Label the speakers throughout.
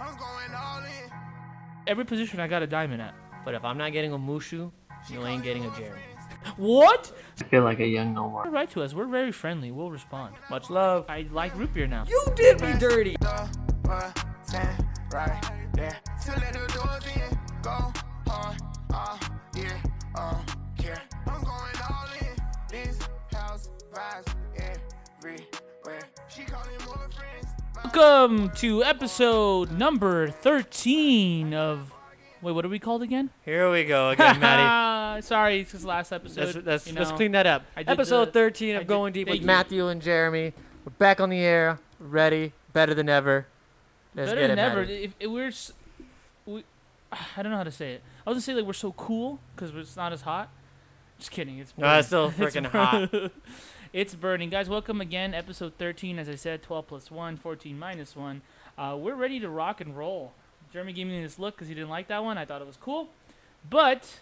Speaker 1: I'm going all in.
Speaker 2: Every position I got a diamond at.
Speaker 3: But if I'm not getting a Mushu, you ain't getting a Jeremy.
Speaker 2: What?
Speaker 4: I feel like a young Nomar.
Speaker 2: Write to us. We're very friendly. We'll respond. Much love. I like root beer now.
Speaker 3: You did me dirty.
Speaker 1: The button right there. To let the doors in, go hard, all year, um, care. I'm going all in. This house vibes everywhere. She calling more friends.
Speaker 2: Welcome to episode number 13 of. Wait, what are we called again?
Speaker 3: Here we go again, Maddie.
Speaker 2: Sorry, it's his last episode.
Speaker 3: Let's, let's,
Speaker 2: you
Speaker 3: let's
Speaker 2: know.
Speaker 3: clean that up.
Speaker 2: I did
Speaker 3: Episode
Speaker 2: the-
Speaker 3: 13
Speaker 2: I
Speaker 3: of
Speaker 2: did-
Speaker 3: Going Deep
Speaker 2: thank
Speaker 3: with
Speaker 2: you.
Speaker 3: Matthew and Jeremy. We're back on the air, ready, better than ever. Let's
Speaker 2: Better
Speaker 3: get
Speaker 2: than
Speaker 3: it,
Speaker 2: ever.
Speaker 3: Maddie.
Speaker 2: If, if we're, s- we, I don't know how to say it. I was gonna say like we're so cool because it's not as hot. Just kidding. It's
Speaker 3: No, Oh, it's still freaking hot.
Speaker 2: it's burning, guys. Welcome again, episode 13. As I said, 12 plus 1, 14 minus 1. Uh, we're ready to rock and roll. Jeremy gave me this look because he didn't like that one. I thought it was cool, but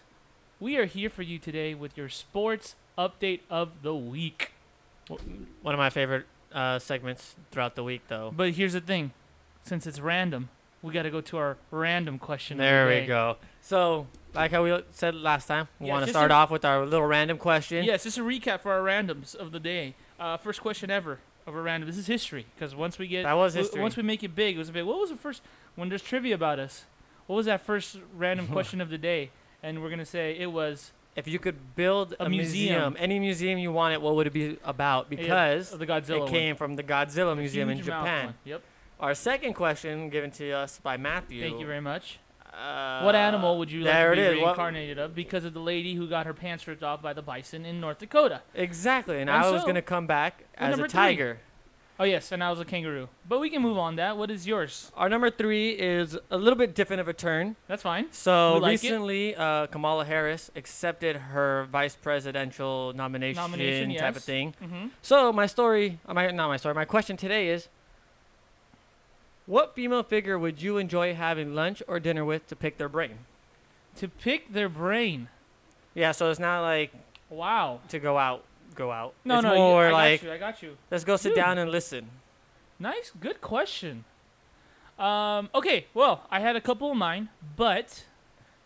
Speaker 2: we are here for you today with your sports update of the week.
Speaker 3: One of my favorite uh, segments throughout the week, though.
Speaker 2: But here's the thing, since it's random, we got to go to our random question. of the
Speaker 3: There
Speaker 2: day.
Speaker 3: we go. So, like how we said last time, we
Speaker 2: Yeah,
Speaker 3: want to
Speaker 2: just
Speaker 3: start
Speaker 2: a-
Speaker 3: off with our little random question.
Speaker 2: Yes, just a recap for our randoms of the day. Uh, first question ever of a random. This is history because once we get
Speaker 3: That was
Speaker 2: w-
Speaker 3: history.
Speaker 2: once we make it big, it was a big. What was the first when there's trivia about us? What was that first random question of the day? And we're gonna say it was
Speaker 3: If you could build
Speaker 2: A
Speaker 3: a,
Speaker 2: museum.
Speaker 3: museum. any museum you wanted, what would it be about?
Speaker 2: yeah,
Speaker 3: Because
Speaker 2: the Godzilla
Speaker 3: it
Speaker 2: one.
Speaker 3: came from the Godzilla Museum in
Speaker 2: Huge mouth
Speaker 3: Japan.
Speaker 2: one. Yep.
Speaker 3: Our second question, given to us by Matthew.
Speaker 2: Thank you very much.
Speaker 3: Uh,
Speaker 2: what animal would you like
Speaker 3: there
Speaker 2: to be
Speaker 3: it is. What-
Speaker 2: reincarnated of? Because of the lady who got her pants ripped off by the bison in North Dakota.
Speaker 3: exactly, and,
Speaker 2: And
Speaker 3: I was
Speaker 2: so-
Speaker 3: gonna come back as
Speaker 2: number
Speaker 3: a
Speaker 2: three.
Speaker 3: tiger.
Speaker 2: Oh yes, and I was a kangaroo. But we can move on. That. What is yours?
Speaker 3: Our number three is a little bit different of a turn.
Speaker 2: That's fine.
Speaker 3: So
Speaker 2: We like it.
Speaker 3: recently, uh, Kamala Harris accepted her vice presidential nomination,
Speaker 2: Nomination,
Speaker 3: type
Speaker 2: yes.
Speaker 3: of thing.
Speaker 2: Mm-hmm.
Speaker 3: So my story, uh, my not my story, my question today is: What female figure would you enjoy having lunch or dinner with to pick their brain?
Speaker 2: To pick their brain.
Speaker 3: Yeah, so it's not like
Speaker 2: Wow.
Speaker 3: to go out, go out.
Speaker 2: No,
Speaker 3: it's
Speaker 2: no, you-
Speaker 3: more
Speaker 2: I
Speaker 3: like
Speaker 2: got you. I got you.
Speaker 3: let's go sit
Speaker 2: Dude.
Speaker 3: down and listen.
Speaker 2: Nice, good question. Um, okay, well, I had a couple of mine, but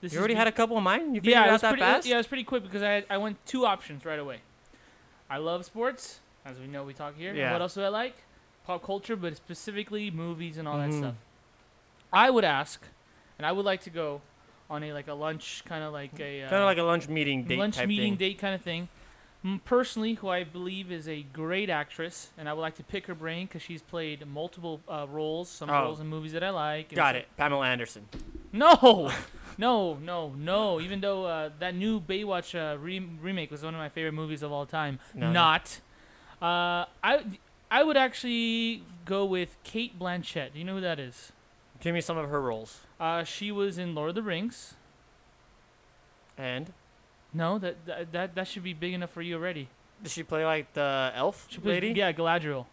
Speaker 2: this
Speaker 3: You already had a couple of mine. You figured
Speaker 2: yeah,
Speaker 3: it
Speaker 2: it
Speaker 3: out
Speaker 2: was
Speaker 3: that
Speaker 2: pretty,
Speaker 3: fast.
Speaker 2: Yeah, it was pretty quick because I had, I went two options right away. I love sports, as we know we talk here.
Speaker 3: Yeah.
Speaker 2: What else do I like? Pop culture, but specifically movies and all that
Speaker 3: Mhm.
Speaker 2: stuff. I would ask, and I would like to go on a like a lunch kind of like a uh,
Speaker 3: Kind of like a lunch meeting date
Speaker 2: lunch
Speaker 3: type
Speaker 2: meeting
Speaker 3: thing.
Speaker 2: date kind of thing. Mm, Personally, who I believe is a great actress, and I would like to pick her brain because she's played multiple uh, roles, some
Speaker 3: Oh.
Speaker 2: roles in movies that I like. and
Speaker 3: Got
Speaker 2: some-
Speaker 3: it. Pamela Anderson.
Speaker 2: No, no, no, no. Even though uh, that new Baywatch uh, re- remake was one of my favorite movies of all time,
Speaker 3: No, no.
Speaker 2: not. Uh, I I would actually go with Kate Blanchett. Do you know who that is?
Speaker 3: Give me some of her roles.
Speaker 2: Uh, she was in Lord of the Rings.
Speaker 3: And
Speaker 2: No, that that that, that should be big enough for you already.
Speaker 3: does she play like the elf
Speaker 2: She plays,
Speaker 3: lady?
Speaker 2: yeah, Galadriel.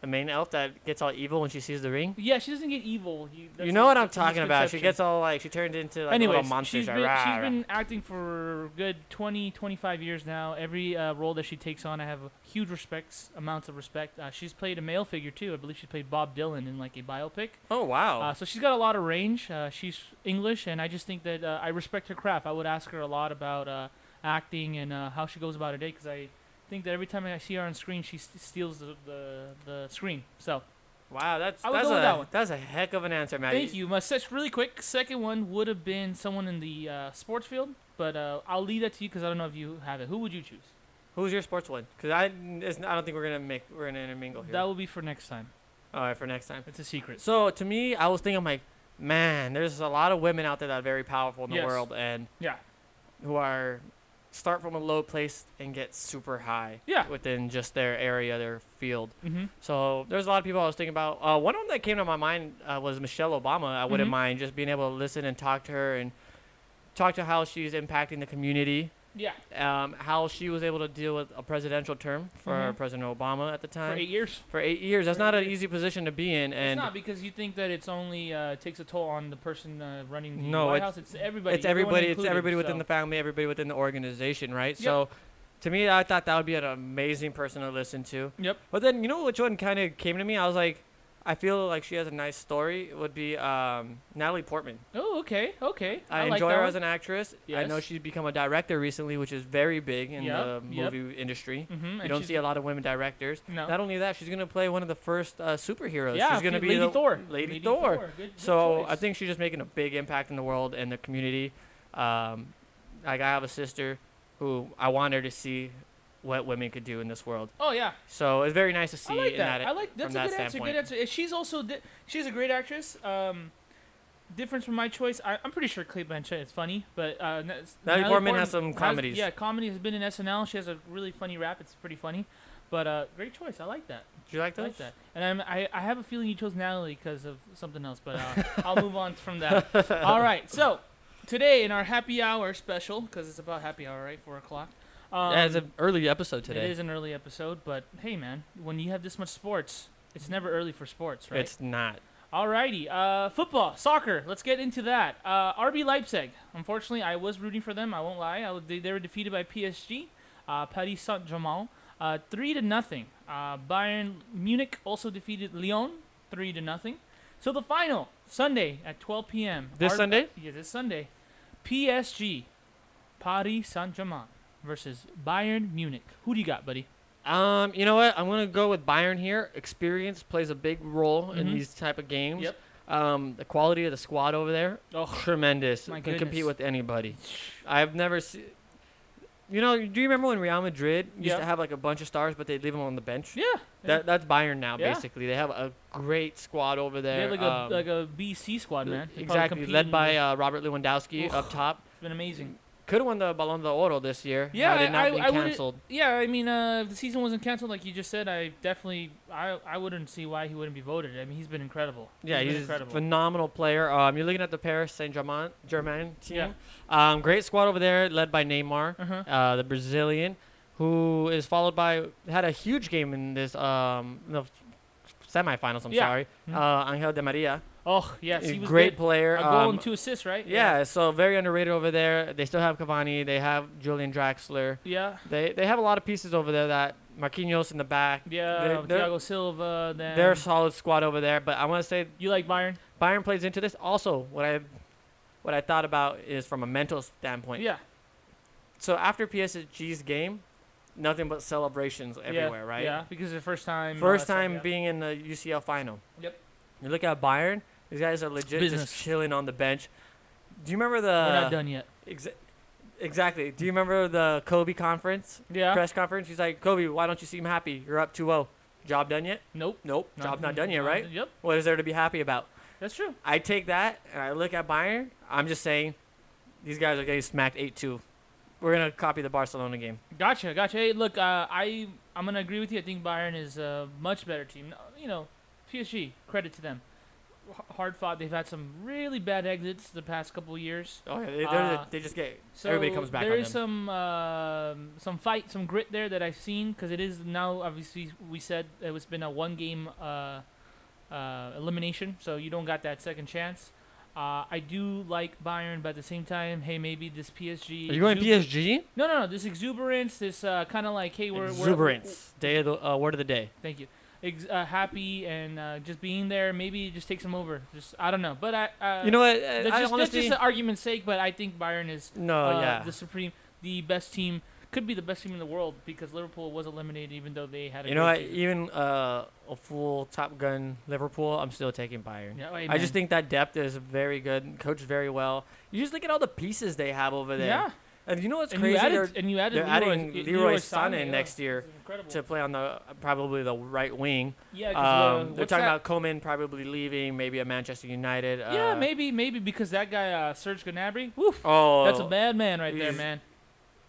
Speaker 3: The main elf that gets all evil when she sees the ring.
Speaker 2: Yeah, she doesn't get evil. You,
Speaker 3: you
Speaker 2: that's
Speaker 3: know
Speaker 2: a-
Speaker 3: what I'm
Speaker 2: that's a
Speaker 3: talking about. She
Speaker 2: misconception.
Speaker 3: gets all like she turned into like a
Speaker 2: Anyways,
Speaker 3: little monster.
Speaker 2: she's
Speaker 3: She's
Speaker 2: been,
Speaker 3: rah,
Speaker 2: she's
Speaker 3: rah.
Speaker 2: been acting for a good 20, 25 years now. Every uh, role that she takes on, I have huge respects, amounts of respect. Uh, she's played a male figure too. I believe she played Bob Dylan in like a biopic.
Speaker 3: Oh wow.
Speaker 2: Uh, so she's got a lot of range. Uh, she's English, and I just think that uh, I respect her craft. I would ask her a lot about uh, acting and uh, how she goes about her day because I think that every time I see her on screen, she st- steals the, the the screen. So.
Speaker 3: wow, that's
Speaker 2: I would
Speaker 3: that's
Speaker 2: go
Speaker 3: a
Speaker 2: with that one.
Speaker 3: that's a heck of an answer, Maddie.
Speaker 2: Thank you. My such really quick second one would have been someone in the uh, sports field, but uh, I'll leave that to you because I don't know if you have it. Who would you choose?
Speaker 3: Who's your sports one? Because I it's, I don't think we're gonna make we're gonna intermingle Oh, here.
Speaker 2: That will be for next time.
Speaker 3: all right, for next time.
Speaker 2: It's a secret.
Speaker 3: So to me, I was thinking I'm like, man, there's a lot of women out there that are very powerful in the
Speaker 2: Yes.
Speaker 3: world and
Speaker 2: Yeah.
Speaker 3: who are start from a low place and get super high
Speaker 2: Yeah.
Speaker 3: within just their area, their field.
Speaker 2: Mm-hmm.
Speaker 3: So there's a lot of people I was thinking about. Uh, one of them that came to my mind uh, was Michelle Obama. I wouldn't
Speaker 2: Mhm.
Speaker 3: mind just being able to listen and talk to her and talk to how she's impacting the community,
Speaker 2: Yeah.
Speaker 3: um, how she was able to deal with a presidential term for
Speaker 2: Mhm.
Speaker 3: President Obama at the time
Speaker 2: For eight years.
Speaker 3: For eight years. That's
Speaker 2: For
Speaker 3: not
Speaker 2: eight
Speaker 3: an
Speaker 2: years.
Speaker 3: easy position to be in, and
Speaker 2: it's not because you think that it's only uh, takes a toll on the person uh, running the
Speaker 3: No,
Speaker 2: White
Speaker 3: it's-
Speaker 2: House. It's everybody.
Speaker 3: it's everybody. It's everybody within
Speaker 2: within
Speaker 3: the family, everybody within the organization, right? So, to me, I thought that would be an amazing person to listen to.
Speaker 2: Yep.
Speaker 3: But then you know which one kind of came to me? I was like, I I feel like she has a nice story would be um, Natalie Portman.
Speaker 2: Oh, okay, okay.
Speaker 3: I,
Speaker 2: like
Speaker 3: enjoy
Speaker 2: that
Speaker 3: her
Speaker 2: one.
Speaker 3: as an actress. I know
Speaker 2: Yes.
Speaker 3: she's become a director recently, which is very big in
Speaker 2: Yep,
Speaker 3: the
Speaker 2: yep.
Speaker 3: movie industry.
Speaker 2: Mhm, and
Speaker 3: You don't
Speaker 2: she's-
Speaker 3: see a lot of women directors.
Speaker 2: No.
Speaker 3: Not only that, she's gonna play one of the first uh, superheroes.
Speaker 2: yeah,
Speaker 3: she's gonna
Speaker 2: fe-
Speaker 3: be
Speaker 2: Lady
Speaker 3: the
Speaker 2: Thor.
Speaker 3: Lady,
Speaker 2: Thor.
Speaker 3: Thor.
Speaker 2: Good- good
Speaker 3: So I
Speaker 2: choice.
Speaker 3: think she's just making a big impact in the world and the community. Um, like I have a sister who I want her to see what women could do in this world.
Speaker 2: Oh yeah,
Speaker 3: So it's very nice to see
Speaker 2: I like
Speaker 3: in
Speaker 2: that.
Speaker 3: that.
Speaker 2: I like that's
Speaker 3: from
Speaker 2: a
Speaker 3: that
Speaker 2: good answer. Good
Speaker 3: standpoint.
Speaker 2: answer. Uh, She's also di- she's a great actress. Um, difference from my choice. I, I'm pretty sure Cate Blanchett is funny, but uh, Na- Natalie,
Speaker 3: Natalie Portman has some comedies.
Speaker 2: yeah, comedy has been in SNL. She has a really funny rap. It's pretty funny, but uh, great choice. I like that.
Speaker 3: Do you like
Speaker 2: I
Speaker 3: those?
Speaker 2: like that. And I'm, I I have a feeling you chose Natalie because of something else, but uh, I'll move on from that. All right, so. Today in our happy hour special, because it's about happy hour, right? Four o'clock. Um,
Speaker 3: As an early episode today.
Speaker 2: it is an early episode, but hey, man, when you have this much sports, it's never early for sports, right?
Speaker 3: It's not.
Speaker 2: Alrighty, uh, football, soccer. Let's get into that. Uh, RB Leipzig. Unfortunately, I was rooting for them. I won't lie. I, was- they, they were defeated by PSG, uh, Paris Saint Germain, uh, three to nothing. Uh, Bayern Munich also defeated Lyon, three to nothing. So the final Sunday at 12 p.m.
Speaker 3: This
Speaker 2: R-
Speaker 3: Sunday?
Speaker 2: Yeah, this Sunday. PSG, Paris Saint Germain versus Bayern Munich. Who do you got, buddy?
Speaker 3: Um, you know what? I'm gonna go with Byron here. Experience plays a big role in
Speaker 2: Mhm.
Speaker 3: these type of games.
Speaker 2: Yep.
Speaker 3: Um, the quality of the squad over there,
Speaker 2: Oh,
Speaker 3: tremendous.
Speaker 2: My
Speaker 3: Can compete
Speaker 2: goodness.
Speaker 3: with anybody. I've never seen. You know, do you remember when Real Madrid used
Speaker 2: Yeah.
Speaker 3: to have like a bunch of stars, but they'd leave them on the bench?
Speaker 2: yeah.
Speaker 3: That, that's Bayern now,
Speaker 2: Yeah.
Speaker 3: basically. They have a great squad over
Speaker 2: They
Speaker 3: there.
Speaker 2: have like a,
Speaker 3: um,
Speaker 2: like a BC squad, man. They probably
Speaker 3: exactly,
Speaker 2: compete
Speaker 3: led
Speaker 2: in-
Speaker 3: by uh, Robert Lewandowski up top.
Speaker 2: It's been amazing.
Speaker 3: Could have won the Ballon d'Oro this year. had
Speaker 2: Yeah,
Speaker 3: it not
Speaker 2: I-
Speaker 3: been
Speaker 2: I would've-
Speaker 3: canceled.
Speaker 2: Yeah, I mean, uh, if the season wasn't canceled, like you just said, I definitely, I, I wouldn't see why he wouldn't be voted. I mean, he's been incredible.
Speaker 3: Yeah,
Speaker 2: been
Speaker 3: he's a
Speaker 2: incredible.
Speaker 3: phenomenal player. Um, you're looking at the Paris Saint Germain Germain team.
Speaker 2: Yeah.
Speaker 3: Um, great squad over there, led by Neymar,
Speaker 2: Uh-huh.
Speaker 3: uh, the Brazilian, who is followed by had a huge game in this um in the f- semifinals. I'm
Speaker 2: Yeah.
Speaker 3: sorry,
Speaker 2: Mhm.
Speaker 3: uh, Angel De Maria,
Speaker 2: oh yes,
Speaker 3: a
Speaker 2: he was
Speaker 3: great
Speaker 2: good.
Speaker 3: player.
Speaker 2: A goal
Speaker 3: um,
Speaker 2: and two assists, right?
Speaker 3: yeah, so very underrated over there. They still have Cavani. They have Julian Draxler.
Speaker 2: Yeah.
Speaker 3: They they have a lot of pieces over there. That Marquinhos in the back.
Speaker 2: Yeah, uh,
Speaker 3: They're, they're,
Speaker 2: Thiago Silva. Then
Speaker 3: they're a solid squad over there. But I want to say
Speaker 2: you like Byron?
Speaker 3: Byron plays into this. Also, what I what I thought about is from a mental standpoint.
Speaker 2: Yeah,
Speaker 3: So after PSG's game, nothing but celebrations everywhere,
Speaker 2: yeah,
Speaker 3: right?
Speaker 2: Yeah, because the first time. and all
Speaker 3: First
Speaker 2: that stuff,
Speaker 3: time
Speaker 2: yeah.
Speaker 3: being in the UCL final.
Speaker 2: Yep.
Speaker 3: You look at Byron; these guys are legit
Speaker 2: Business.
Speaker 3: just chilling on the bench. Do you remember
Speaker 2: We're not
Speaker 3: the
Speaker 2: done yet.
Speaker 3: exa- exactly? Do you remember the Kobe conference
Speaker 2: Yeah.
Speaker 3: press conference? He's like, Kobe, why don't you seem happy? You're up 2-0. Job done yet?
Speaker 2: Nope.
Speaker 3: Nope. Job not done yet, right?
Speaker 2: Yep.
Speaker 3: What is there to be happy about?
Speaker 2: That's true.
Speaker 3: I take that and I look at Bayern. I'm just saying, these guys are getting smacked eight two. We're gonna copy the Barcelona game.
Speaker 2: Gotcha, gotcha. Hey, look, uh, I I'm gonna agree with you. I think Bayern is a much better team. You know, PSG credit to them. H- hard fought. They've had some really bad exits the past couple of years.
Speaker 3: Oh, yeah, they, they're
Speaker 2: Ah.
Speaker 3: the- they just get
Speaker 2: So
Speaker 3: everybody comes back on
Speaker 2: There
Speaker 3: them.
Speaker 2: is some um some fight, some grit there that I've seen because it is now obviously we said it was been a one game uh, uh, elimination, so you don't got that second chance. Uh, I do like Bayern, but at the same time, hey, maybe this PSG.
Speaker 3: are you going
Speaker 2: exuber-
Speaker 3: PSG?
Speaker 2: No, no, no. This exuberance, this uh, kind of like, hey, we're we're,
Speaker 3: Exuberance. Day of the uh, word of the day.
Speaker 2: Thank you. Ex- uh, happy and uh, just being there. Maybe it just takes them over. Just I don't know, but I. Uh,
Speaker 3: You know what?
Speaker 2: that's
Speaker 3: I,
Speaker 2: just,
Speaker 3: I
Speaker 2: that's
Speaker 3: honestly,
Speaker 2: just an argument's sake. But I think Bayern is
Speaker 3: no,
Speaker 2: uh,
Speaker 3: yeah.
Speaker 2: the supreme, the best team. Could be the best team in the world because Liverpool was eliminated, even though they had a.
Speaker 3: You know
Speaker 2: great
Speaker 3: what?
Speaker 2: season.
Speaker 3: Even uh, a full Top Gun Liverpool, I'm still taking Bayern.
Speaker 2: Yeah, hey,
Speaker 3: I just
Speaker 2: man.
Speaker 3: think that depth is very good, coached very well. You just look at all the pieces they have over there.
Speaker 2: Yeah,
Speaker 3: And you know what's
Speaker 2: and
Speaker 3: crazy?
Speaker 2: you
Speaker 3: They're-
Speaker 2: added and you added
Speaker 3: they're
Speaker 2: Leroy,
Speaker 3: adding
Speaker 2: Leroy,
Speaker 3: Leroy
Speaker 2: Sané,
Speaker 3: Sané
Speaker 2: yeah.
Speaker 3: next year
Speaker 2: It's incredible.
Speaker 3: to play on the uh, probably the right wing.
Speaker 2: yeah, 'cause, uh,
Speaker 3: Um, they're
Speaker 2: what's
Speaker 3: talking
Speaker 2: that?
Speaker 3: about Coman probably leaving, maybe a Manchester United. Uh,
Speaker 2: yeah, maybe maybe because that guy uh, Serge Gnabry, woof,
Speaker 3: Oh,
Speaker 2: that's a bad man right there,
Speaker 3: he's-
Speaker 2: man.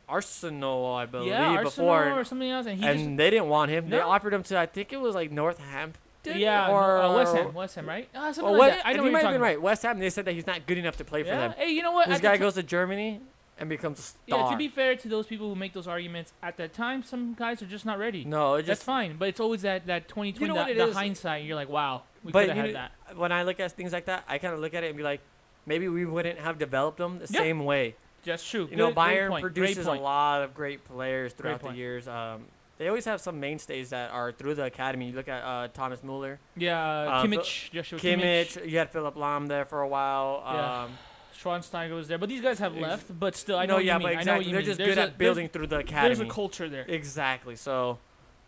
Speaker 3: Arsenal, I believe,
Speaker 2: Yeah, Arsenal
Speaker 3: before,
Speaker 2: or something else, and he
Speaker 3: and
Speaker 2: just
Speaker 3: they didn't want him. They
Speaker 2: No.
Speaker 3: offered him to, I think it was like Northampton,
Speaker 2: Yeah, no,
Speaker 3: or
Speaker 2: uh, West Ham, West Ham, right? Uh, something
Speaker 3: Well,
Speaker 2: like
Speaker 3: what,
Speaker 2: that. I know
Speaker 3: you
Speaker 2: what
Speaker 3: might
Speaker 2: you're
Speaker 3: have
Speaker 2: talking
Speaker 3: been right. West Ham. They said that he's not good enough to play
Speaker 2: about.
Speaker 3: for
Speaker 2: Yeah.
Speaker 3: them.
Speaker 2: Hey, you know what?
Speaker 3: This
Speaker 2: At the
Speaker 3: guy
Speaker 2: ti-
Speaker 3: goes to Germany and becomes a star.
Speaker 2: Yeah, to be fair to those people who make those arguments, at that time, some guys are just not ready.
Speaker 3: no, it
Speaker 2: That's
Speaker 3: just
Speaker 2: fine, but it's always that that 2020,
Speaker 3: You know what
Speaker 2: that-
Speaker 3: it
Speaker 2: the
Speaker 3: is?
Speaker 2: hindsight. You're like, wow, we could
Speaker 3: But
Speaker 2: have
Speaker 3: you
Speaker 2: had
Speaker 3: know-
Speaker 2: that.
Speaker 3: when I look at things like that, I kind of look at it and be like, maybe we wouldn't have developed them the
Speaker 2: Yeah.
Speaker 3: same way.
Speaker 2: That's true.
Speaker 3: You know,
Speaker 2: Good- great
Speaker 3: Bayern
Speaker 2: point, great
Speaker 3: produces a
Speaker 2: point.
Speaker 3: lot of great players throughout the
Speaker 2: point.
Speaker 3: years. Um, They always have some mainstays that are through the academy. You look at uh, Thomas Mueller,
Speaker 2: Yeah, uh,
Speaker 3: Um,
Speaker 2: Kimmich, Joshua Kimmich,
Speaker 3: Kimmich. You had Philip Lahm there for a while.
Speaker 2: Yeah.
Speaker 3: Um,
Speaker 2: Schwansteiger was there, but these guys have
Speaker 3: Ex-
Speaker 2: left. But still, I know
Speaker 3: no,
Speaker 2: what
Speaker 3: yeah,
Speaker 2: you mean.
Speaker 3: but
Speaker 2: I know
Speaker 3: exactly.
Speaker 2: what you
Speaker 3: They're
Speaker 2: mean.
Speaker 3: just
Speaker 2: There's
Speaker 3: good
Speaker 2: a-
Speaker 3: at building through the academy.
Speaker 2: There's, there's a culture there.
Speaker 3: Exactly. So,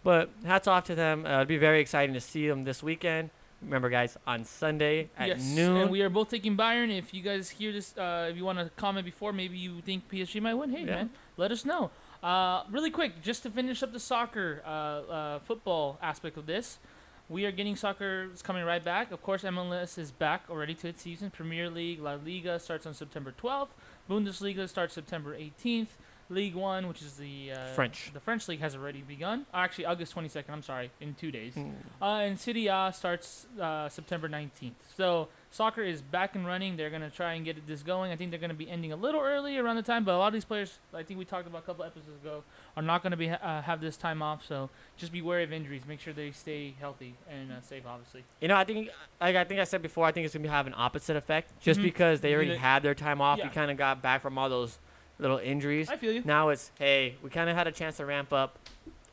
Speaker 3: but hats off to them. Uh, it'd be very exciting to see them this weekend. Remember, guys, on Sunday at
Speaker 2: yes,
Speaker 3: noon.
Speaker 2: and we are both taking Bayern. If you guys hear this, uh, if you want to comment before, maybe you think PSG might win. Hey,
Speaker 3: Yeah.
Speaker 2: man, let us know. Uh, really quick, just to finish up the soccer, uh, uh, football aspect of this, we are getting soccer is coming right back. Of course, MLS is back already to its season. Premier League, La Liga starts on September 12th. Bundesliga starts September 18th. League One, which is the uh,
Speaker 3: French.
Speaker 2: the French league has already begun. Actually, August 22nd. I'm sorry, in two days.
Speaker 3: Mm.
Speaker 2: Uh, and City A starts uh, September 19th. So soccer is back and running. They're going to try and get this going. I think they're going to be ending a little early around the time, but a lot of these players, I think we talked about a couple episodes ago, are not going to be ha- uh, have this time off. So just be wary of injuries. Make sure they stay healthy and uh, safe, obviously.
Speaker 3: You know, I think, like I think I said before, I think it's gonna be have an opposite effect. Just
Speaker 2: Mhm.
Speaker 3: because they
Speaker 2: You
Speaker 3: already
Speaker 2: know-
Speaker 3: had their time off,
Speaker 2: Yeah.
Speaker 3: you kind of got back from all those little injuries.
Speaker 2: I feel you.
Speaker 3: Now it's hey, we kind of had a chance to ramp up.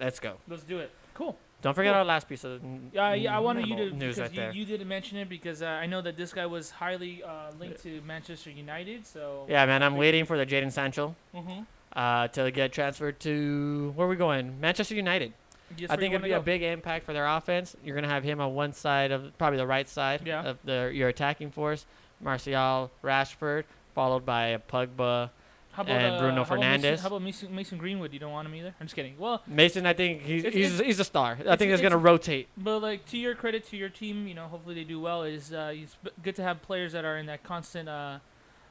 Speaker 3: Let's go.
Speaker 2: Let's do it. Cool.
Speaker 3: Don't forget
Speaker 2: Cool.
Speaker 3: our last piece of n-
Speaker 2: Yeah, yeah. I
Speaker 3: n-
Speaker 2: wanted you to
Speaker 3: notable news
Speaker 2: because
Speaker 3: right there.
Speaker 2: you, you didn't mention it because uh, I know that this guy was highly uh, linked to Manchester United. So
Speaker 3: yeah, man, I'm waiting for the Jaden Sancho
Speaker 2: Mhm.
Speaker 3: uh, to get transferred to where are we going? Manchester United.
Speaker 2: Guess
Speaker 3: I
Speaker 2: where you
Speaker 3: think it'd
Speaker 2: wanna
Speaker 3: be a
Speaker 2: go.
Speaker 3: big impact for their offense. You're gonna have him on one side of probably the right side
Speaker 2: Yeah.
Speaker 3: of the your attacking force. Martial, Rashford, followed by Pugba.
Speaker 2: How
Speaker 3: and uh,
Speaker 2: how
Speaker 3: Bruno
Speaker 2: about
Speaker 3: Fernandes.
Speaker 2: Mason, how about Mason, Mason Greenwood? You don't want him either. I'm just kidding. Well,
Speaker 3: Mason, I think he's
Speaker 2: It's-
Speaker 3: he's, he's a star. I
Speaker 2: it's-
Speaker 3: think he's
Speaker 2: it's-
Speaker 3: gonna rotate.
Speaker 2: but like to your credit to your team, you know, hopefully they do well. Is uh, it's b- good to have players that are in that constant uh,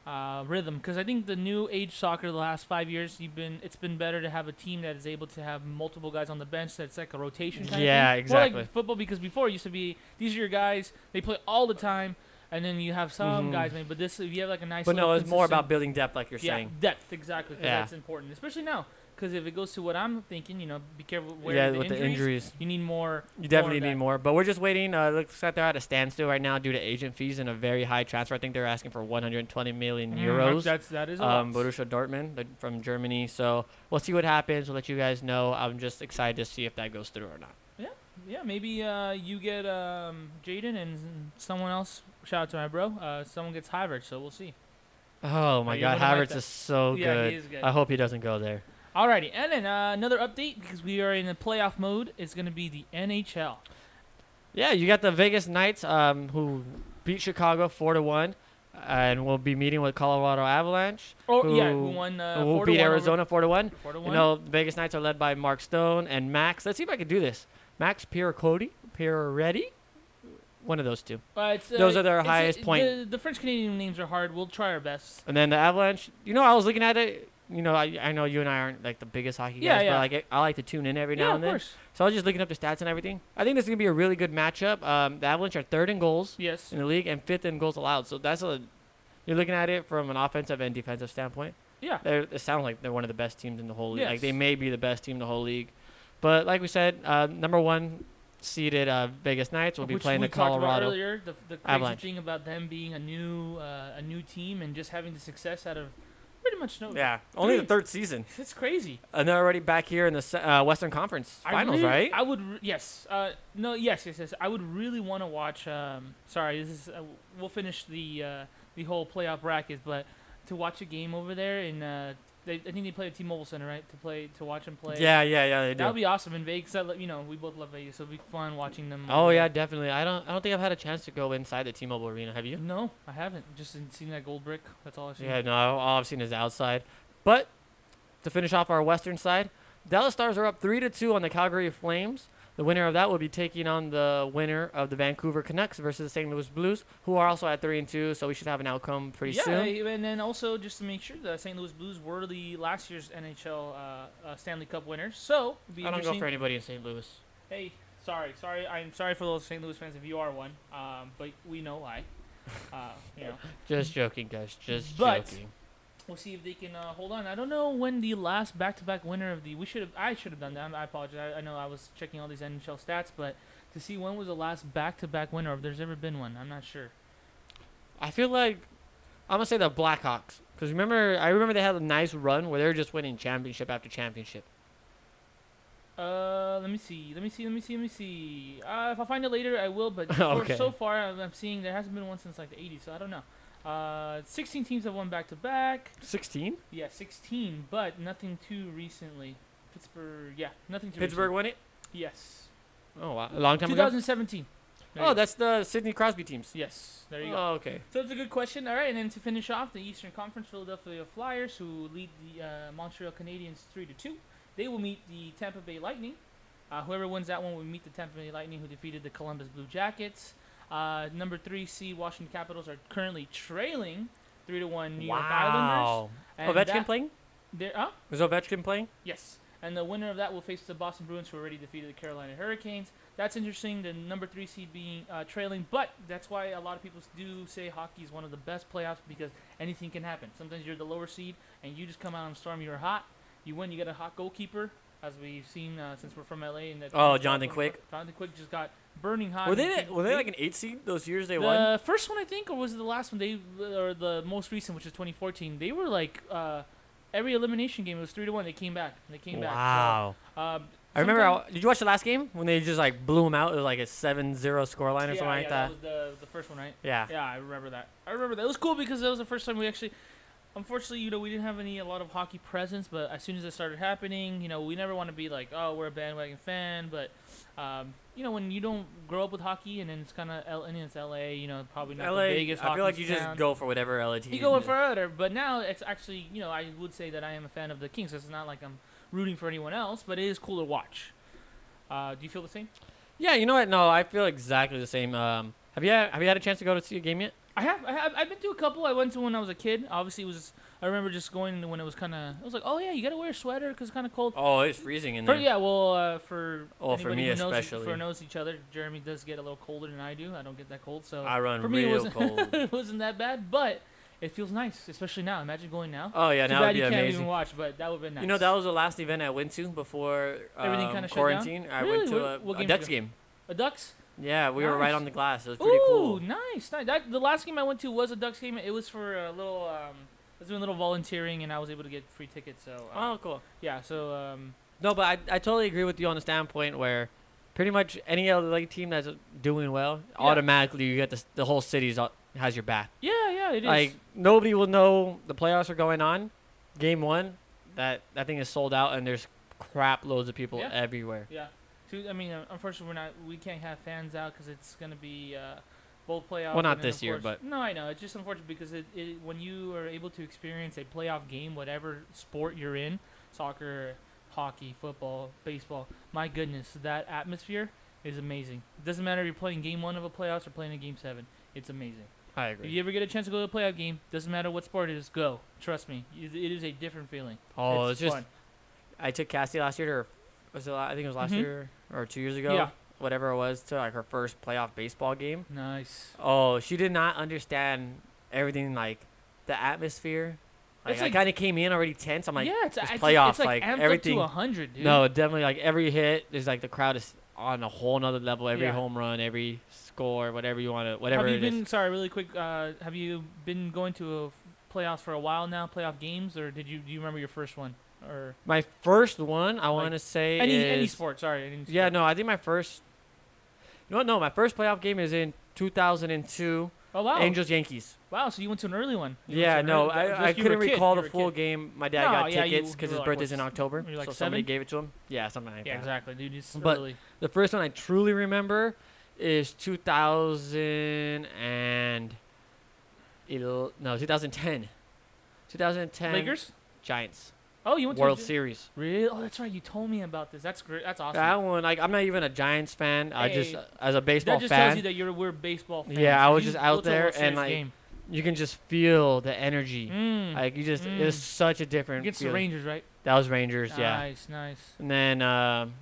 Speaker 2: uh, rhythm because I think the new age soccer the last five years you've been it's been better to have a team that is able to have multiple guys on the bench that's like a rotation. Kind
Speaker 3: Yeah,
Speaker 2: of thing. More
Speaker 3: exactly.
Speaker 2: like football because before it used to be these are your guys they play all the time. And then you have some
Speaker 3: Mhm.
Speaker 2: guys, maybe, but this if you have like a nice.
Speaker 3: But no,
Speaker 2: little
Speaker 3: it's more
Speaker 2: consistent-
Speaker 3: about building depth, like you're
Speaker 2: yeah,
Speaker 3: saying.
Speaker 2: depth exactly. 'cause
Speaker 3: Yeah.
Speaker 2: that's important, especially now. Because if it goes to what I'm thinking, you know, be careful where
Speaker 3: yeah,
Speaker 2: the
Speaker 3: with
Speaker 2: injuries,
Speaker 3: the injuries,
Speaker 2: You need more.
Speaker 3: you definitely
Speaker 2: of
Speaker 3: need
Speaker 2: that.
Speaker 3: more. But we're just waiting. Uh, looks like they're at a standstill right now due to agent fees and a very high transfer. I think they're asking for 120 million
Speaker 2: Mm,
Speaker 3: euros.
Speaker 2: That's that is a
Speaker 3: um,
Speaker 2: lot.
Speaker 3: Borussia Dortmund the- from Germany. So we'll see what happens. We'll let you guys know. I'm just excited to see if that goes through or not.
Speaker 2: Yeah, maybe uh, you get um, Jaden and someone else. Shout out to my bro. Uh, someone gets Havertz, so we'll see.
Speaker 3: Oh my
Speaker 2: you
Speaker 3: God,
Speaker 2: wouldn't like
Speaker 3: Havertz
Speaker 2: that.
Speaker 3: is so
Speaker 2: yeah,
Speaker 3: good.
Speaker 2: he is good.
Speaker 3: I hope he doesn't go there.
Speaker 2: Alrighty, and then uh, another update because we are in the playoff mode. It's gonna be the NHL.
Speaker 3: Yeah, you got the Vegas Knights um, who beat Chicago four to one, and we'll be meeting with Colorado Avalanche.
Speaker 2: Oh yeah,
Speaker 3: Who-
Speaker 2: who won? Uh,
Speaker 3: who
Speaker 2: four to
Speaker 3: beat
Speaker 2: one over-
Speaker 3: Arizona four to one.
Speaker 2: Four to
Speaker 3: You
Speaker 2: one.
Speaker 3: know, the Vegas Knights are led by Mark Stone and Max. Let's see if I can do this. Max Piercotti, Pierretti, one of those two.
Speaker 2: Uh, it's, uh,
Speaker 3: those are their
Speaker 2: it's, uh,
Speaker 3: highest point-
Speaker 2: The, the French Canadian names are hard. We'll try our best.
Speaker 3: And then the Avalanche. You know, I was looking at it. You know, I, I know you and I aren't like the biggest hockey
Speaker 2: Yeah,
Speaker 3: guys, but
Speaker 2: yeah.
Speaker 3: I like it, I like to tune in every
Speaker 2: yeah,
Speaker 3: now
Speaker 2: of
Speaker 3: and then.
Speaker 2: course.
Speaker 3: So I was just looking up the stats and everything. I think this is gonna be a really good matchup. Um, the Avalanche are third in goals
Speaker 2: Yes.
Speaker 3: in the league and fifth in goals allowed. So that's a you're looking at it from an offensive and defensive standpoint.
Speaker 2: Yeah.
Speaker 3: They're, it sounds like they're one of the best teams in the whole league. Like they
Speaker 2: Yes.
Speaker 3: may be the best team in the whole league. But like we said, uh, number one seeded uh, Vegas Knights will be
Speaker 2: Which
Speaker 3: playing
Speaker 2: we
Speaker 3: the
Speaker 2: talked about
Speaker 3: Colorado.
Speaker 2: earlier. The, the crazy
Speaker 3: Avalanche.
Speaker 2: thing about them being a new uh, a new team and just having the success out of pretty much no.
Speaker 3: Yeah,
Speaker 2: only the
Speaker 3: third season,
Speaker 2: It's crazy.
Speaker 3: and they're already back here in the se- uh, Western Conference
Speaker 2: I
Speaker 3: Finals,
Speaker 2: really-
Speaker 3: right?
Speaker 2: I would re- yes. Uh, no, yes, yes, yes. I would really want to watch. Um, sorry, this is uh, we'll finish the uh, the whole playoff bracket, but to watch a game over there in uh, they, I think they play at T-Mobile Center, right? To play to watch them play.
Speaker 3: yeah, yeah, yeah, they
Speaker 2: That
Speaker 3: do.
Speaker 2: would be awesome in Vegas. I, lo- you know, we both love Vegas, so it'd be fun watching them. uh,
Speaker 3: oh
Speaker 2: over
Speaker 3: yeah,
Speaker 2: there.
Speaker 3: definitely. I don't, I don't think I've had a chance to go inside the T-Mobile Arena. Have you?
Speaker 2: No, I haven't. Just seen that gold brick. That's all I've seen.
Speaker 3: Yeah, no, all I've seen is the outside. But to finish off our Western side, Dallas Stars are up three to two on the Calgary Flames. The winner of that will be taking on the winner of the Vancouver Canucks versus the St. Louis Blues, who are also at three and two. So we should have an outcome pretty
Speaker 2: yeah,
Speaker 3: soon.
Speaker 2: eh, and then also just to make sure the St. Louis Blues were the last year's NHL uh, uh, Stanley Cup winners. So it'd be
Speaker 3: I don't go
Speaker 2: interesting-
Speaker 3: for anybody in St. Louis.
Speaker 2: Hey, sorry, sorry. I'm sorry for those St. Louis fans if you are one. Um, but we know why. Uh, you know,
Speaker 3: Just joking, guys. Just
Speaker 2: But-
Speaker 3: joking.
Speaker 2: we'll see if they can uh, hold on. I don't know when the last back-to-back winner of the we should have I should have done that. I apologize. I, I know I was checking all these NHL stats, but to see when was the last back-to-back winner, or if there's ever been one, I'm not sure.
Speaker 3: I feel like I'm gonna say the Blackhawks because remember I remember they had a nice run where they were just winning championship after championship.
Speaker 2: Uh, let me see. Let me see. Let me see. Let me see. Uh, if I find it later, I will. But so-
Speaker 3: Okay.
Speaker 2: so far, I'm, I'm seeing there hasn't been one since like the 80s, so I don't know. Uh, 16 teams have won back to back.
Speaker 3: 16?
Speaker 2: Yeah, 16, but nothing too recently. Pittsburgh, yeah, nothing too.
Speaker 3: Pittsburgh
Speaker 2: recent.
Speaker 3: won it?
Speaker 2: yes.
Speaker 3: Oh, wow. A long time ago?
Speaker 2: 2017. There you
Speaker 3: Oh,
Speaker 2: go.
Speaker 3: that's the Sidney Crosby teams.
Speaker 2: yes. There you go.
Speaker 3: Oh, okay.
Speaker 2: So it's a good question. All right, and then to finish off, the Eastern Conference Philadelphia Flyers, who lead the uh, Montreal Canadiens three to two, they will meet the Tampa Bay Lightning. Uh, whoever wins that one will meet the Tampa Bay Lightning, who defeated the Columbus Blue Jackets. Uh, number three C Washington Capitals are currently trailing three to one New York Islanders.
Speaker 3: Wow. Oh,
Speaker 2: And
Speaker 3: Ovechkin
Speaker 2: that-
Speaker 3: playing?
Speaker 2: They're up.
Speaker 3: Is Ovechkin playing?
Speaker 2: Yes. And the winner of that will face the Boston Bruins, who already defeated the Carolina Hurricanes. That's interesting, the number three seed being uh, trailing, but that's why a lot of people do say hockey is one of the best playoffs because anything can happen. Sometimes you're the lower seed and you just come out and storm, you're hot. You win, you get a hot goalkeeper, as we've seen uh, since we're from LA. And that
Speaker 3: Oh, Jonathan Quick.
Speaker 2: Jonathan Quick just got burning hot.
Speaker 3: Were
Speaker 2: and
Speaker 3: they
Speaker 2: Uh, he-
Speaker 3: were they like an eight seed those years they
Speaker 2: the
Speaker 3: won?
Speaker 2: first one, I think, or was it the last one? They or the most recent, which is 2014. They were like uh, every elimination game. It was three to one. They came back. They came back. So,
Speaker 3: Wow.
Speaker 2: um,
Speaker 3: I remember.
Speaker 2: sometime-
Speaker 3: I, did you watch the last game when they just like blew him out? It was like a 7-0 scoreline or
Speaker 2: yeah,
Speaker 3: something like
Speaker 2: yeah,
Speaker 3: that.
Speaker 2: was the, the first one, right?
Speaker 3: yeah.
Speaker 2: Yeah, I remember that. I remember that. It was cool because that was the first time we actually. Unfortunately, you know, we didn't have any a lot of hockey presence, but as soon as it started happening, you know, we never want to be like, oh, we're a bandwagon fan, but. Um, you know, when you don't grow up with hockey, and then it's kind of L- and it's LA, you know, probably not
Speaker 3: LA.
Speaker 2: the biggest.
Speaker 3: I feel like
Speaker 2: hockey
Speaker 3: you
Speaker 2: town.
Speaker 3: just go for whatever LA team.
Speaker 2: You going further, but now it's actually, you know, I would say that I am a fan of the Kings. It's not like I'm rooting for anyone else, but it is cool to watch. Uh, do you feel the same?
Speaker 3: Yeah, you know what? No, I feel exactly the same. Um, have you had, have you had a chance to go to see a game yet?
Speaker 2: I have, I have. I've been to a couple. I went to when I was a kid. Obviously, it was. I remember just going when it was kind of. I was like, oh yeah, you gotta wear a sweater because it's kind of cold.
Speaker 3: Oh, it's freezing in
Speaker 2: For, yeah, well, uh, for
Speaker 3: Oh, for
Speaker 2: anybody
Speaker 3: me
Speaker 2: who knows, e-,
Speaker 3: especially.
Speaker 2: for knows each other, Jeremy does get a little colder than I do. I don't get that cold, so
Speaker 3: I run
Speaker 2: for me it
Speaker 3: real
Speaker 2: wasn't,
Speaker 3: cold.
Speaker 2: it wasn't that bad, but it feels nice, especially now. Imagine going now.
Speaker 3: Oh yeah,
Speaker 2: Too
Speaker 3: that
Speaker 2: bad
Speaker 3: would be
Speaker 2: you can't
Speaker 3: amazing.
Speaker 2: even watch, but that would have been nice.
Speaker 3: You know, that was the last event I went to before um,
Speaker 2: Everything kinda shut down?
Speaker 3: quarantine. I went
Speaker 2: Really?
Speaker 3: to
Speaker 2: What-
Speaker 3: a,
Speaker 2: what
Speaker 3: a
Speaker 2: game
Speaker 3: Ducks
Speaker 2: did you
Speaker 3: game.
Speaker 2: a Uh, Ducks.
Speaker 3: Yeah, we were right
Speaker 2: Nice.
Speaker 3: on the glass. It was pretty
Speaker 2: Ooh,
Speaker 3: cool.
Speaker 2: nice, nice. That, the last game I went to was a Ducks game. It was for a little, um, I was doing a little volunteering, and I was able to get free tickets. So, uh,
Speaker 3: Oh, cool.
Speaker 2: yeah. So, um,
Speaker 3: No, but I, I totally agree with you on the standpoint where pretty much any LA team that's doing well, automatically you get the, the whole city's au- has your back.
Speaker 2: yeah, yeah, it is.
Speaker 3: Like nobody will know the playoffs are going on. Game one, that that thing is sold out, and there's crap loads of people
Speaker 2: Yeah.
Speaker 3: everywhere.
Speaker 2: yeah. Two, I mean, uh, unfortunately, we're not. We can't have fans out because it's gonna be uh, both playoff.
Speaker 3: Well, not
Speaker 2: and then,
Speaker 3: this
Speaker 2: of
Speaker 3: year,
Speaker 2: course-
Speaker 3: but-
Speaker 2: no, I know. It's just unfortunate because it, it when you are able to experience a playoff game, whatever sport you're in, soccer, hockey, football, baseball. My goodness, that atmosphere is amazing. It doesn't matter if you're playing game one of a playoffs or playing a game seven. It's amazing.
Speaker 3: I agree.
Speaker 2: If you ever get a chance to go to a playoff game, doesn't matter what sport it is, go. Trust me, it it is a different feeling.
Speaker 3: oh, it's, just
Speaker 2: fun.
Speaker 3: I took Cassie last year to her, was it, la- I think it was last
Speaker 2: Mhm.
Speaker 3: year or two years ago,
Speaker 2: Yeah.
Speaker 3: whatever it was, to like her first playoff baseball game.
Speaker 2: nice.
Speaker 3: Oh, she did not understand everything like the atmosphere. Like,
Speaker 2: It's
Speaker 3: I
Speaker 2: like-
Speaker 3: kind of came in already tense. I'm like,
Speaker 2: yeah, it's, it's
Speaker 3: playoff,
Speaker 2: It's like,
Speaker 3: like,
Speaker 2: amped
Speaker 3: everything-
Speaker 2: up to hundred, dude.
Speaker 3: no, definitely like every hit is like the crowd is on a whole nother level. Every
Speaker 2: Yeah.
Speaker 3: home run, every score, whatever you want to, whatever
Speaker 2: Have
Speaker 3: it
Speaker 2: you
Speaker 3: is.
Speaker 2: been? Sorry, really quick. Uh, have you been going to a f- playoffs for a while now? Playoff games, or did you? Do you remember your first one? Or
Speaker 3: My first one, I want to say
Speaker 2: any
Speaker 3: is,
Speaker 2: any sport? Sorry, any sport.
Speaker 3: Yeah, no, I think my first. No, no, my first playoff game is in 2002,
Speaker 2: Oh wow,
Speaker 3: Angels Yankees.
Speaker 2: wow. So you went to an early one. You went to
Speaker 3: yeah,
Speaker 2: an
Speaker 3: no,
Speaker 2: early- that was
Speaker 3: I, I
Speaker 2: just you were a
Speaker 3: couldn't
Speaker 2: kid,
Speaker 3: recall
Speaker 2: you
Speaker 3: the
Speaker 2: were a
Speaker 3: full
Speaker 2: kid.
Speaker 3: game. My dad
Speaker 2: No,
Speaker 3: got
Speaker 2: yeah, you-
Speaker 3: tickets because
Speaker 2: you
Speaker 3: his
Speaker 2: were like,
Speaker 3: birthday's in
Speaker 2: what's-
Speaker 3: October,
Speaker 2: were you like
Speaker 3: so somebody
Speaker 2: seven?
Speaker 3: gave it to him. Yeah, something like
Speaker 2: Yeah,
Speaker 3: that.
Speaker 2: exactly, dude. It's
Speaker 3: But-
Speaker 2: early.
Speaker 3: The first one I truly remember is 2000 and el- no 2010, 2010
Speaker 2: Lakers.
Speaker 3: Giants
Speaker 2: Oh, you went
Speaker 3: World
Speaker 2: to
Speaker 3: Series.
Speaker 2: Really? Oh, that's right. You told me about this. That's great. That's awesome.
Speaker 3: That one, like, I'm not even a Giants fan. I just,
Speaker 2: Hey,
Speaker 3: uh, as a baseball
Speaker 2: That just
Speaker 3: fan,
Speaker 2: tells you that you're we're baseball fans.
Speaker 3: Yeah, I
Speaker 2: You
Speaker 3: was just
Speaker 2: go
Speaker 3: out
Speaker 2: to a
Speaker 3: there
Speaker 2: World Series
Speaker 3: and, like,
Speaker 2: game.
Speaker 3: you can just feel the energy.
Speaker 2: Mm.
Speaker 3: Like you just,
Speaker 2: Mm.
Speaker 3: it's such a different.
Speaker 2: against the
Speaker 3: feeling.
Speaker 2: Rangers, right?
Speaker 3: That was Rangers, yeah.
Speaker 2: Nice, nice.
Speaker 3: And then um,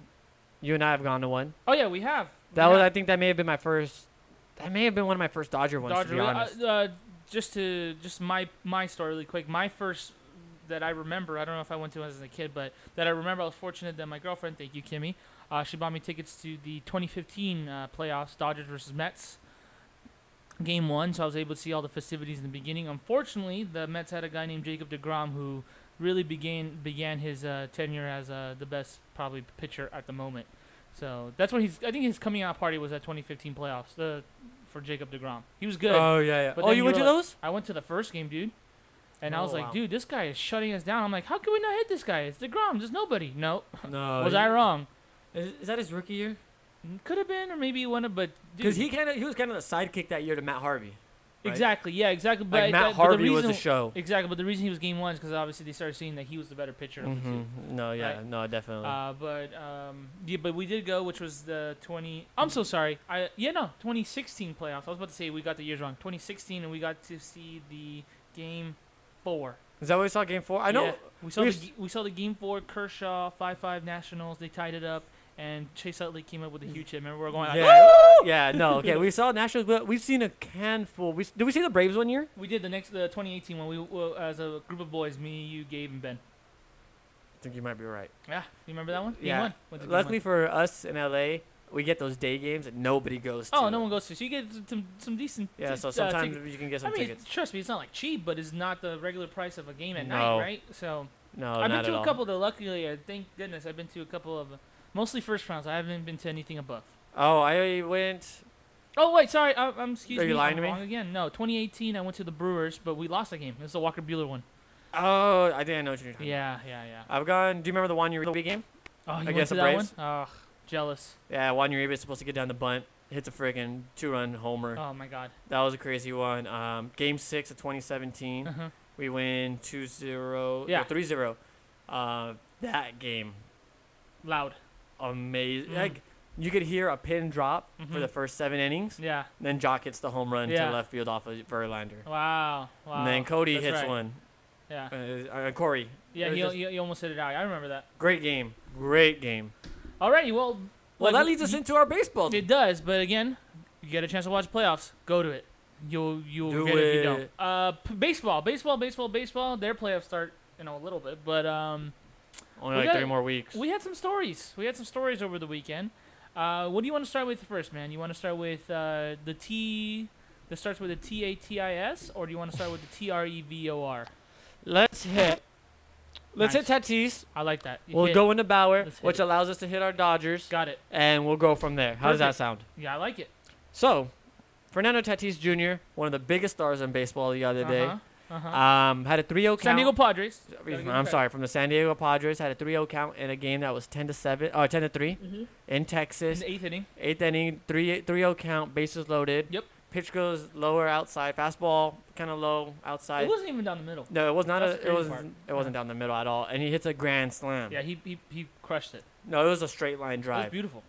Speaker 3: you and I have gone to one.
Speaker 2: Oh yeah, we have. We
Speaker 3: That was,
Speaker 2: have.
Speaker 3: I think, that may have been my first. That may have been one of my first Dodger ones, to be
Speaker 2: uh,
Speaker 3: honest.
Speaker 2: Uh, just to just my my story really quick. My first that I remember. I don't know if I went to as a kid, but that I remember. I was fortunate that my girlfriend, thank you, Kimmy, uh, she bought me tickets to the 2015 uh, playoffs, Dodgers versus Mets. Game one, so I was able to see all the festivities in the beginning. Unfortunately, the Mets had a guy named Jacob DeGrom who really began began his uh, tenure as uh, the best probably pitcher at the moment. So that's what he's. I think his coming out party was at 2015 playoffs. The for Jacob Degrom, he was good.
Speaker 3: Oh yeah, yeah.
Speaker 2: But
Speaker 3: oh,
Speaker 2: then
Speaker 3: you
Speaker 2: you
Speaker 3: went to
Speaker 2: realize-
Speaker 3: those?
Speaker 2: I went to the first game, dude, and I
Speaker 3: Oh,
Speaker 2: was
Speaker 3: wow.
Speaker 2: like, dude, this guy is shutting us down. I'm like, how can we not hit this guy? It's Degrom, just nobody. No,
Speaker 3: No.
Speaker 2: was I wrong?
Speaker 3: Is, is that his rookie year?
Speaker 2: Could have been, or maybe one of, but dude,
Speaker 3: Because he kind of he was kind of the sidekick that year to Matt Harvey. right?
Speaker 2: exactly, yeah, exactly. But
Speaker 3: like Matt
Speaker 2: that- but the
Speaker 3: Harvey was
Speaker 2: reason-
Speaker 3: the show.
Speaker 2: Exactly, but the reason he was game one is because obviously they started seeing that he was the better pitcher of the two.
Speaker 3: Mhm. No, yeah,
Speaker 2: Right.
Speaker 3: no, definitely.
Speaker 2: Uh, but um, yeah, but we did go, which was the 20. I'm so sorry. I yeah no 2016 playoffs. I was about to say we got the years wrong. 2016, and we got to see the game four.
Speaker 3: is that what we saw game four? I know.
Speaker 2: Yeah, we saw
Speaker 3: we've
Speaker 2: the, g-
Speaker 3: s-
Speaker 2: we saw the game four. Kershaw five five Nationals. They tied it up, and Chase Utley came up with a huge hit. Remember we are going. like,
Speaker 3: Yeah, yeah, no, okay. We saw Nationals, but we've seen a handful. We s- did we see the Braves one year?
Speaker 2: "Ah!" We did the next the 2018 one. We well, as a group of boys, me, you, Gabe, and Ben.
Speaker 3: I think you might be right.
Speaker 2: Yeah, you remember that one? Game
Speaker 3: Yeah.
Speaker 2: one. Went to game
Speaker 3: Luckily
Speaker 2: one.
Speaker 3: for us in LA, we get those day games that nobody goes to.
Speaker 2: Oh, no one goes to. So you get some some decent.
Speaker 3: Yeah,
Speaker 2: t-
Speaker 3: so
Speaker 2: uh,
Speaker 3: sometimes
Speaker 2: tickets.
Speaker 3: you can get some
Speaker 2: I mean,
Speaker 3: tickets.
Speaker 2: trust me, it's not like cheap, but it's not the regular price of a game at
Speaker 3: No.
Speaker 2: night, right? So
Speaker 3: No,
Speaker 2: I've
Speaker 3: not
Speaker 2: been
Speaker 3: at
Speaker 2: to a
Speaker 3: all.
Speaker 2: couple. That luckily, uh, thank goodness, I've been to a couple of uh, mostly first rounds. I haven't been to anything above.
Speaker 3: Oh, I went.
Speaker 2: Oh wait, sorry, I, I'm excuse
Speaker 3: Are you
Speaker 2: me,
Speaker 3: lying
Speaker 2: I'm
Speaker 3: to me?
Speaker 2: wrong again. No, 2018, I went to the Brewers, but we lost a game. It was the Walker Bueller one.
Speaker 3: Oh, I think I know what you're talking. about.
Speaker 2: Yeah, yeah, yeah.
Speaker 3: I've gone. Do you remember the Juan Uribe game?
Speaker 2: Oh, you
Speaker 3: Against
Speaker 2: went to
Speaker 3: the
Speaker 2: that
Speaker 3: Braves?
Speaker 2: one? Ugh, jealous.
Speaker 3: Yeah, Juan Uribe is supposed to get down the bunt, hits a friggin' two-run homer.
Speaker 2: Oh my God.
Speaker 3: That was a crazy one. Um, game six of 2017,
Speaker 2: Uh-huh.
Speaker 3: we win 2-0,
Speaker 2: Yeah.
Speaker 3: yeah. 3-0. Uh, that game,
Speaker 2: Loud.
Speaker 3: amazing.
Speaker 2: Mhm.
Speaker 3: Like you could hear a pin drop for
Speaker 2: Mhm.
Speaker 3: the first seven innings.
Speaker 2: Yeah.
Speaker 3: Then Jock hits the home run
Speaker 2: Yeah.
Speaker 3: to left field off of Verlander.
Speaker 2: Wow. Wow.
Speaker 3: And then Cody
Speaker 2: That's
Speaker 3: hits
Speaker 2: right.
Speaker 3: one.
Speaker 2: Yeah.
Speaker 3: Uh, uh, Corey.
Speaker 2: Yeah.
Speaker 3: It was
Speaker 2: He,
Speaker 3: just-
Speaker 2: he, he almost hit it out. I remember that.
Speaker 3: great game. Great game.
Speaker 2: Alrighty. Well.
Speaker 3: Well,
Speaker 2: like,
Speaker 3: that leads us
Speaker 2: you-
Speaker 3: into our baseball.
Speaker 2: It does, but again, you get a chance to watch playoffs. Go to it. You'll you'll
Speaker 3: Do
Speaker 2: regret it if you
Speaker 3: it.
Speaker 2: don't. Uh, p- baseball, baseball, baseball, baseball. Their playoffs start you know a little bit, but um,
Speaker 3: Only
Speaker 2: we
Speaker 3: like
Speaker 2: got-
Speaker 3: three more weeks.
Speaker 2: we had some stories. We had some stories over the weekend. Uh, what do you want to start with first, man? You want to start with uh, the T that starts with a T A T I S, or do you want to start with the T R E V O R?
Speaker 3: Let's hit. Let's
Speaker 2: Nice.
Speaker 3: hit Tatis.
Speaker 2: I like that. You
Speaker 3: We'll
Speaker 2: hit.
Speaker 3: go into Bauer,
Speaker 2: Let's hit
Speaker 3: which
Speaker 2: it.
Speaker 3: allows us to hit our Dodgers,
Speaker 2: Got it.
Speaker 3: and we'll go from there. How does that
Speaker 2: Perfect.
Speaker 3: sound?
Speaker 2: Yeah, I like it.
Speaker 3: So, Fernando Tatis Jr., one of the biggest stars in baseball the other day,
Speaker 2: Uh-huh. Uh-huh.
Speaker 3: um, had a 3 0 count.
Speaker 2: San Diego Padres. Gotta give them
Speaker 3: I'm
Speaker 2: credit.
Speaker 3: sorry, from the San Diego Padres, had a 3 0 count in a game that was 10 to 7, or 10 to 3 in
Speaker 2: Mm-hmm. In
Speaker 3: Texas.
Speaker 2: the eighth inning.
Speaker 3: Eighth inning, 3 0 count, bases loaded.
Speaker 2: Yep.
Speaker 3: Pitch goes lower outside, fastball kind of low outside.
Speaker 2: it wasn't even down the middle.
Speaker 3: no, it was not.
Speaker 2: That's
Speaker 3: A,
Speaker 2: the
Speaker 3: it
Speaker 2: crazy
Speaker 3: was.
Speaker 2: part.
Speaker 3: It wasn't down the middle at all, and he hits a grand slam.
Speaker 2: Yeah, he he, he crushed it.
Speaker 3: No, it was a straight line
Speaker 2: It was
Speaker 3: drive.
Speaker 2: beautiful.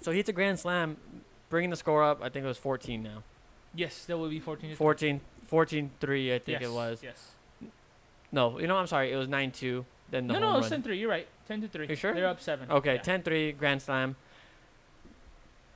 Speaker 3: So he hits a grand slam, bringing the score up. I think it was 14 now.
Speaker 2: Yes, that would be 14. to
Speaker 3: 14, 14 3, I think
Speaker 2: yes,
Speaker 3: it was.
Speaker 2: Yes.
Speaker 3: No, you know, I'm sorry. It was 9 2. Then the
Speaker 2: no,
Speaker 3: home
Speaker 2: no, it's
Speaker 3: run.
Speaker 2: 10 3. You're right. 10 to 3.
Speaker 3: You sure?
Speaker 2: They're up 7.
Speaker 3: Okay,
Speaker 2: Yeah.
Speaker 3: 10 3, grand slam.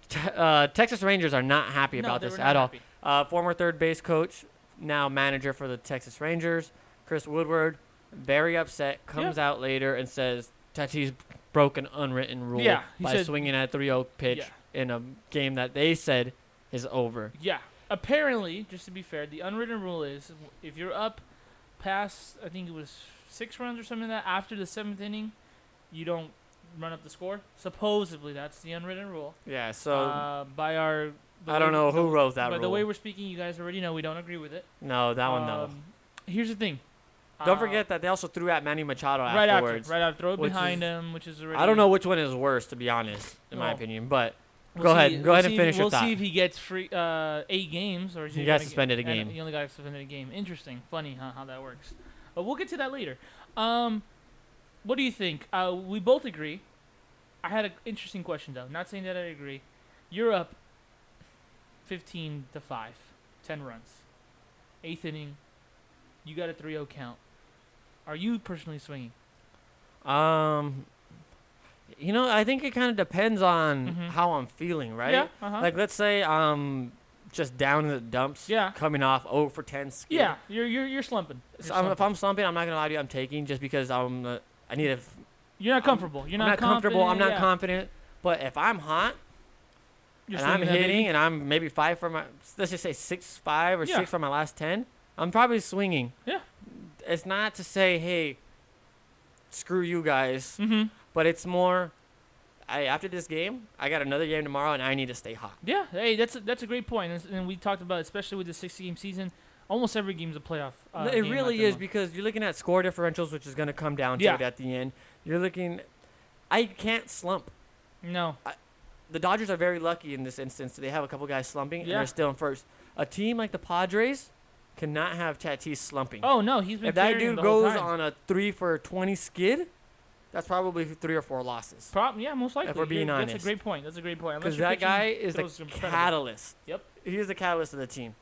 Speaker 3: Te- uh, Texas Rangers are not happy
Speaker 2: No,
Speaker 3: about
Speaker 2: they
Speaker 3: this
Speaker 2: were not
Speaker 3: at all.
Speaker 2: happy.
Speaker 3: Uh, former third base coach, now manager for the Texas Rangers, Chris Woodward, very upset, comes out later and says Tatis broke an unwritten rule
Speaker 2: Yeah, he
Speaker 3: by
Speaker 2: said-
Speaker 3: swinging at a 3 0 pitch in a game that they said is over.
Speaker 2: Yeah. Apparently, just to be fair, the unwritten rule is if you're up past, I think it was six runs or something like that, after the seventh inning, you don't run up the score. Supposedly, that's the unwritten rule.
Speaker 3: Yeah, so
Speaker 2: uh, by our. the
Speaker 3: Um, I don't
Speaker 2: way-
Speaker 3: know who wrote that
Speaker 2: By
Speaker 3: rule.
Speaker 2: the way we're speaking, you guys already know we don't agree with it.
Speaker 3: no, that one no.
Speaker 2: Um, Here's the thing.
Speaker 3: Don't
Speaker 2: Uh,
Speaker 3: forget that they also threw at Manny Machado
Speaker 2: right after,
Speaker 3: afterwards.
Speaker 2: right after, throw it
Speaker 3: which
Speaker 2: behind
Speaker 3: is-
Speaker 2: him, which is already.
Speaker 3: I don't know which one is worse, to be honest, in my
Speaker 2: No.
Speaker 3: opinion, but
Speaker 2: We'll
Speaker 3: Go
Speaker 2: see-
Speaker 3: ahead. Go
Speaker 2: we'll
Speaker 3: ahead and
Speaker 2: see-
Speaker 3: finish your
Speaker 2: We'll
Speaker 3: thought.
Speaker 2: see if he gets free uh, eight games or is
Speaker 3: He
Speaker 2: he
Speaker 3: got
Speaker 2: gonna
Speaker 3: suspended a
Speaker 2: and
Speaker 3: game.
Speaker 2: He only got suspended a game. Interesting, funny, huh? How that works. But we'll get to that later. Um, what do you think? Uh, we both agree. I had an interesting question though. Not saying that I agree. You're up fifteen to five, ten runs, eighth inning. You got a 3-0 count. Are you personally swinging?
Speaker 3: Um, you know, I think it kind of depends on
Speaker 2: Mhm.
Speaker 3: how I'm feeling, right?
Speaker 2: Yeah. Uh-huh.
Speaker 3: Like, let's say I'm just down in the dumps,
Speaker 2: Yeah.
Speaker 3: coming off 0 for 10 skid.
Speaker 2: yeah, you're you're you're slumping. You're,
Speaker 3: So I'm, if
Speaker 2: slumping.
Speaker 3: I'm slumping, I'm not gonna lie to you. I'm taking just because I'm. Uh, I need to. f-
Speaker 2: You're not
Speaker 3: I'm-
Speaker 2: comfortable. You're
Speaker 3: I'm not comfortable. I'm
Speaker 2: confident,
Speaker 3: not
Speaker 2: yeah.
Speaker 3: confident. But if I'm hot
Speaker 2: You're
Speaker 3: and I'm
Speaker 2: swinging that baby.
Speaker 3: hitting and I'm maybe five for my, let's just say six, five or
Speaker 2: Yeah.
Speaker 3: six for my last ten, I'm probably swinging.
Speaker 2: Yeah.
Speaker 3: It's not to say, hey, screw you guys.
Speaker 2: Mm-hmm.
Speaker 3: But it's more, I after this game, I got another game tomorrow, and I need to stay hot.
Speaker 2: Yeah, hey, that's a, that's a great point, and, and we talked about, it, especially with the 60 game season, almost every game's a playoff. Uh,
Speaker 3: No, it
Speaker 2: game at
Speaker 3: really
Speaker 2: the
Speaker 3: is
Speaker 2: moment.
Speaker 3: because you're looking at score differentials, which is going to come down
Speaker 2: Yeah.
Speaker 3: to it at the end. You're looking, I can't slump.
Speaker 2: no,
Speaker 3: The Dodgers are very lucky in this instance. They have a couple guys slumping, and
Speaker 2: Yeah.
Speaker 3: they're still in first. A team like the Padres cannot have Tatis slumping.
Speaker 2: oh no, he's been.
Speaker 3: if that
Speaker 2: carrying
Speaker 3: dude
Speaker 2: the whole
Speaker 3: goes
Speaker 2: time.
Speaker 3: on a three for 20 skid, that's probably three or four losses.
Speaker 2: Prob- yeah, most likely.
Speaker 3: we're being
Speaker 2: You're- that's
Speaker 3: honest.
Speaker 2: a great point. That's a great point. Unless
Speaker 3: Because
Speaker 2: your
Speaker 3: that
Speaker 2: pitching
Speaker 3: guy is
Speaker 2: throws
Speaker 3: the
Speaker 2: incredible.
Speaker 3: catalyst.
Speaker 2: Yep.
Speaker 3: He's the catalyst of the team.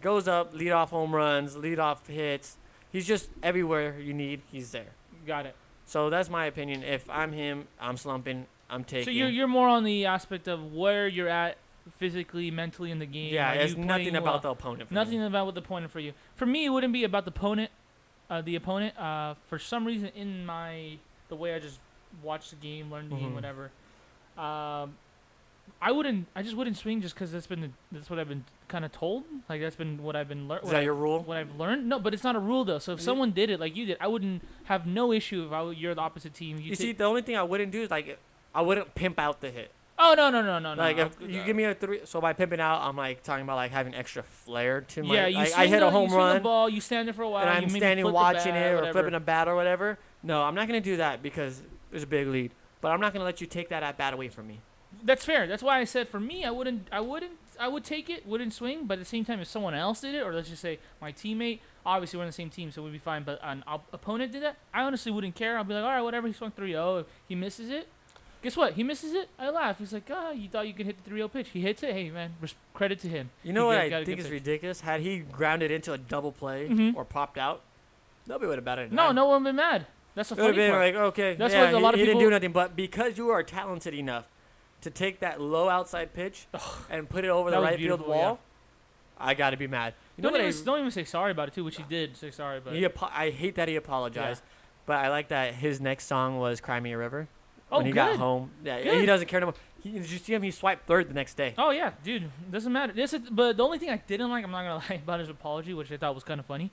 Speaker 3: Goes up, lead off home runs, lead off hits. He's just everywhere you need. He's there.
Speaker 2: Got it.
Speaker 3: So that's my opinion. If I'm him, I'm slumping. I'm taking.
Speaker 2: So you're you're more on the aspect of where you're at physically, mentally in the game.
Speaker 3: yeah,
Speaker 2: Are
Speaker 3: it's
Speaker 2: you
Speaker 3: nothing
Speaker 2: playing
Speaker 3: about the
Speaker 2: well?
Speaker 3: opponent. for me.
Speaker 2: nothing about what the opponent for you. For me, it wouldn't be about the opponent. Uh, the opponent. Uh, for some reason, in my the way I just watch the game, learn the game,
Speaker 3: Mhm.
Speaker 2: whatever. Um, I wouldn't. I just wouldn't swing just because that's been the, that's what I've been kind of told. Like that's been what I've been learned.
Speaker 3: Is that your rule?
Speaker 2: what I've learned. No, but it's not a rule though. So if
Speaker 3: Yeah.
Speaker 2: someone did it like you did, I wouldn't have no issue if I were, you're the opposite team.
Speaker 3: You,
Speaker 2: You,
Speaker 3: see,
Speaker 2: take-
Speaker 3: the only thing I wouldn't do is like I wouldn't pimp out the hit.
Speaker 2: oh no no no no
Speaker 3: like
Speaker 2: no.
Speaker 3: if you give me a three, so by pimping out, I'm like talking about like having extra flair to my.
Speaker 2: yeah, you
Speaker 3: like,
Speaker 2: swing
Speaker 3: I hit
Speaker 2: the,
Speaker 3: a home
Speaker 2: you swing the
Speaker 3: run
Speaker 2: ball, you stand there for a while,
Speaker 3: and
Speaker 2: you
Speaker 3: I'm
Speaker 2: maybe
Speaker 3: standing
Speaker 2: flip the
Speaker 3: watching
Speaker 2: bat,
Speaker 3: it or
Speaker 2: whatever.
Speaker 3: flipping a bat or whatever. No, I'm not gonna do that because there's a big lead. But I'm not gonna let you take that at bat away from me.
Speaker 2: That's fair. That's why I said for me, I wouldn't, I wouldn't, I would take it, wouldn't swing. But at the same time, if someone else did it, or let's just say my teammate, obviously we're on the same team, so we'd be fine. But an op- opponent did that, I honestly wouldn't care. I'll be like, all right, whatever. He swung 3-0. If he misses it, guess what? He misses it. I laugh. He's like, ah, you thought you could hit the 3-0 pitch. He hits it. Hey man, res- credit to him.
Speaker 3: You know
Speaker 2: He
Speaker 3: what
Speaker 2: got-
Speaker 3: I
Speaker 2: got a
Speaker 3: think
Speaker 2: good
Speaker 3: is
Speaker 2: pitch.
Speaker 3: ridiculous? Had he grounded into a double play
Speaker 2: Mhm.
Speaker 3: or popped out, nobody would have batted. an
Speaker 2: No,
Speaker 3: eye.
Speaker 2: no one been mad. That's the
Speaker 3: It would have
Speaker 2: funny
Speaker 3: been
Speaker 2: part.
Speaker 3: like, okay,
Speaker 2: That's
Speaker 3: yeah,
Speaker 2: what a
Speaker 3: he-
Speaker 2: lot of
Speaker 3: he didn't do
Speaker 2: people-
Speaker 3: nothing. But because you are talented enough to take that low outside pitch and put it over
Speaker 2: That
Speaker 3: the
Speaker 2: was
Speaker 3: right field
Speaker 2: beautiful, yeah.
Speaker 3: wall, I got to be mad. You know
Speaker 2: don't
Speaker 3: what?
Speaker 2: even,
Speaker 3: I,
Speaker 2: don't even say sorry about it too, which he did say sorry. But
Speaker 3: he apo- I hate that he apologized, but I like that his next song was "Cry Me a River."
Speaker 2: oh,
Speaker 3: when he
Speaker 2: good.
Speaker 3: got home, yeah, he
Speaker 2: Good.
Speaker 3: doesn't care no more. He, did you see him? He swiped third the next day.
Speaker 2: Oh yeah, dude, doesn't matter. This is, but the only thing I didn't like, I'm not gonna lie about his apology, which I thought was kind of funny.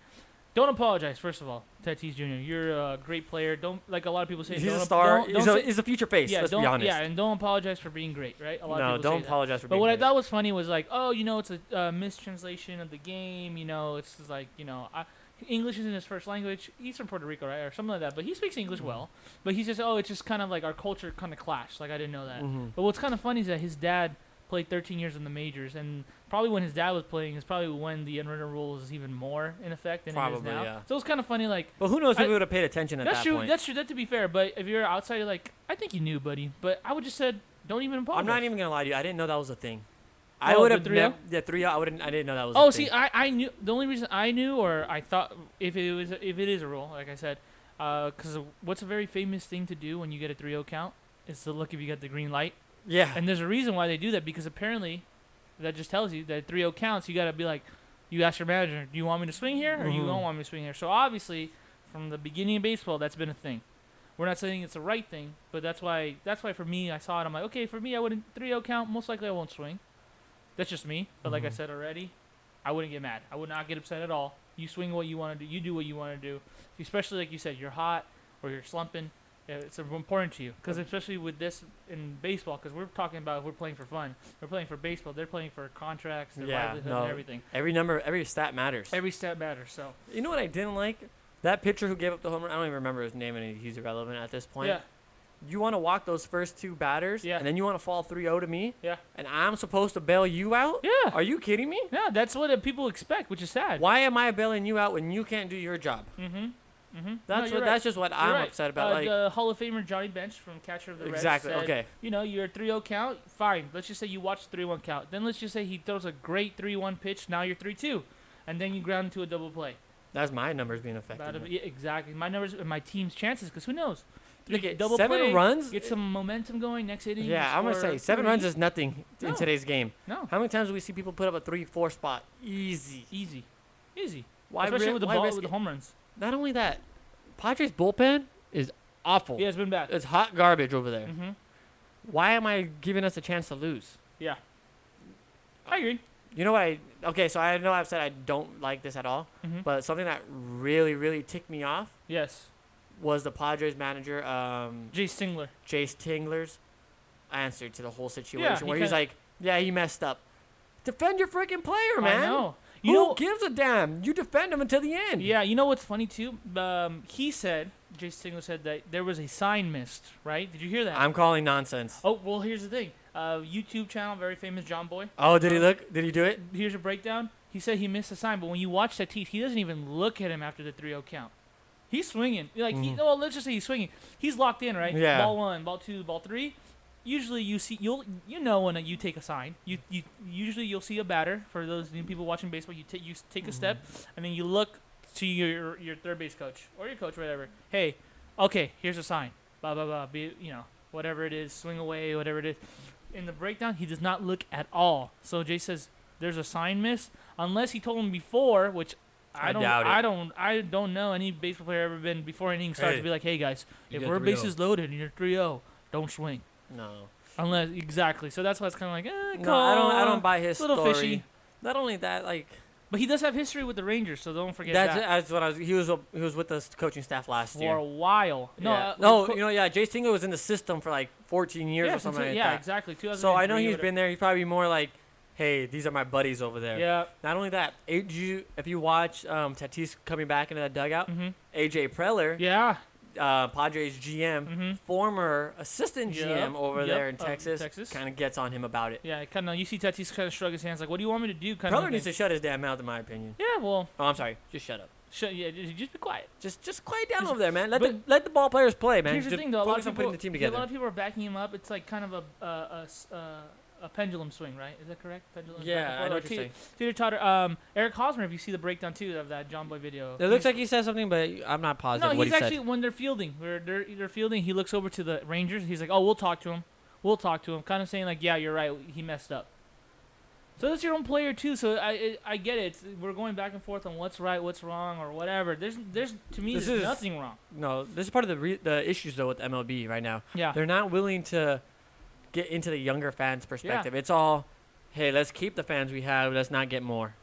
Speaker 2: Don't apologize, first of all, Tatis Jr. You're a great player. Don't like a lot of people say.
Speaker 3: he's
Speaker 2: don't,
Speaker 3: a star.
Speaker 2: Don't,
Speaker 3: he's,
Speaker 2: don't
Speaker 3: a,
Speaker 2: say-
Speaker 3: he's a future face.
Speaker 2: yeah,
Speaker 3: let's
Speaker 2: don't,
Speaker 3: be honest.
Speaker 2: Yeah, and don't apologize for being great, right? A lot
Speaker 3: no,
Speaker 2: of people
Speaker 3: don't
Speaker 2: say that.
Speaker 3: apologize for
Speaker 2: But
Speaker 3: being.
Speaker 2: what I
Speaker 3: great.
Speaker 2: thought was funny was like, oh, you know, it's a uh, mistranslation of the game. You know, it's just like, you know, I, English isn't his first language. He's from Puerto Rico, right, or something like that. But he speaks
Speaker 3: Mm-hmm.
Speaker 2: English well. But he's just, oh, it's just kind of like our culture kind of clashed. Like I didn't know that.
Speaker 3: Mhm.
Speaker 2: But what's kind of funny is that his dad played 13 years in the majors, and probably when his dad was playing is probably when the unwritten rule was even more in effect than it is
Speaker 3: Probably,
Speaker 2: now.
Speaker 3: yeah.
Speaker 2: So it was kind of funny, like.
Speaker 3: But who knows if
Speaker 2: I-
Speaker 3: we would have paid attention at
Speaker 2: That's
Speaker 3: that
Speaker 2: true.
Speaker 3: point?
Speaker 2: That's true. That to be fair, but if you're outside, you're like, I think you knew, buddy. But I would just said, don't even apologize.
Speaker 3: I'm not even gonna lie to you. I didn't know that was a thing. I
Speaker 2: Oh,
Speaker 3: would
Speaker 2: the
Speaker 3: have
Speaker 2: 3L?
Speaker 3: never. Yeah, three. I wouldn't. I didn't know that was.
Speaker 2: Oh,
Speaker 3: a
Speaker 2: see,
Speaker 3: Thing.
Speaker 2: I, I knew the only reason I knew or I thought if it was if it is a rule, like I said, because what's a very famous thing to do when you get a 3-0 count is to look if you got the green light,
Speaker 3: yeah.
Speaker 2: and there's a reason why they do that because apparently that just tells you that 3-0 counts. You gotta be like, you ask your manager, do you want me to swing here or you
Speaker 3: Mhm.
Speaker 2: don't want me to swing here? So obviously, from the beginning of baseball, that's been a thing. We're not saying it's the right thing, but that's why that's why for me I saw it. I'm like, okay, for me I wouldn't 3-0 count. Most likely I won't swing. That's just me. But like I
Speaker 3: Mhm.
Speaker 2: said already, I wouldn't get mad. I would not get upset at all. You swing what you want to do. You do what you want to do. Especially like you said, you're hot or you're slumping. uh, It's important to you because especially with this in baseball, because we're talking about we're playing for fun. We're playing for baseball. They're playing for contracts, their
Speaker 3: Yeah,
Speaker 2: livelihood,
Speaker 3: no.
Speaker 2: and everything.
Speaker 3: Every number, every stat matters.
Speaker 2: Every step matters. So
Speaker 3: you know what I didn't like? That pitcher who gave up the home run. I don't even remember his name, and he's irrelevant at this point.
Speaker 2: yeah,
Speaker 3: You want to walk those first two batters,
Speaker 2: Yeah.
Speaker 3: and then you want to fall 3-0 to me,
Speaker 2: yeah,
Speaker 3: and I'm supposed to bail you out?
Speaker 2: yeah,
Speaker 3: Are you kidding me?
Speaker 2: yeah. That's what uh, people expect, which is sad.
Speaker 3: Why am I bailing you out when you can't do your job?
Speaker 2: Mm-hmm. Mm-hmm.
Speaker 3: That's what. That's just what I'm
Speaker 2: You're right.
Speaker 3: upset about.
Speaker 2: Uh,
Speaker 3: like
Speaker 2: the Hall of Famer Johnny Bench from Catcher of the Reds.
Speaker 3: Exactly,
Speaker 2: said,
Speaker 3: okay.
Speaker 2: You know, you're a 3-0 count. Fine. Let's just say you watch the 3-1 count. Then let's just say he throws a great 3-1 pitch. Now you're 3-2, and then you ground into a double play.
Speaker 3: that's my numbers being
Speaker 2: That'd
Speaker 3: affected.
Speaker 2: be- yeah, exactly. My numbers and my team's chances, because who knows?
Speaker 3: Look at seven runs.
Speaker 2: Get some momentum going. Next inning. you
Speaker 3: yeah, I'm gonna
Speaker 2: score
Speaker 3: say seven
Speaker 2: 30.
Speaker 3: runs is nothing in
Speaker 2: No.
Speaker 3: today's game.
Speaker 2: no
Speaker 3: How many times do we see people put up a three, four spot? Easy.
Speaker 2: easy, easy.
Speaker 3: Why
Speaker 2: Especially
Speaker 3: ri-
Speaker 2: with the
Speaker 3: why
Speaker 2: ball,
Speaker 3: risk
Speaker 2: with the
Speaker 3: it?
Speaker 2: home runs.
Speaker 3: Not only that, Padres bullpen is awful.
Speaker 2: Yeah, it's been bad.
Speaker 3: It's hot garbage over there.
Speaker 2: Mhm.
Speaker 3: Why am I giving us a chance to lose?
Speaker 2: Yeah, I agree.
Speaker 3: You know what I? Okay, so I know I've said I don't like this at all,
Speaker 2: Mhm.
Speaker 3: but something that really, really ticked me off
Speaker 2: Yes.
Speaker 3: was the Padres manager, um,
Speaker 2: Jay Singler.
Speaker 3: Jace Tingler's answer to the whole situation,
Speaker 2: he
Speaker 3: where he's
Speaker 2: kinda-
Speaker 3: like, "Yeah, he messed up. Defend your freaking player, man.
Speaker 2: I know. You
Speaker 3: Who
Speaker 2: know,
Speaker 3: gives a damn? You defend him until the end.
Speaker 2: yeah. You know what's funny too? Um, he said, Jay Singler said that there was a sign missed. Right? Did you hear that?
Speaker 3: I'm calling nonsense.
Speaker 2: oh well, here's the thing. Uh, YouTube channel, very famous John Boy.
Speaker 3: Oh, did he look? Did he do it?
Speaker 2: Here's a breakdown. He said he missed a sign, but when you watch that teeth, he doesn't even look at him after the 3-0 count. He's swinging. Like, he, oh, well, let's just say he's swinging. He's locked in, right?
Speaker 3: Mm. Yeah.
Speaker 2: Ball one, ball two, ball three. Usually you see you'll you know when you take a sign. You you usually you'll see a batter. For those new people watching baseball, you take you s-
Speaker 3: Mm-hmm.
Speaker 2: take a step and then you look to your your third base coach or your coach, whatever. Hey, okay, here's a sign. Blah blah blah. Be you know whatever it is, swing away, whatever it is. In the breakdown, he does not look at all. So Jay says there's a sign miss, unless he told him before, which I,
Speaker 3: I
Speaker 2: don't,
Speaker 3: doubt it.
Speaker 2: I don't, I don't know any baseball player ever been before inning starts
Speaker 3: Hey,
Speaker 2: to be like, hey guys,
Speaker 3: you
Speaker 2: if
Speaker 3: got oh.
Speaker 2: we're
Speaker 3: 3-0.
Speaker 2: bases loaded and you're 3-0, don't swing.
Speaker 3: No.
Speaker 2: Unless exactly, so that's why it's kind of like, eh,
Speaker 3: No, I don't. I
Speaker 2: call.
Speaker 3: don't buy his
Speaker 2: little
Speaker 3: story.
Speaker 2: fishy.
Speaker 3: Not only that, like
Speaker 2: But he does have history with the Rangers, so don't forget
Speaker 3: that's,
Speaker 2: that
Speaker 3: that's what I was. He was he was with the coaching staff last
Speaker 2: for
Speaker 3: year.
Speaker 2: a while. No,
Speaker 3: Yeah.
Speaker 2: uh,
Speaker 3: no,
Speaker 2: co-
Speaker 3: you know, yeah, Jay Singler was in the system for like 14 years
Speaker 2: yeah,
Speaker 3: or
Speaker 2: since-
Speaker 3: something like
Speaker 2: yeah,
Speaker 3: that.
Speaker 2: exactly.
Speaker 3: So I know
Speaker 2: 2003
Speaker 3: he's
Speaker 2: or
Speaker 3: been there. He's probably more like, hey, these are my buddies over there.
Speaker 2: whatever. Yeah,
Speaker 3: Not only that, eh, did you, if you watch um, Tatis coming back into that dugout,
Speaker 2: Mhm.
Speaker 3: AJ Preller,
Speaker 2: yeah,
Speaker 3: uh, Padres GM,
Speaker 2: Mhm.
Speaker 3: former assistant
Speaker 2: Yep,
Speaker 3: GM over
Speaker 2: yep,
Speaker 3: there in
Speaker 2: um,
Speaker 3: Texas,
Speaker 2: Texas.
Speaker 3: kind of gets on him about it.
Speaker 2: yeah. Kind of, you see Tatis kind of shrug his hands, like, "What do you want me to do?" Kind
Speaker 3: Preller
Speaker 2: of.
Speaker 3: needs to shut his damn mouth, in my opinion.
Speaker 2: yeah, well,
Speaker 3: Oh, I'm sorry. Just shut up.
Speaker 2: sh- yeah, j- just be quiet.
Speaker 3: Just, just quiet down
Speaker 2: Just-
Speaker 3: over there, man. Let
Speaker 2: but-
Speaker 3: the let the ball players play, man.
Speaker 2: Here's the
Speaker 3: Just
Speaker 2: thing, though. A lot
Speaker 3: focus
Speaker 2: of
Speaker 3: on
Speaker 2: people,
Speaker 3: putting the team
Speaker 2: yeah,
Speaker 3: together.
Speaker 2: a lot of people are backing him up. It's like kind of a a- a s- a- a pendulum swing, right? Is that correct? Pendulum.
Speaker 3: Yeah, I know what you're saying.
Speaker 2: Teeter totter. Um, Eric Hosmer. If you see the breakdown too of that John Boy video,
Speaker 3: It looks like he said something, but I'm not
Speaker 2: no,
Speaker 3: positive
Speaker 2: he's
Speaker 3: what he
Speaker 2: actually
Speaker 3: said.
Speaker 2: when they're fielding, where they're they're fielding, he looks over to the Rangers. He's like, "Oh, we'll talk to him. We'll talk to him." Kind of saying like, "Yeah, you're right. He messed up." So that's your own player too. So I I, I get it. It's- we're going back and forth on what's right, what's wrong, or whatever. There's there's to me
Speaker 3: This
Speaker 2: there's
Speaker 3: is-
Speaker 2: nothing wrong.
Speaker 3: No, this is part of the re- the issues though with MLB right now.
Speaker 2: Yeah.
Speaker 3: They're not willing to get into the younger fans' perspective. It's all, hey, let's keep the fans we have. Let's not get more.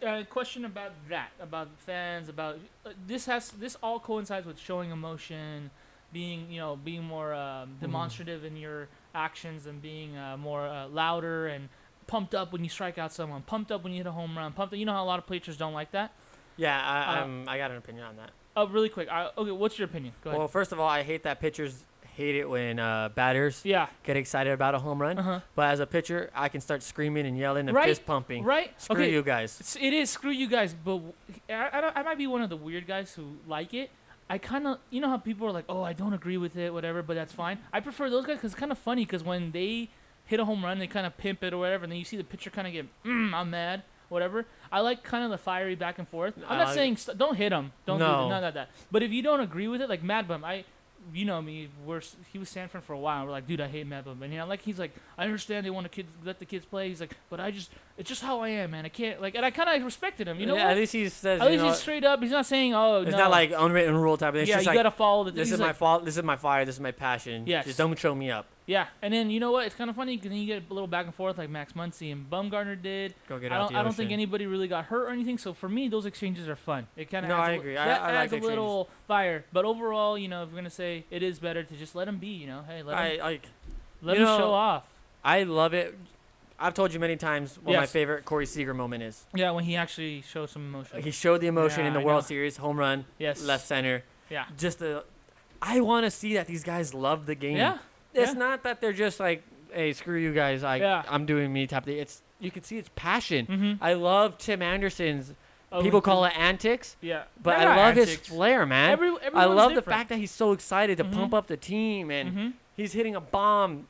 Speaker 2: uh, question about that, about fans, about uh, this has this all coincides with showing emotion, being you know being more
Speaker 3: Hmm.
Speaker 2: um, demonstrative in your actions and being uh, more uh, louder and pumped up when you strike out someone, pumped up when you hit a home run, pumped. up. You know how a lot of pitchers don't like that.
Speaker 3: Yeah, I,
Speaker 2: Uh,
Speaker 3: um, I got an opinion on that.
Speaker 2: Uh, really quick, I, okay, what's your opinion? Go ahead.
Speaker 3: Well, first of all, I hate that pitchers hate it when uh, batters
Speaker 2: yeah,
Speaker 3: get excited about a home run.
Speaker 2: Uh-huh.
Speaker 3: But as a pitcher, I can start screaming and yelling and
Speaker 2: Right,
Speaker 3: fist pumping.
Speaker 2: right.
Speaker 3: Screw
Speaker 2: okay,
Speaker 3: you guys.
Speaker 2: It's- It is screw you guys, but w- I, I, don't- I might be one of the weird guys who like it. I kind of you know how people are like, oh, I don't agree with it, whatever, but that's fine. I prefer those guys because it's kind of funny because when they hit a home run, they kind of pimp it or whatever, and then you see the pitcher kind of get, mm, I'm mad, whatever. I like kind of the fiery back and forth. I'm not
Speaker 3: I-
Speaker 2: saying st- don't hit him, don't do
Speaker 3: No.
Speaker 2: that, not that. But if you don't agree with it, like Mad Bum, I. You know me. We're s- he was Sanford for a while. and We're like, dude, I hate Mad Bum, and you know, like he's like, I understand they want to kids let the kids play. He's like, but I just it's just how I am, man. I can't like, and I kind of respected him. You know
Speaker 3: yeah,
Speaker 2: what?
Speaker 3: at least he says.
Speaker 2: At
Speaker 3: you
Speaker 2: least
Speaker 3: know,
Speaker 2: he's straight up. He's not saying, "Oh,
Speaker 3: it's
Speaker 2: no."
Speaker 3: not like unwritten rule type of thing.
Speaker 2: yeah,
Speaker 3: it's
Speaker 2: you
Speaker 3: just like,
Speaker 2: gotta follow the.
Speaker 3: this
Speaker 2: he's
Speaker 3: is my
Speaker 2: like,
Speaker 3: fault. This is my fire. This is my passion.
Speaker 2: Yes.
Speaker 3: Just don't show me up.
Speaker 2: Yeah, and then you know what? It's kind of funny because then you get a little back and forth like Max Muncy and Bumgarner did.
Speaker 3: Go get
Speaker 2: I
Speaker 3: out
Speaker 2: don't,
Speaker 3: the
Speaker 2: I don't think
Speaker 3: ocean.
Speaker 2: anybody really got hurt or anything. So for me, those exchanges are fun. It kind of
Speaker 3: No,
Speaker 2: adds
Speaker 3: I
Speaker 2: a, li-
Speaker 3: agree. I-
Speaker 2: That
Speaker 3: I like
Speaker 2: adds
Speaker 3: the
Speaker 2: a little fire. But overall, you know, if we're gonna say it is better to just let him be, you know, hey, let him,
Speaker 3: I like.
Speaker 2: let
Speaker 3: you
Speaker 2: him
Speaker 3: know-
Speaker 2: show off.
Speaker 3: I love it. I've told you many times what my
Speaker 2: Yes.
Speaker 3: favorite Corey Seager moment is.
Speaker 2: Yeah, when he actually shows some emotion.
Speaker 3: He showed the emotion
Speaker 2: Yeah,
Speaker 3: in the
Speaker 2: I
Speaker 3: World
Speaker 2: know.
Speaker 3: Series home run,
Speaker 2: yes.
Speaker 3: left center.
Speaker 2: Yeah.
Speaker 3: Just the. I want to see that these guys love the game.
Speaker 2: Yeah.
Speaker 3: It's
Speaker 2: yeah.
Speaker 3: not that they're just like, hey, screw you guys. I
Speaker 2: Yeah.
Speaker 3: I'm doing me type of thing. It's you can see it's passion.
Speaker 2: Mhm.
Speaker 3: I love Tim Anderson's.
Speaker 2: Oh,
Speaker 3: people
Speaker 2: he-
Speaker 3: call it antics,
Speaker 2: Yeah.
Speaker 3: but
Speaker 2: They're
Speaker 3: I
Speaker 2: not
Speaker 3: love his
Speaker 2: antics.
Speaker 3: flair, man.
Speaker 2: Every-
Speaker 3: I
Speaker 2: everyone's
Speaker 3: love the
Speaker 2: different.
Speaker 3: fact that he's so excited to
Speaker 2: Mm-hmm.
Speaker 3: pump up the team and
Speaker 2: Mhm.
Speaker 3: he's hitting a bomb.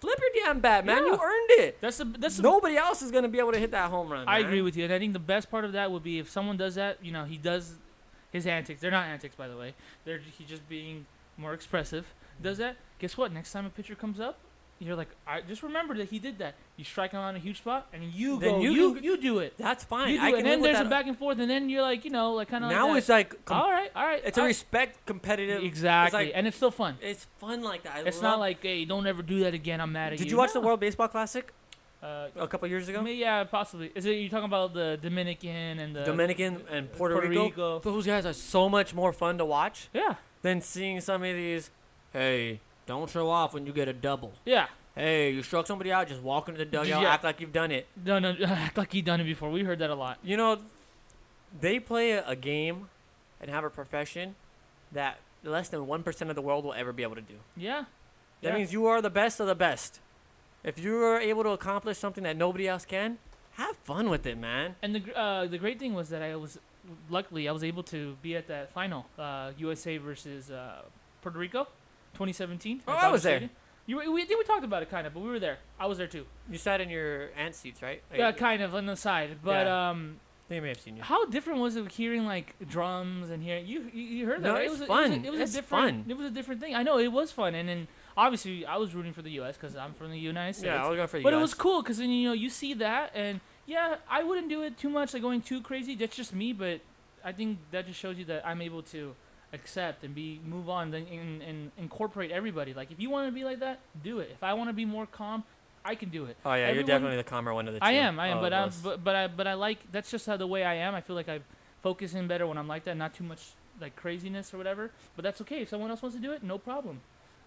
Speaker 3: Flip your damn bat, man. You
Speaker 2: Yeah.
Speaker 3: earned it.
Speaker 2: That's the that's the
Speaker 3: Nobody else is gonna be able to hit that home run.
Speaker 2: I
Speaker 3: man.
Speaker 2: agree with you, and I think the best part of that would be if someone does that. You know, he does his antics. They're not antics, by the way. They're he just being more expressive. Does that? Guess what? Next time a pitcher comes up, you're like, I just remember that he did that. You strike him on a huge spot, and you
Speaker 3: Then
Speaker 2: go,
Speaker 3: you
Speaker 2: you you,
Speaker 3: can-
Speaker 2: do it.
Speaker 3: That's fine.
Speaker 2: You do
Speaker 3: I
Speaker 2: it.
Speaker 3: can
Speaker 2: And
Speaker 3: live
Speaker 2: then
Speaker 3: with
Speaker 2: there's
Speaker 3: that.
Speaker 2: a back and forth, and then you're like, you know, like kind of
Speaker 3: now
Speaker 2: like
Speaker 3: it's like com-
Speaker 2: all right, all right.
Speaker 3: it's a
Speaker 2: all right."
Speaker 3: respect competitive.
Speaker 2: exactly,
Speaker 3: It's, like,
Speaker 2: and it's still fun.
Speaker 3: it's fun like that. I
Speaker 2: It's not
Speaker 3: love-
Speaker 2: like, hey, don't ever do that again. I'm mad at
Speaker 3: Did
Speaker 2: you.
Speaker 3: you, watch the
Speaker 2: No.
Speaker 3: World Baseball Classic
Speaker 2: Uh,
Speaker 3: a couple years ago?
Speaker 2: may- yeah, possibly. Is it you talking about the Dominican and the
Speaker 3: Dominican and Puerto,
Speaker 2: Uh, Puerto
Speaker 3: Rico.
Speaker 2: Rico.
Speaker 3: Those guys are so much more fun to watch.
Speaker 2: Yeah.
Speaker 3: than seeing some of these. Hey, don't show off when you get a double.
Speaker 2: Yeah.
Speaker 3: Hey, you struck somebody out. Just walk into the dugout,
Speaker 2: Yeah.
Speaker 3: act like you've done it.
Speaker 2: No, no, act like you done it before. We heard that a lot.
Speaker 3: You know, they play a, a game and have a profession that less than one percent of the world will ever be able to do.
Speaker 2: Yeah.
Speaker 3: That
Speaker 2: Yeah.
Speaker 3: means you are the best of the best. If you are able to accomplish something that nobody else can, have fun with it, man.
Speaker 2: And the gr- uh, the great thing was that I was luckily I was able to be at that final uh, USA versus uh, Puerto Rico, 2017.
Speaker 3: Oh,
Speaker 2: at
Speaker 3: I
Speaker 2: Dodger
Speaker 3: was there.
Speaker 2: Stadium. You were- we I think we talked about it kind of, but we were there. I was there too.
Speaker 3: You sat in your aunt seats, right? Like,
Speaker 2: Yeah, kind of on the side, but
Speaker 3: Yeah.
Speaker 2: um,
Speaker 3: They may have seen you.
Speaker 2: how different was it hearing like drums and hearing you you, you heard that?
Speaker 3: No,
Speaker 2: right? it
Speaker 3: it's
Speaker 2: was A, it was
Speaker 3: fun.
Speaker 2: a, it was
Speaker 3: It's
Speaker 2: a different.
Speaker 3: fun.
Speaker 2: It was a different thing. I know it was fun, and then obviously I was rooting for the U.S. because I'm from the United States.
Speaker 3: Yeah, I was going for the
Speaker 2: But it
Speaker 3: US.
Speaker 2: was cool because then you know you see that, and yeah, I wouldn't do it too much, like going too crazy. That's just me, but I think that just shows you that I'm able to accept and be move on and, and, and incorporate everybody. Like if you want to be like that, do it. If I want to be more calm, I can do it.
Speaker 3: Oh yeah, you're
Speaker 2: Everyone-
Speaker 3: definitely the calmer one of the two.
Speaker 2: I am, I am,
Speaker 3: Oh,
Speaker 2: but I'm,
Speaker 3: bless.
Speaker 2: but but I but I like that's just how the way I am. I feel like I focus in better when I'm like that, not too much like craziness or whatever. But that's okay. If someone else wants to do it, no problem.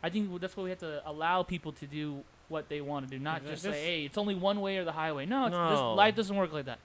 Speaker 2: I think that's what we have to allow people to do what they want to do, not
Speaker 3: Yeah,
Speaker 2: just
Speaker 3: just-
Speaker 2: say, "Hey, it's only one way or the highway." No, it's, this,
Speaker 3: No.
Speaker 2: life doesn't work like that.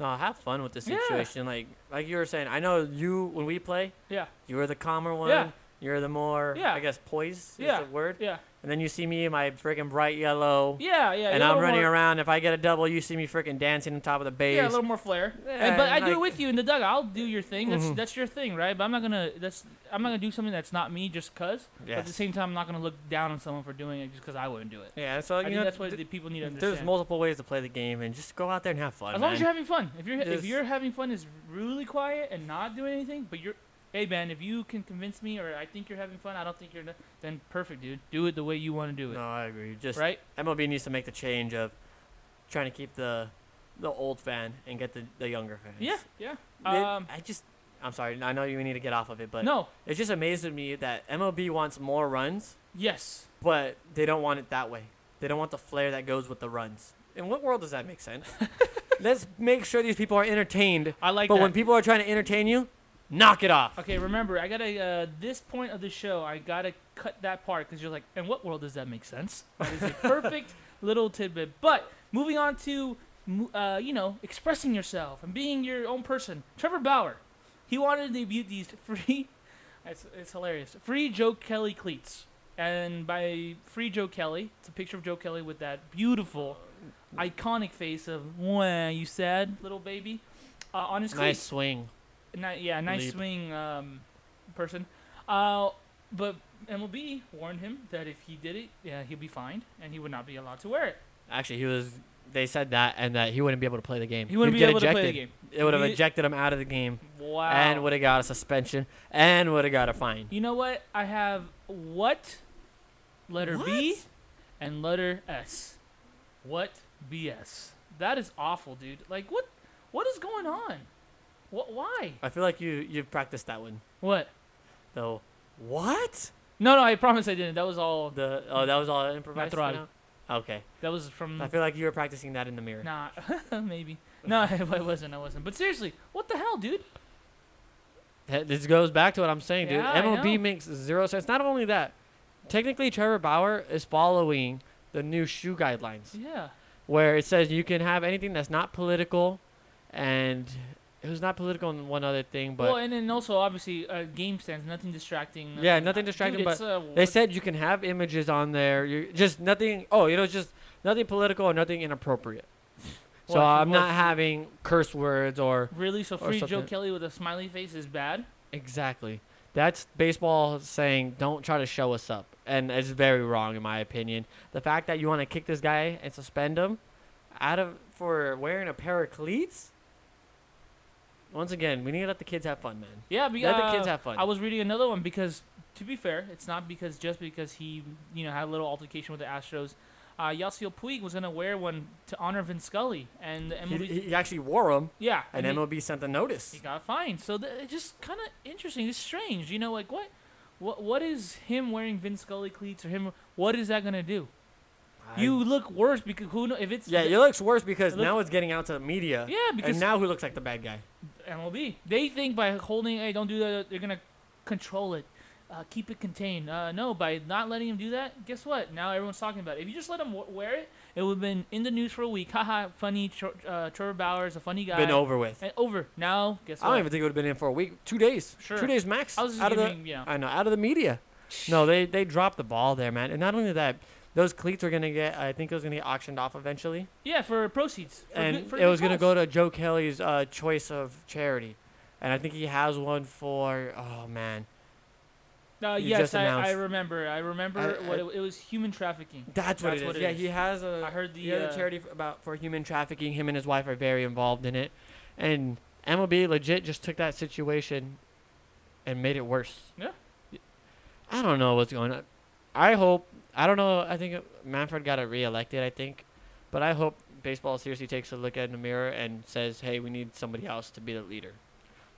Speaker 3: no, have fun with the
Speaker 2: Yeah.
Speaker 3: situation. Like like you were saying, I know you when we play,
Speaker 2: Yeah,
Speaker 3: you were the calmer one.
Speaker 2: Yeah.
Speaker 3: You're the more
Speaker 2: Yeah.
Speaker 3: I guess poised
Speaker 2: Yeah.
Speaker 3: is the word.
Speaker 2: yeah,
Speaker 3: And then you see me in my freaking bright yellow.
Speaker 2: yeah, yeah.
Speaker 3: and
Speaker 2: you're a
Speaker 3: I'm
Speaker 2: little
Speaker 3: running
Speaker 2: more-
Speaker 3: around. If I get a double, you see me freaking dancing on top of the base.
Speaker 2: Yeah, a little more flair.
Speaker 3: Yeah,
Speaker 2: and, but I
Speaker 3: and
Speaker 2: do it
Speaker 3: like-
Speaker 2: with you in the dugout. I'll do your thing. That's
Speaker 3: Mhm.
Speaker 2: that's your thing, right? But I'm not gonna that's I'm not gonna do something that's not me just cause. But at the
Speaker 3: Yes.
Speaker 2: same time, I'm not gonna look down on someone for doing it just because I wouldn't do it.
Speaker 3: yeah, so
Speaker 2: I
Speaker 3: you
Speaker 2: think
Speaker 3: know,
Speaker 2: that's what
Speaker 3: th-
Speaker 2: the people need to understand.
Speaker 3: there's multiple ways to play the game, and just go out there and have fun.
Speaker 2: as long as
Speaker 3: man.
Speaker 2: you're having fun. If you're if
Speaker 3: Just-
Speaker 2: you're having fun, is really quiet and not doing anything. But you're, hey man, if you can convince me or I think you're having fun, I don't think you're, n- then perfect, dude. Do it the way you want to do it,
Speaker 3: no, I agree. Just
Speaker 2: right?
Speaker 3: MLB needs to make the change of trying to keep the the old fan and get the, the younger fans.
Speaker 2: Yeah, yeah.
Speaker 3: It-
Speaker 2: Um,
Speaker 3: I just, I'm sorry. I know you need to get off of it, but
Speaker 2: no,
Speaker 3: it just amazes me that MLB wants more runs,
Speaker 2: yes,
Speaker 3: but they don't want it that way. They don't want the flair that goes with the runs. In what world does that make sense? Let's make sure these people are entertained.
Speaker 2: I like
Speaker 3: but
Speaker 2: that.
Speaker 3: when people are trying to entertain you, knock it off.
Speaker 2: okay, remember, I gotta uh, this point of the show, I gotta cut that part because you're like, and what world does that make sense? That is a perfect little tidbit. But moving on to, mo- uh, you know, expressing yourself and being your own person. Trevor Bauer, he wanted to debut these free, it's, it's hilarious, free Joe Kelly cleats. And by free Joe Kelly, it's a picture of Joe Kelly with that beautiful,
Speaker 3: Uh,
Speaker 2: iconic face of, wah, you sad little baby, uh, on his
Speaker 3: Nice
Speaker 2: cleats
Speaker 3: swing.
Speaker 2: ni- yeah, nice
Speaker 3: Leap.
Speaker 2: swing um, person. Uh, but MLB warned him that if he did it, yeah, he'd be fined and he would not be allowed to wear it.
Speaker 3: Actually, he was. They said that, and that he wouldn't be able to play the game.
Speaker 2: He wouldn't
Speaker 3: He'd
Speaker 2: be
Speaker 3: get
Speaker 2: able to play the
Speaker 3: ejected.
Speaker 2: game.
Speaker 3: It would have
Speaker 2: He-
Speaker 3: ejected him out of the game,
Speaker 2: Wow.
Speaker 3: and would have got a suspension, and would have got a fine.
Speaker 2: you know what? I have what letter B and letter S. What BS? That is awful, dude. Like what? What is going on? What? Why?
Speaker 3: I feel like you you practiced that one
Speaker 2: What?
Speaker 3: though. What?
Speaker 2: No, no. I promise I didn't. That was all.
Speaker 3: The oh that was all improvised.
Speaker 2: Natural. Mm.
Speaker 3: now? Okay,
Speaker 2: That was from.
Speaker 3: I feel like you were practicing that in the mirror.
Speaker 2: Nah, maybe. No, I wasn't. I wasn't. But seriously, what the hell, dude?
Speaker 3: Th- This goes back to what I'm saying,
Speaker 2: Yeah, I
Speaker 3: dude. MLB
Speaker 2: know.
Speaker 3: makes zero sense. Not only that, technically Trevor Bauer is following the new shoe guidelines,
Speaker 2: Yeah.
Speaker 3: where it says you can have anything that's not political, and it was not political in one other thing, but
Speaker 2: well, and then also obviously uh, game stands, nothing distracting.
Speaker 3: Yeah, nothing distracting,
Speaker 2: Dude, it's, uh,
Speaker 3: They
Speaker 2: what-
Speaker 3: said you can have images on there. You just nothing. Oh, you know, just nothing political or nothing inappropriate. So
Speaker 2: Well,
Speaker 3: I'm
Speaker 2: well,
Speaker 3: not having curse words or
Speaker 2: really. So
Speaker 3: or
Speaker 2: free Joe
Speaker 3: something.
Speaker 2: Kelly with a smiley face is bad.
Speaker 3: exactly. That's baseball saying don't try to show us up, and it's very wrong in my opinion. The fact that you want to kick this guy and suspend him out of for wearing a pair of cleats. Once again, we need to let the kids have fun, man.
Speaker 2: Yeah, but,
Speaker 3: Let
Speaker 2: uh,
Speaker 3: the kids have fun.
Speaker 2: I was reading another one because, to be fair, it's not because just because he you know had a little altercation with the Astros. Uh, Yasiel Puig was gonna wear one to honor Vin Scully, and the
Speaker 3: he,
Speaker 2: MLB,
Speaker 3: he actually wore them,
Speaker 2: yeah,
Speaker 3: and
Speaker 2: he-
Speaker 3: MLB sent a notice.
Speaker 2: he got fined. So th- it's just kind of interesting. It's strange, you know, like what, what, what is him wearing Vince Scully cleats or him? What is that gonna do?
Speaker 3: I-
Speaker 2: you look worse because who know if it's
Speaker 3: Yeah,
Speaker 2: the
Speaker 3: it looks worse because
Speaker 2: It looks-
Speaker 3: now it's getting out to the media.
Speaker 2: Yeah, because-
Speaker 3: and now who looks like the bad guy?
Speaker 2: MLB. They think by holding, hey, don't do that, they're gonna control it. uh, keep it contained. Uh, no, by not letting him do that, guess what? Now everyone's talking about it. If you just let him w- wear it, it would have been in the news for a week. Haha, funny. Tro- uh, Trevor Bauer's a funny guy.
Speaker 3: Been over with.
Speaker 2: And over. Now, guess
Speaker 3: I
Speaker 2: what?
Speaker 3: don't even think it would have been in for a week. Two days.
Speaker 2: Sure.
Speaker 3: Two days max.
Speaker 2: I was just
Speaker 3: out of the,
Speaker 2: giving, you know.
Speaker 3: I know. Out of the media. No, they they dropped the ball there, man. And not only that, those cleats are gonna get. I think it was gonna get auctioned off eventually,
Speaker 2: yeah, for proceeds. For
Speaker 3: and
Speaker 2: good- for
Speaker 3: it was gonna
Speaker 2: cause.
Speaker 3: go to Joe Kelly's uh, choice of charity, and I think he has one for. Oh man,
Speaker 2: Uh,
Speaker 3: you
Speaker 2: yes,
Speaker 3: just
Speaker 2: I, I
Speaker 3: announced.
Speaker 2: remember. I remember
Speaker 3: I-
Speaker 2: what
Speaker 3: I-
Speaker 2: it, it was human trafficking.
Speaker 3: that's what
Speaker 2: That's
Speaker 3: it is.
Speaker 2: what it
Speaker 3: yeah,
Speaker 2: is.
Speaker 3: he has a.
Speaker 2: I heard the,
Speaker 3: he has
Speaker 2: uh,
Speaker 3: a charity f- about for human trafficking. Him and his wife are very involved in it, and MLB legit just took that situation, and made it worse.
Speaker 2: Yeah.
Speaker 3: I don't know what's going on. I hope I don't know. I think Manfred got it reelected. I think, but I hope baseball seriously takes a look at in the mirror and says, "Hey, we need somebody else to be the leader."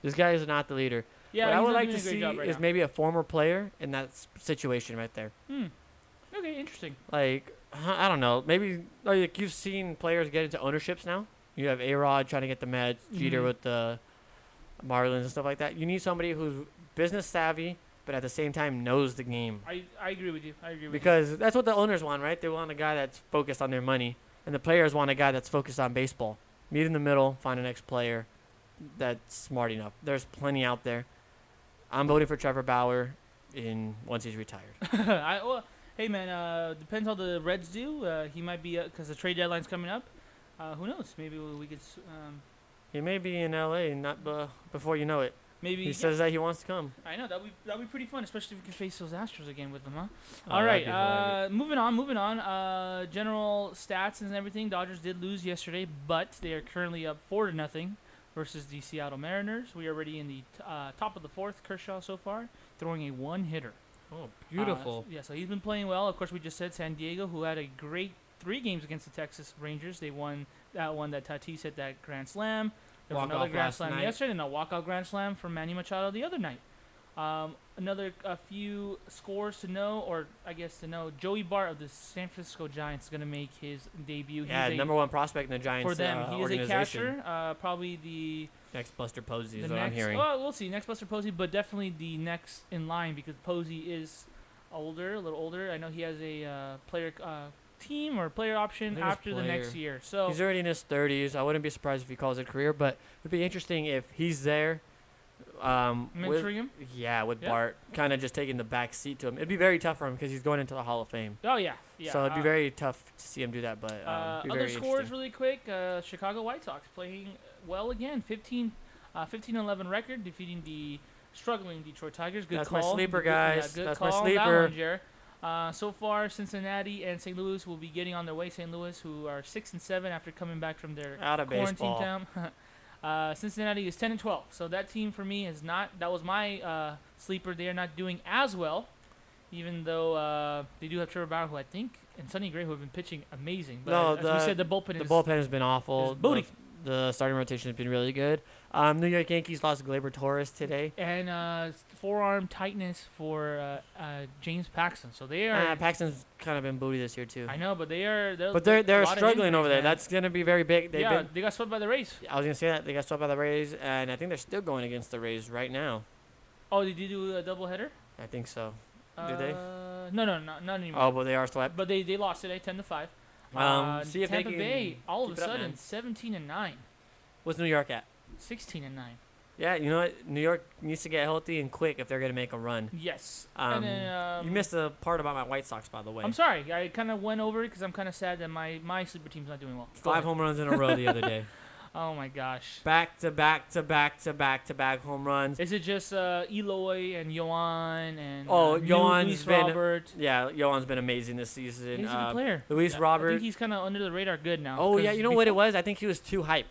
Speaker 3: This guy is not the leader.
Speaker 2: Yeah,
Speaker 3: what I
Speaker 2: he's
Speaker 3: would
Speaker 2: not doing
Speaker 3: like to
Speaker 2: a great
Speaker 3: see
Speaker 2: job right
Speaker 3: is
Speaker 2: now.
Speaker 3: maybe a former player in that s- situation right there.
Speaker 2: okay, interesting.
Speaker 3: Like huh, I don't know. Maybe like you've seen players get into ownerships now. You have A Rod trying to get the Mets, Jeter
Speaker 2: Mhm.
Speaker 3: with the Marlins and stuff like that. You need somebody who's business savvy, but at the same time knows the game.
Speaker 2: I, I agree with you. I agree with
Speaker 3: Because that's what the owners want, right? They want a guy that's focused on their money, and the players want a guy that's focused on baseball. Meet in the middle, find an ex player that's smart enough. There's plenty out there. I'm voting for Trevor Bauer in once he's retired.
Speaker 2: you. I, well, hey man, uh, depends how the Reds do. Uh, he might be because the trade deadline's coming up. Uh, who knows? Maybe we, we could. s- Um,
Speaker 3: he may be in LA and not bu- before you know it.
Speaker 2: maybe
Speaker 3: He
Speaker 2: yeah,
Speaker 3: says that he wants to come.
Speaker 2: I know that would that would be pretty fun, especially if we can face those Astros again with them, huh?
Speaker 3: Oh,
Speaker 2: All right,
Speaker 3: that'd be hilarious.
Speaker 2: uh, moving on, moving on. Uh, general stats and everything. Dodgers did lose yesterday, but they are currently up four to nothing versus the Seattle Mariners. We are already in the t- uh, top of the fourth. Kershaw so far throwing a one hitter.
Speaker 3: oh,
Speaker 2: Uh, yeah, so he's been playing well. Of course, we just said San Diego, who had a great three games against the Texas Rangers. They won that one that Tatis hit that grand slam. There was
Speaker 3: Walk-off
Speaker 2: another grand
Speaker 3: last
Speaker 2: slam
Speaker 3: night.
Speaker 2: yesterday, and a walkout grand slam from Manny Machado the other night. Um, another a few scores to know, or I guess to know. Joey Bart of the San Francisco Giants is going to make his debut. He's
Speaker 3: yeah,
Speaker 2: a-
Speaker 3: number one prospect in the Giants
Speaker 2: for them.
Speaker 3: uh,
Speaker 2: he is a
Speaker 3: organization.
Speaker 2: catcher, uh, probably the
Speaker 3: Next Buster Posey
Speaker 2: the
Speaker 3: is what
Speaker 2: next, oh.
Speaker 3: I'm hearing.
Speaker 2: Well, we'll see. Next Buster Posey, but definitely the next in line because Posey is older, a little older. I know he has a uh, player uh, team or player
Speaker 3: I
Speaker 2: option
Speaker 3: think it's
Speaker 2: after the next
Speaker 3: player.
Speaker 2: year. So
Speaker 3: He's already in his 30s. I wouldn't be surprised if he calls it a career, but it'd be interesting if he's there. Um, with,
Speaker 2: mentoring him.
Speaker 3: yeah, with
Speaker 2: Yeah.
Speaker 3: Bart kind of just taking the back seat to him. It'd be very tough for him because he's going into the Hall of Fame.
Speaker 2: Oh yeah, yeah.
Speaker 3: so it'd be
Speaker 2: uh,
Speaker 3: very tough to see him do that. But um,
Speaker 2: Uh,
Speaker 3: it'd be
Speaker 2: other
Speaker 3: very
Speaker 2: scores
Speaker 3: interesting.
Speaker 2: really quick. Uh, Chicago White Sox playing well again. 15, uh, 15-11 record, defeating the struggling Detroit Tigers. Good
Speaker 3: That's my
Speaker 2: call.
Speaker 3: sleeper,
Speaker 2: Good- yeah,
Speaker 3: guys.
Speaker 2: good
Speaker 3: That's my
Speaker 2: call on that one,
Speaker 3: sleeper.
Speaker 2: Jer. Uh, so far, Cincinnati and St. Louis will be getting on their way. St. Louis, who are six and seven after coming back from their
Speaker 3: out of
Speaker 2: quarantine
Speaker 3: baseball.
Speaker 2: town. uh, Cincinnati is ten and twelve. So that team for me is not. That was my uh, sleeper. They are not doing as well, even though uh, they do have Trevor Bauer, who I think, and Sonny Gray, who have been pitching amazing. But
Speaker 3: No,
Speaker 2: as we
Speaker 3: the-
Speaker 2: said, the bullpen
Speaker 3: The
Speaker 2: is
Speaker 3: bullpen has been awful.
Speaker 2: is booty.
Speaker 3: The, the starting rotation has been really good. Um, New York Yankees lost Gleyber Torres today.
Speaker 2: and uh, forearm tightness for uh, uh, James Paxton. So they are.
Speaker 3: Uh, Paxton's kind of been booty this year too.
Speaker 2: I know, but they are. They're,
Speaker 3: But they're
Speaker 2: a
Speaker 3: they're
Speaker 2: lot of
Speaker 3: struggling over there.
Speaker 2: injuries, man.
Speaker 3: That's gonna be very big. They've
Speaker 2: yeah,
Speaker 3: been
Speaker 2: they got swept by the Rays.
Speaker 3: I was gonna say that they got swept by the Rays, and I think they're still going against the Rays right now.
Speaker 2: Oh, did you do a doubleheader?
Speaker 3: I think so.
Speaker 2: uh,
Speaker 3: Did they?
Speaker 2: No, no, no, not anymore.
Speaker 3: Oh, but they are swept.
Speaker 2: Uh, But they, they lost today, ten to five.
Speaker 3: Um,
Speaker 2: Uh,
Speaker 3: see if they
Speaker 2: Tampa Bay,
Speaker 3: can
Speaker 2: all of a
Speaker 3: keep it up,
Speaker 2: sudden,
Speaker 3: man.
Speaker 2: seventeen and nine,
Speaker 3: What's New York at?
Speaker 2: 16 and nine.
Speaker 3: Yeah, you know what? New York needs to get healthy and quick if they're gonna make a run.
Speaker 2: Yes. and
Speaker 3: Um,
Speaker 2: then, um,
Speaker 3: you missed the part about my White Sox, by the way.
Speaker 2: I'm sorry, I kind of went over it because I'm kind of sad that my my sleeper team's not doing well. Go
Speaker 3: Five
Speaker 2: ahead.
Speaker 3: home runs in a row the other day.
Speaker 2: Oh my gosh.
Speaker 3: Back to back to back to back to back home runs.
Speaker 2: Is it just uh, Eloy and Yohan and
Speaker 3: Oh,
Speaker 2: uh, Lu-
Speaker 3: Yohan's
Speaker 2: Luis
Speaker 3: been-
Speaker 2: Robert?
Speaker 3: Yeah, Johan's been amazing this
Speaker 2: He's
Speaker 3: season.
Speaker 2: a good
Speaker 3: Uh,
Speaker 2: player.
Speaker 3: Luis
Speaker 2: Yeah, I
Speaker 3: Robert.
Speaker 2: think he's kind of under the radar. Good now.
Speaker 3: Oh yeah,
Speaker 2: 'cause
Speaker 3: you know
Speaker 2: bef-
Speaker 3: what it was? I think he was too hyped.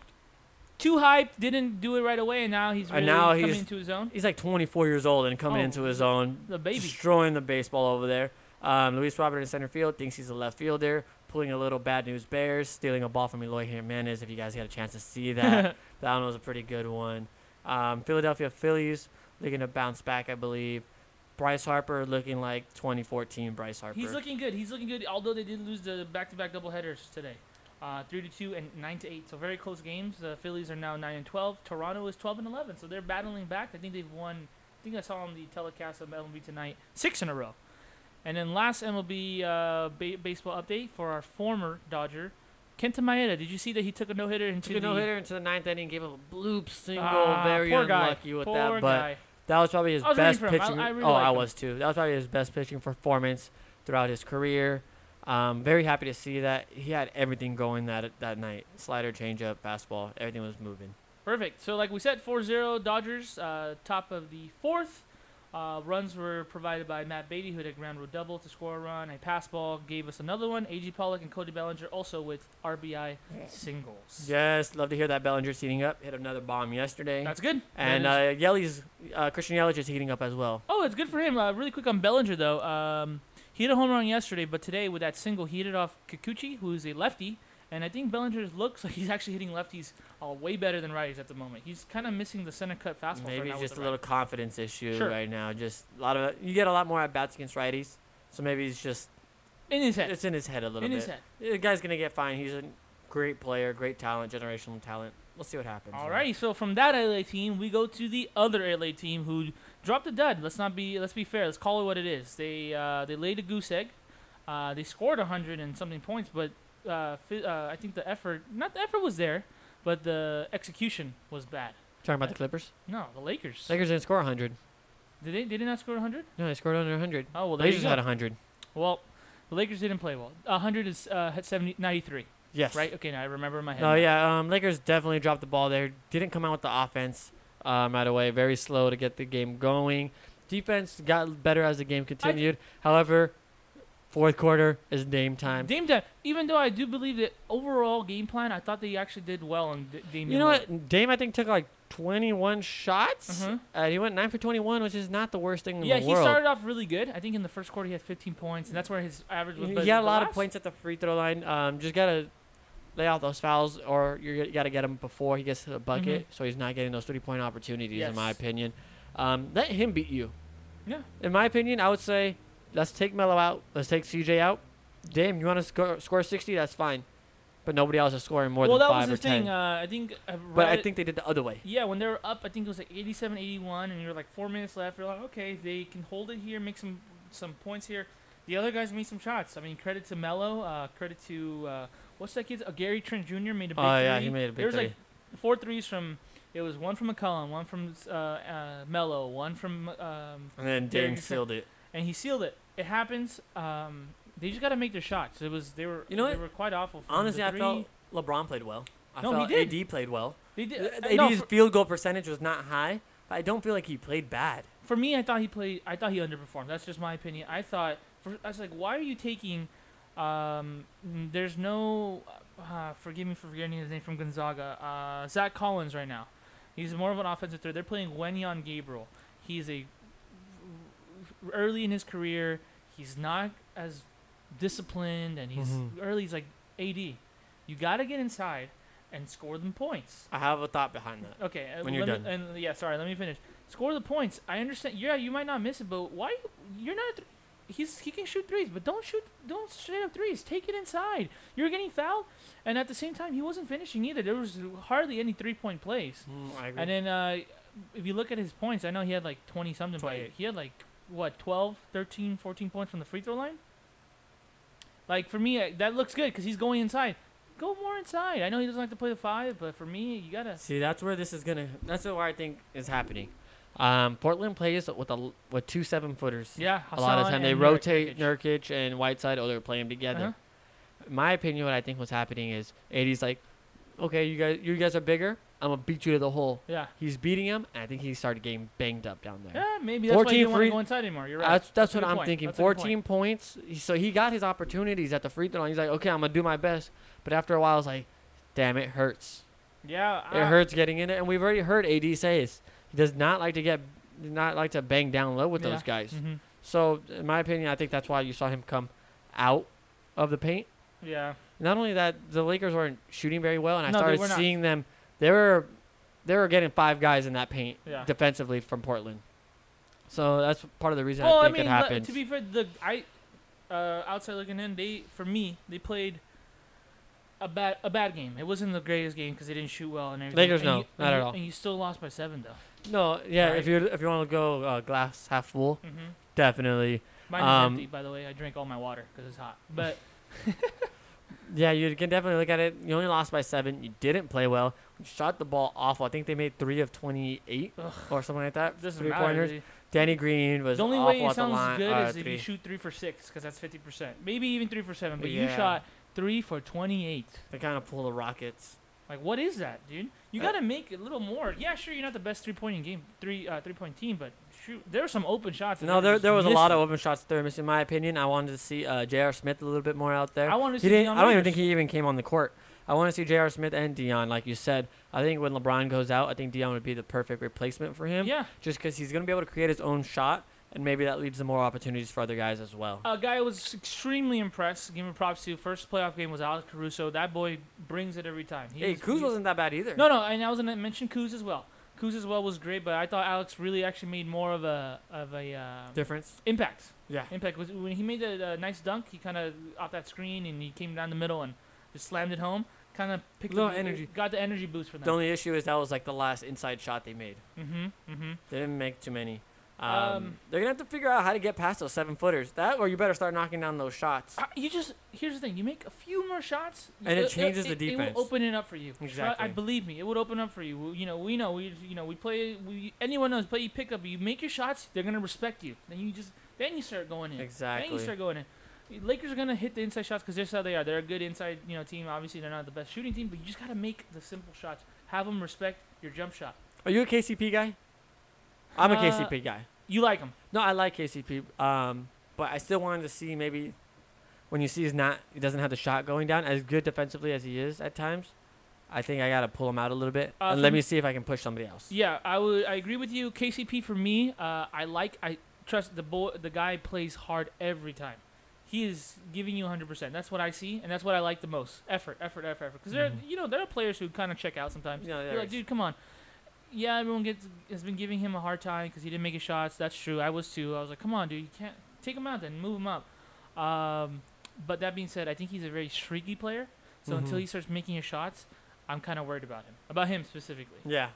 Speaker 2: Too hyped, didn't do it right away, and now he's
Speaker 3: And
Speaker 2: really
Speaker 3: now
Speaker 2: coming
Speaker 3: he's-
Speaker 2: into his own.
Speaker 3: He's like 24 years old and coming
Speaker 2: Oh,
Speaker 3: into his own.
Speaker 2: The baby.
Speaker 3: destroying the baseball over there. Um, Luis Robert in center field thinks he's a left fielder, pulling a little bad news Bears, stealing a ball from Eloy Jimenez. If you guys had a chance to see that, that one was a pretty good one. Um, Philadelphia Phillies looking to bounce back, I believe. Bryce Harper looking like 2014 Bryce Harper.
Speaker 2: He's looking good. He's looking good. Although they did lose the back-to-back doubleheaders today, uh, three to two and nine to eight. So very close games. The Phillies are now nine and twelve. Toronto is twelve and eleven. So they're battling back. I think they've won think I saw on the telecast of MLB Tonight six in a row. And then last MLB uh, ba- baseball update for our former Dodger, Kenta Maeda. Did you see that he took a no hitter into
Speaker 3: Took a
Speaker 2: the
Speaker 3: no hitter into the ninth inning, gave up a bloop single,
Speaker 2: Ah,
Speaker 3: very
Speaker 2: poor guy.
Speaker 3: unlucky with
Speaker 2: poor
Speaker 3: that. But
Speaker 2: guy.
Speaker 3: that was probably his
Speaker 2: I was rooting
Speaker 3: best
Speaker 2: for him. I-
Speaker 3: pitching.
Speaker 2: I really
Speaker 3: oh,
Speaker 2: like
Speaker 3: I
Speaker 2: him.
Speaker 3: was too. That was probably his best pitching performance throughout his career. Um, very happy to see that he had everything going that that night. Slider, changeup, fastball, everything was moving.
Speaker 2: Perfect. So, like we said, 4-0 Dodgers, uh, top of the fourth. Uh, runs were provided by Matt Beatty, who had a ground rule double to score a run. A pass ball gave us another one. A.G. Pollock and Cody Bellinger also with RBI singles.
Speaker 3: Yes, love to hear that Bellinger's heating up. Hit another bomb yesterday.
Speaker 2: That's good.
Speaker 3: and
Speaker 2: That is-
Speaker 3: uh, Yelly's uh, Christian Yelich is heating up as well.
Speaker 2: oh, it's good for him. Uh, really quick on Bellinger, though. Um, he hit a home run yesterday, but today with that single, he hit it off Kikuchi, who's a lefty. And I think Bellinger looks like he's actually hitting lefties uh, way better than righties at the moment. He's kind of missing the center cut fastball. right
Speaker 3: Maybe
Speaker 2: now with
Speaker 3: just a
Speaker 2: the
Speaker 3: little
Speaker 2: right.
Speaker 3: confidence issue
Speaker 2: Sure.
Speaker 3: right now. Just a lot of you get a lot more at bats against righties, so maybe it's just
Speaker 2: in his head.
Speaker 3: it's in his head a little
Speaker 2: in
Speaker 3: bit.
Speaker 2: his head.
Speaker 3: The guy's gonna get fine. He's a great player, great talent, generational talent. We'll see what happens.
Speaker 2: All right, so from that LA team, we go to the other LA team who dropped a dud. Let's not be let's be fair. Let's call it what it is. They uh, they laid a goose egg. Uh, they scored 100 and something points, but uh, fi- uh, I think the effort not the effort was there, but the execution was bad.
Speaker 3: Talking about the Clippers.
Speaker 2: No, the Lakers.
Speaker 3: Lakers didn't score 100.
Speaker 2: Did they? They did not score 100.
Speaker 3: No, they scored under 100.
Speaker 2: Oh well, there
Speaker 3: Lakers
Speaker 2: you go.
Speaker 3: had 100.
Speaker 2: well, the Lakers didn't play well. 100 is uh, had 70, 93,
Speaker 3: Yes.
Speaker 2: right? Okay, now I remember in my head.
Speaker 3: No, yeah. Um, Lakers definitely dropped the ball there. Didn't come out with the offense um, right away. Very slow to get the game going. Defense got better as the game continued. However, fourth quarter is name time.
Speaker 2: Dame time. Even though I do believe that overall game plan, I thought they actually did well on D- Damian.
Speaker 3: You know
Speaker 2: Lillard.
Speaker 3: what? Dame, I think, took like 21 shots.
Speaker 2: Mhm.
Speaker 3: Uh, he went 9 for 21, which is not the worst thing in
Speaker 2: Yeah,
Speaker 3: the
Speaker 2: he
Speaker 3: world.
Speaker 2: started off really good. I think in the first quarter he had 15 points, and that's where his average was.
Speaker 3: You
Speaker 2: but
Speaker 3: got a
Speaker 2: the
Speaker 3: lot of
Speaker 2: last-
Speaker 3: points at the free throw line. Um, just gotta lay out those fouls, or you gotta get them before he gets to the bucket, so he's not getting those three point opportunities. In my
Speaker 2: Mm-hmm. Yes.
Speaker 3: opinion, um, let him beat you.
Speaker 2: Yeah.
Speaker 3: In my opinion, I would say let's take Melo out. Let's take CJ out. Damn, you want to score, score sixty? That's fine, but nobody else is scoring more
Speaker 2: well,
Speaker 3: than
Speaker 2: that
Speaker 3: five
Speaker 2: was the
Speaker 3: or ten.
Speaker 2: thing. Uh, I think. I
Speaker 3: but I
Speaker 2: read-
Speaker 3: think they did the other way.
Speaker 2: Yeah, when they were up, I think it was like 87, 81, and you're like four minutes left. You're like, okay, they can hold it here, make some some points here. The other guys made some shots. I mean, credit to Mello. Uh, credit to uh, what's that kid's? Uh, Gary Trent Jr. made a big
Speaker 3: Oh, yeah,
Speaker 2: three.
Speaker 3: he made a big
Speaker 2: There was
Speaker 3: three.
Speaker 2: like four threes from. It was one from McCollum, one from uh, uh, Mello, one from um,
Speaker 3: And then
Speaker 2: Dame
Speaker 3: Dame
Speaker 2: just-
Speaker 3: sealed it.
Speaker 2: and he sealed it. It happens. Um, they just got to make their shots. It was they were
Speaker 3: You know
Speaker 2: they
Speaker 3: what?
Speaker 2: were quite awful. from the
Speaker 3: Honestly, I
Speaker 2: three.
Speaker 3: felt LeBron played well. I
Speaker 2: No, he
Speaker 3: felt
Speaker 2: did.
Speaker 3: AD played well.
Speaker 2: they did.
Speaker 3: Uh,
Speaker 2: uh,
Speaker 3: AD's
Speaker 2: no, for,
Speaker 3: field goal percentage was not high, but I don't feel like he played bad.
Speaker 2: for me, I thought he played. I thought he underperformed. That's just my opinion. I thought for, I was like, why are you taking? Um, mm, there's no. Uh, forgive me for forgetting his name from Gonzaga. Uh, Zach Collins right now. He's more of an offensive threat. They're playing Wenyon Gabriel. He's a early in his career. He's not as disciplined, and he's
Speaker 3: Mhm.
Speaker 2: early. He's like AD. You got to get inside and score them points.
Speaker 3: I have a thought behind that.
Speaker 2: Okay, uh,
Speaker 3: When you're
Speaker 2: let me-
Speaker 3: done.
Speaker 2: and yeah, sorry, let me finish. Score the points. I understand. Yeah, you might not miss it, but why? You're not. th- He's he can shoot threes, but don't shoot. Don't straight up threes. Take it inside. You're getting fouled, and at the same time, he wasn't finishing either. There was hardly any three point plays.
Speaker 3: Mm, I
Speaker 2: And then uh, if you look at his points, I know he had like 20 something, but
Speaker 3: 28.
Speaker 2: he had like what 12, 13, 14 points from the free throw line. Like for me, uh, that looks good because he's going inside. Go more inside. I know he doesn't like to play the five, but for me, you gotta.
Speaker 3: See, that's where this is gonna. That's where I think is happening. Um, Portland plays with a l- with two seven footers.
Speaker 2: Yeah,
Speaker 3: A lot of
Speaker 2: Hassan
Speaker 3: time they
Speaker 2: and Nurkic.
Speaker 3: rotate Nurkic. and Whiteside, or they're playing together.
Speaker 2: Uh-huh.
Speaker 3: In my opinion, what I think was happening is 80's like, okay, you guys, you guys are bigger. I'm gonna beat you to the hole.
Speaker 2: Yeah.
Speaker 3: He's beating him, and I think he started getting banged up down there.
Speaker 2: Yeah, maybe that's why you
Speaker 3: 14
Speaker 2: didn't want
Speaker 3: free-
Speaker 2: to go inside anymore. You're right.
Speaker 3: That's, that's
Speaker 2: a
Speaker 3: what
Speaker 2: good
Speaker 3: I'm
Speaker 2: point.
Speaker 3: thinking.
Speaker 2: That's a good point.
Speaker 3: 14 points. He- So he got his opportunities at the free throw line. He's like, okay, I'm going to do my best. But after a while, I was like, damn, it hurts.
Speaker 2: Yeah,
Speaker 3: It
Speaker 2: I-
Speaker 3: hurts getting in there. And we've already heard AD say this. He does not like to get, not like to bang down low with
Speaker 2: Yeah.
Speaker 3: those guys.
Speaker 2: Mhm.
Speaker 3: So, in my opinion, I think that's why you saw him come out of the paint.
Speaker 2: Yeah,
Speaker 3: Not only that, the Lakers weren't shooting very well, and I
Speaker 2: No, they
Speaker 3: started
Speaker 2: were not.
Speaker 3: seeing them. They were, they were getting five guys in that paint
Speaker 2: Yeah.
Speaker 3: defensively from Portland. So that's part of the reason
Speaker 2: well,
Speaker 3: I
Speaker 2: I,
Speaker 3: think
Speaker 2: mean,
Speaker 3: it
Speaker 2: le-
Speaker 3: happened.
Speaker 2: to be fair, the I uh, outside looking in, they for me they played a bad a bad game. It wasn't the greatest game because they didn't shoot well and everything.
Speaker 3: Lakers,
Speaker 2: And
Speaker 3: no,
Speaker 2: you-
Speaker 3: not
Speaker 2: and
Speaker 3: at
Speaker 2: you-
Speaker 3: all.
Speaker 2: And you still lost by seven though.
Speaker 3: No, yeah.
Speaker 2: Right.
Speaker 3: If you if you want to go uh, glass half full,
Speaker 2: Mm-hmm.
Speaker 3: definitely.
Speaker 2: Mine is
Speaker 3: Um,
Speaker 2: empty, by the way. I drink all my water because it's hot. But
Speaker 3: Yeah, you can definitely look at it. You only lost by seven. You didn't play well. You shot the ball awful. I think they made three of twenty-eight
Speaker 2: Ugh.
Speaker 3: or something like that.
Speaker 2: doesn't
Speaker 3: three
Speaker 2: matter,
Speaker 3: pointers.
Speaker 2: dude.
Speaker 3: Danny Green was
Speaker 2: The only
Speaker 3: awful
Speaker 2: way it
Speaker 3: at the
Speaker 2: sounds
Speaker 3: line.
Speaker 2: good
Speaker 3: uh,
Speaker 2: is if you
Speaker 3: three.
Speaker 2: shoot three for six because that's fifty percent. Maybe even three for seven. But you
Speaker 3: Yeah.
Speaker 2: shot three for twenty-eight.
Speaker 3: They kind of pull the Rockets.
Speaker 2: Like what is that, dude? You
Speaker 3: Uh,
Speaker 2: gotta make a little more. Yeah, sure, you're not the best three-pointing game, three uh, three-point team, but shoot, there were some open shots. that they
Speaker 3: No,
Speaker 2: were
Speaker 3: there,
Speaker 2: just
Speaker 3: there was a lot of
Speaker 2: missing.
Speaker 3: open shots there, in my opinion. I wanted to see uh, J.R. Smith a little bit more out there.
Speaker 2: I wanted to see
Speaker 3: he didn't,
Speaker 2: Deion
Speaker 3: I don't even
Speaker 2: Waiters.
Speaker 3: think he even came on the court. I want to see J.R. Smith and Dion, like you said. I think when LeBron goes out, I think Dion would be the perfect replacement for him.
Speaker 2: Yeah,
Speaker 3: Just because he's going to be able to create his own shot, and maybe that leads to more opportunities for other guys as well.
Speaker 2: a guy I was extremely impressed. Give him props to. First playoff game was Alex Caruso. That boy brings it every time. He
Speaker 3: hey,
Speaker 2: was-
Speaker 3: Kuz
Speaker 2: he-
Speaker 3: wasn't that bad either.
Speaker 2: No, no, and I was gonna mention Kuz as well. Kuz as well was great, but I thought Alex really actually made more of a of a uh,
Speaker 3: Difference?
Speaker 2: impact.
Speaker 3: Yeah.
Speaker 2: Impact was when he made the uh, nice dunk. He kind of off that screen and he came down the middle and just slammed it home. Kind of picked
Speaker 3: Little
Speaker 2: up,
Speaker 3: energy.
Speaker 2: got the energy boost for
Speaker 3: The
Speaker 2: them.
Speaker 3: only issue is that was like the last inside shot they made.
Speaker 2: Mm-hmm. Mm-hmm.
Speaker 3: They didn't make too many. Um,
Speaker 2: Um,
Speaker 3: they're going to have to figure out how to get past those seven footers. That, or you better start knocking down those shots.
Speaker 2: Uh, you just here's the thing: you make a few more shots, uh,
Speaker 3: And it changes the
Speaker 2: It
Speaker 3: defense.
Speaker 2: will open it up for you. Try- I
Speaker 3: Exactly.
Speaker 2: believe me, it would open up for you. We- You know, we know, we you know, we play. We anyone knows, play. You pick up, you make your shots. They're gonna respect you. Then you just then you start going in. Then
Speaker 3: Exactly.
Speaker 2: you start going in. Lakers are gonna hit the inside shots because that's how they are. They're a good inside, you know, team. Obviously, they're not the best shooting team, but you just gotta make the simple shots. Have them respect your jump shot.
Speaker 3: Are you a KCP guy? I'm a
Speaker 2: Uh,
Speaker 3: KCP guy.
Speaker 2: You like them.
Speaker 3: No, I like KCP, um, but I still wanted to see maybe when you see he's not, he doesn't have the shot going down as good defensively as he is at times. I think I gotta pull him out a little bit
Speaker 2: Uh,
Speaker 3: and let
Speaker 2: from-
Speaker 3: me see if I can push somebody else.
Speaker 2: Yeah, I would. I agree with you. KCP for me, uh, I like. I trust the boy. The guy plays hard every time. He is giving you 100%. That's what I see, and that's what I like the most. Effort, effort, effort, effort. Because there,
Speaker 3: Mhm.
Speaker 2: you know, there are players who kind of check out sometimes.
Speaker 3: Yeah,
Speaker 2: You're
Speaker 3: there
Speaker 2: like,
Speaker 3: is.
Speaker 2: dude, come on. Yeah, everyone gets has been giving him a hard time because he didn't make his shots. That's true. I was too. I was like, come on, dude, you can't take him out then move him up. Um, but that being said, I think he's a very streaky player. So until
Speaker 3: Mhm.
Speaker 2: he starts making his shots, I'm kind of worried about him. About him specifically.
Speaker 3: Yeah.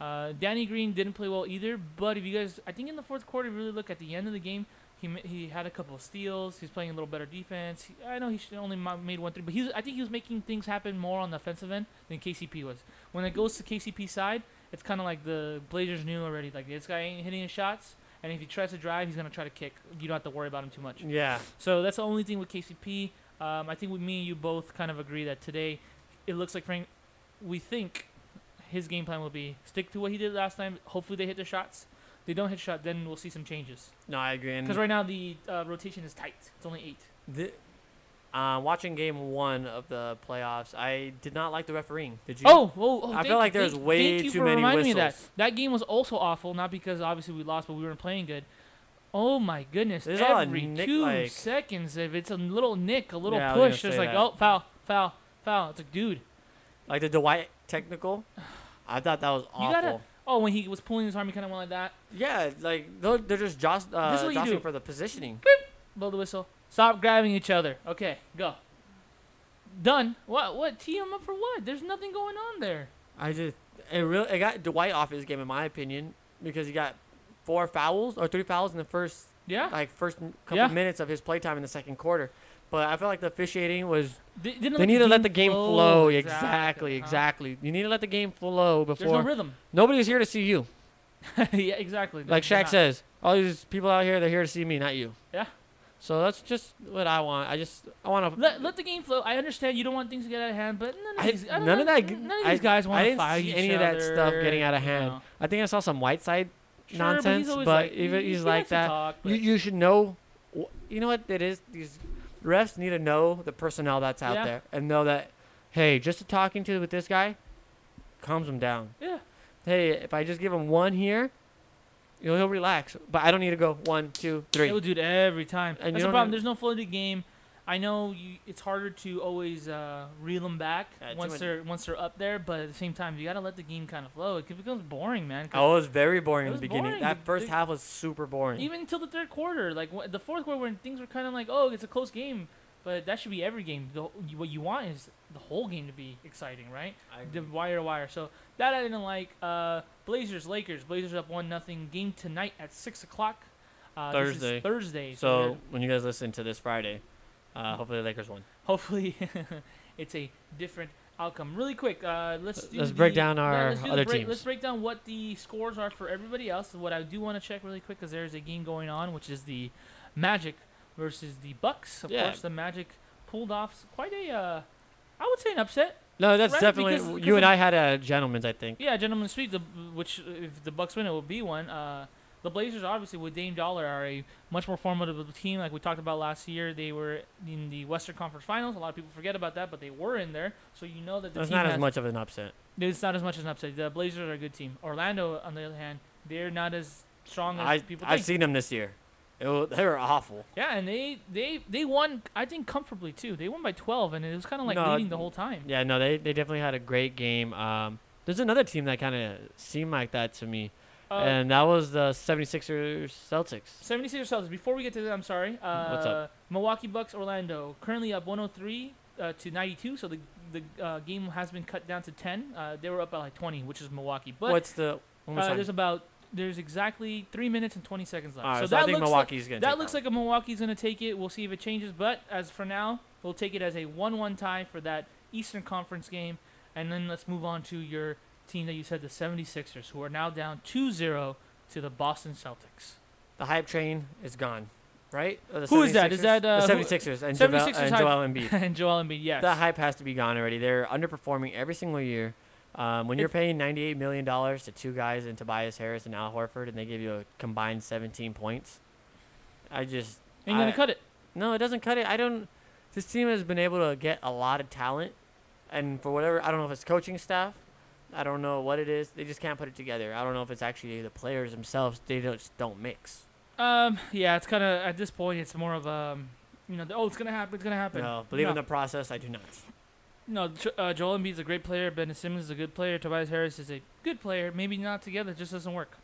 Speaker 2: Uh, Danny Green didn't play well either, but if you guys, I think in the fourth quarter, if you really look at the end of the game, he ma- he had a couple of steals. He's playing a little better defense. He, I know he should only ma- made one three, but he's I think he was making things happen more on the offensive end than KCP was. When it goes to KCP side, it's kind of like the Blazers knew already. Like this guy ain't hitting his shots, and if he tries to drive, he's gonna try to kick. You don't have to worry about him too much.
Speaker 3: Yeah.
Speaker 2: So that's the only thing with KCP. Um, I think with me and you both kind of agree that today it looks like Frank. We think his game plan will be stick to what he did last time. Hopefully they hit their shots. They don't hit shot, then we'll see some changes.
Speaker 3: No, I agree. And
Speaker 2: Because right now the uh, rotation is tight. It's only eight.
Speaker 3: thi- uh, watching game one of the playoffs, I did not like the refereeing. Did you?
Speaker 2: Oh, oh, oh
Speaker 3: I
Speaker 2: thank
Speaker 3: feel like
Speaker 2: you,
Speaker 3: there's
Speaker 2: thank-
Speaker 3: way
Speaker 2: thank you
Speaker 3: too
Speaker 2: for
Speaker 3: many
Speaker 2: reminding Me of that
Speaker 3: whistles.
Speaker 2: that game was also awful. Not because obviously we lost, but we weren't playing good. Oh my goodness!
Speaker 3: There's a lot of
Speaker 2: Every
Speaker 3: nick,
Speaker 2: two
Speaker 3: like-
Speaker 2: seconds, if it's a little nick, a little
Speaker 3: Yeah, I was gonna
Speaker 2: push, it's
Speaker 3: say
Speaker 2: like
Speaker 3: that.
Speaker 2: oh foul, foul, foul. It's like dude.
Speaker 3: Like the Dwight technical, I thought that was awful.
Speaker 2: You gotta. Oh, when he was pulling his arm, he kind of went like that.
Speaker 3: yeah, like they're, they're just jost-
Speaker 2: This is
Speaker 3: uh,
Speaker 2: what you
Speaker 3: jostling
Speaker 2: do.
Speaker 3: for the positioning.
Speaker 2: Blow the whistle. Stop grabbing each other. Okay, go. Done. What? What? Tee him up for what? There's nothing going on there.
Speaker 3: I just it really it got Dwight off his game in my opinion because he got four fouls or three fouls in the first
Speaker 2: Yeah.
Speaker 3: like first m- couple
Speaker 2: Yeah.
Speaker 3: minutes of his playtime in the second quarter. But I felt like the officiating was
Speaker 2: They, didn't
Speaker 3: they need to let the game flow. Exactly, uh-huh.
Speaker 2: Exactly. huh?
Speaker 3: exactly. You need to let the game flow
Speaker 2: There's
Speaker 3: before
Speaker 2: no rhythm.
Speaker 3: nobody's here to see you.
Speaker 2: yeah, exactly.
Speaker 3: Like
Speaker 2: They're
Speaker 3: Shaq
Speaker 2: not.
Speaker 3: says, all these people out here they're here to see me, not you.
Speaker 2: Yeah.
Speaker 3: So that's just what I want. I just I want to
Speaker 2: Let, let the game flow. I understand you don't want things to get out of hand, but none of
Speaker 3: I-
Speaker 2: these, I don't
Speaker 3: none of
Speaker 2: know,
Speaker 3: that-
Speaker 2: none of
Speaker 3: I-
Speaker 2: these guys
Speaker 3: I
Speaker 2: want to
Speaker 3: didn't
Speaker 2: fight
Speaker 3: see
Speaker 2: each
Speaker 3: any of that stuff
Speaker 2: other,
Speaker 3: getting out of
Speaker 2: you
Speaker 3: hand.
Speaker 2: know.
Speaker 3: I think I saw some white side
Speaker 2: Sure,
Speaker 3: nonsense,
Speaker 2: but, he's always
Speaker 3: but
Speaker 2: like,
Speaker 3: even
Speaker 2: he-
Speaker 3: he's
Speaker 2: he
Speaker 3: like
Speaker 2: likes to
Speaker 3: that.
Speaker 2: talk,
Speaker 3: You,
Speaker 2: but-
Speaker 3: you should know. wh- You know what it is. These refs need to know the personnel that's out
Speaker 2: Yeah.
Speaker 3: there and know that. Hey, just talking to with this guy, calms him down.
Speaker 2: yeah.
Speaker 3: Hey, if I just give him one here, you know, he'll relax. But I don't need to go one, two, three.
Speaker 2: It would do it every time.
Speaker 3: And you
Speaker 2: That's the
Speaker 3: don't
Speaker 2: problem.
Speaker 3: even-
Speaker 2: There's no flow to the game. I know you, it's harder to always uh, reel them back
Speaker 3: Yeah, too
Speaker 2: once
Speaker 3: much-
Speaker 2: they're once they're up there, but at the same time, you gotta let the game kind of flow. It becomes boring, man. 'cause
Speaker 3: Oh, it was very boring
Speaker 2: It
Speaker 3: in the
Speaker 2: was
Speaker 3: beginning.
Speaker 2: boring.
Speaker 3: That first
Speaker 2: They-
Speaker 3: half was super boring.
Speaker 2: Even until the third quarter, like wh- the fourth quarter, when things were kind of like, oh, it's a close game, but that should be every game. The, wh- you, what you want is the whole game to be exciting, right? The wire to wire. So That I didn't like. Uh, Blazers Lakers. Blazers up one nothing. Game tonight at six o'clock. Uh, this is
Speaker 3: Thursday.
Speaker 2: Thursday.
Speaker 3: So
Speaker 2: we're-
Speaker 3: when you guys listen to this Friday, uh, hopefully the Lakers won.
Speaker 2: hopefully it's a different outcome. Really quick. Uh, let's do
Speaker 3: Let's break
Speaker 2: the-
Speaker 3: down
Speaker 2: yeah,
Speaker 3: our
Speaker 2: let's do the
Speaker 3: other
Speaker 2: break-
Speaker 3: teams.
Speaker 2: Let's break down what the scores are for everybody else. What I do want to check really quick because there's a game going on, which is the Magic versus the Bucks. Of
Speaker 3: Yeah.
Speaker 2: course, the Magic pulled off quite a, uh, I would say, an upset.
Speaker 3: No, that's
Speaker 2: Right,
Speaker 3: definitely
Speaker 2: because- because
Speaker 3: you and
Speaker 2: of-
Speaker 3: I had a gentleman's. I think.
Speaker 2: Yeah, gentlemen, sweep. The, which if the Bucks win, it will be one. Uh, the Blazers, obviously, with Dame Dollar, are a much more formidable team. Like we talked about last year, they were in the Western Conference Finals. A lot of people forget about that, but they were in there. So you know that the
Speaker 3: That's
Speaker 2: team
Speaker 3: not as
Speaker 2: has-
Speaker 3: much of an upset.
Speaker 2: It's not as much as an upset. The Blazers are a good team. Orlando, on the other hand, they're not as strong as
Speaker 3: I
Speaker 2: people
Speaker 3: I've
Speaker 2: think.
Speaker 3: seen them this year. It wa- they were awful.
Speaker 2: Yeah, and they they they won. I think comfortably too. They won by twelve, and it was kind of like
Speaker 3: No,
Speaker 2: leading the whole time.
Speaker 3: Yeah, no, they they definitely had a great game. Um, there's another team that kind of seemed like that to me,
Speaker 2: Uh,
Speaker 3: and that was the 76ers Celtics.
Speaker 2: 76 Celtics. Before we get to that, I'm sorry. Uh,
Speaker 3: What's up?
Speaker 2: Milwaukee Bucks, Orlando. Currently up 103 uh, to 92, so the the uh, game has been cut down to 10. Uh, they were up by like 20, which is Milwaukee. But
Speaker 3: What's the one more
Speaker 2: uh,
Speaker 3: time?
Speaker 2: there's about there's exactly three minutes and 20 seconds left.
Speaker 3: All right, so,
Speaker 2: that
Speaker 3: I think
Speaker 2: looks
Speaker 3: Milwaukee's gonna.
Speaker 2: Like, that
Speaker 3: take
Speaker 2: looks
Speaker 3: one.
Speaker 2: like a Milwaukee's gonna take it. We'll see if it changes, but as for now, we'll take it as a 1-1 tie for that Eastern Conference game, and then let's move on to your team that you said the 76ers, who are now down 2-0 to the Boston Celtics.
Speaker 3: the hype train is gone, right? Or the
Speaker 2: Who is that? Is
Speaker 3: 76ers?
Speaker 2: that, uh, who-
Speaker 3: the 76ers and
Speaker 2: 76ers
Speaker 3: Joel, and
Speaker 2: hype-
Speaker 3: Joel Embiid?
Speaker 2: and Joel Embiid, yes.
Speaker 3: That hype has to be gone already. They're underperforming every single year. Um, when you're
Speaker 2: It's-
Speaker 3: paying $98 million to two guys in Tobias Harris and Al Horford, and they give you a combined 17 points, I just.
Speaker 2: Ain't gonna
Speaker 3: I-
Speaker 2: cut it.
Speaker 3: No, it doesn't cut it. I don't. This team has been able to get a lot of talent, and for whatever, I don't know if it's coaching staff, I don't know what it is. They just can't put it together. I don't know if it's actually the players themselves. They don't, just don't mix.
Speaker 2: Um, yeah, it's kind of at this point, it's more of um, you know, the, oh, it's gonna happen, it's gonna happen.
Speaker 3: No, believe
Speaker 2: no.
Speaker 3: in the process. I do not.
Speaker 2: No, Jo- uh, Joel Embiid's a great player. Ben Simmons is a good player. Tobias Harris is a good player. Maybe not together, it just doesn't work.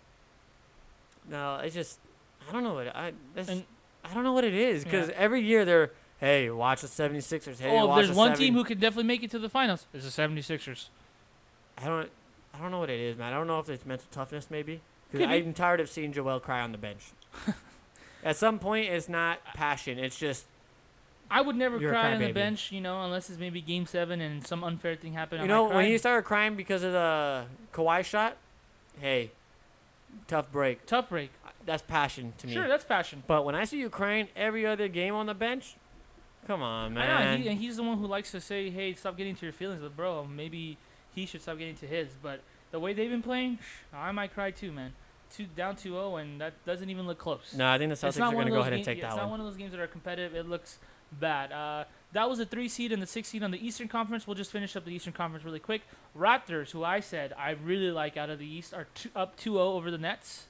Speaker 3: No, it's just I don't know what I that's,
Speaker 2: And-
Speaker 3: I don't know what it is because every year they're hey watch the 76ers hey
Speaker 2: oh, if
Speaker 3: watch
Speaker 2: there's
Speaker 3: the
Speaker 2: one
Speaker 3: 70
Speaker 2: team who can definitely make it to the finals. It's the 76ers.
Speaker 3: I don't I don't know what it is man I don't know if it's mental toughness maybe
Speaker 2: Could
Speaker 3: because
Speaker 2: be.
Speaker 3: I'm tired of seeing Joel cry on the bench. At some point, it's not passion. It's just
Speaker 2: I would never
Speaker 3: You're a
Speaker 2: cry on the
Speaker 3: crybaby.
Speaker 2: bench, you know, unless it's maybe game seven and some unfair thing happened. I
Speaker 3: you
Speaker 2: might
Speaker 3: know
Speaker 2: cry.
Speaker 3: when you started crying because of the Kawhi shot. Hey, tough break.
Speaker 2: tough break.
Speaker 3: That's passion to me.
Speaker 2: Sure, that's passion.
Speaker 3: But when I see you crying every other game on the bench, come on, man.
Speaker 2: I know, he, and he's the one who likes to say, "Hey, stop getting to your feelings," but bro, maybe he should stop getting to his. But the way they've been playing, I might cry too, man. Two down 2-0, and that doesn't even look close.
Speaker 3: No, I think the
Speaker 2: it's
Speaker 3: Celtics
Speaker 2: not
Speaker 3: are
Speaker 2: one of
Speaker 3: going to go
Speaker 2: those
Speaker 3: ahead and
Speaker 2: game-
Speaker 3: take
Speaker 2: It's
Speaker 3: that
Speaker 2: not
Speaker 3: one.
Speaker 2: one of those games that are competitive. It looks bad. Uh, that was a three seed and the six seed on the Eastern Conference. We'll just finish up the Eastern Conference really quick. Raptors, who I said I really like out of the East, are two, up 2-0 over the Nets,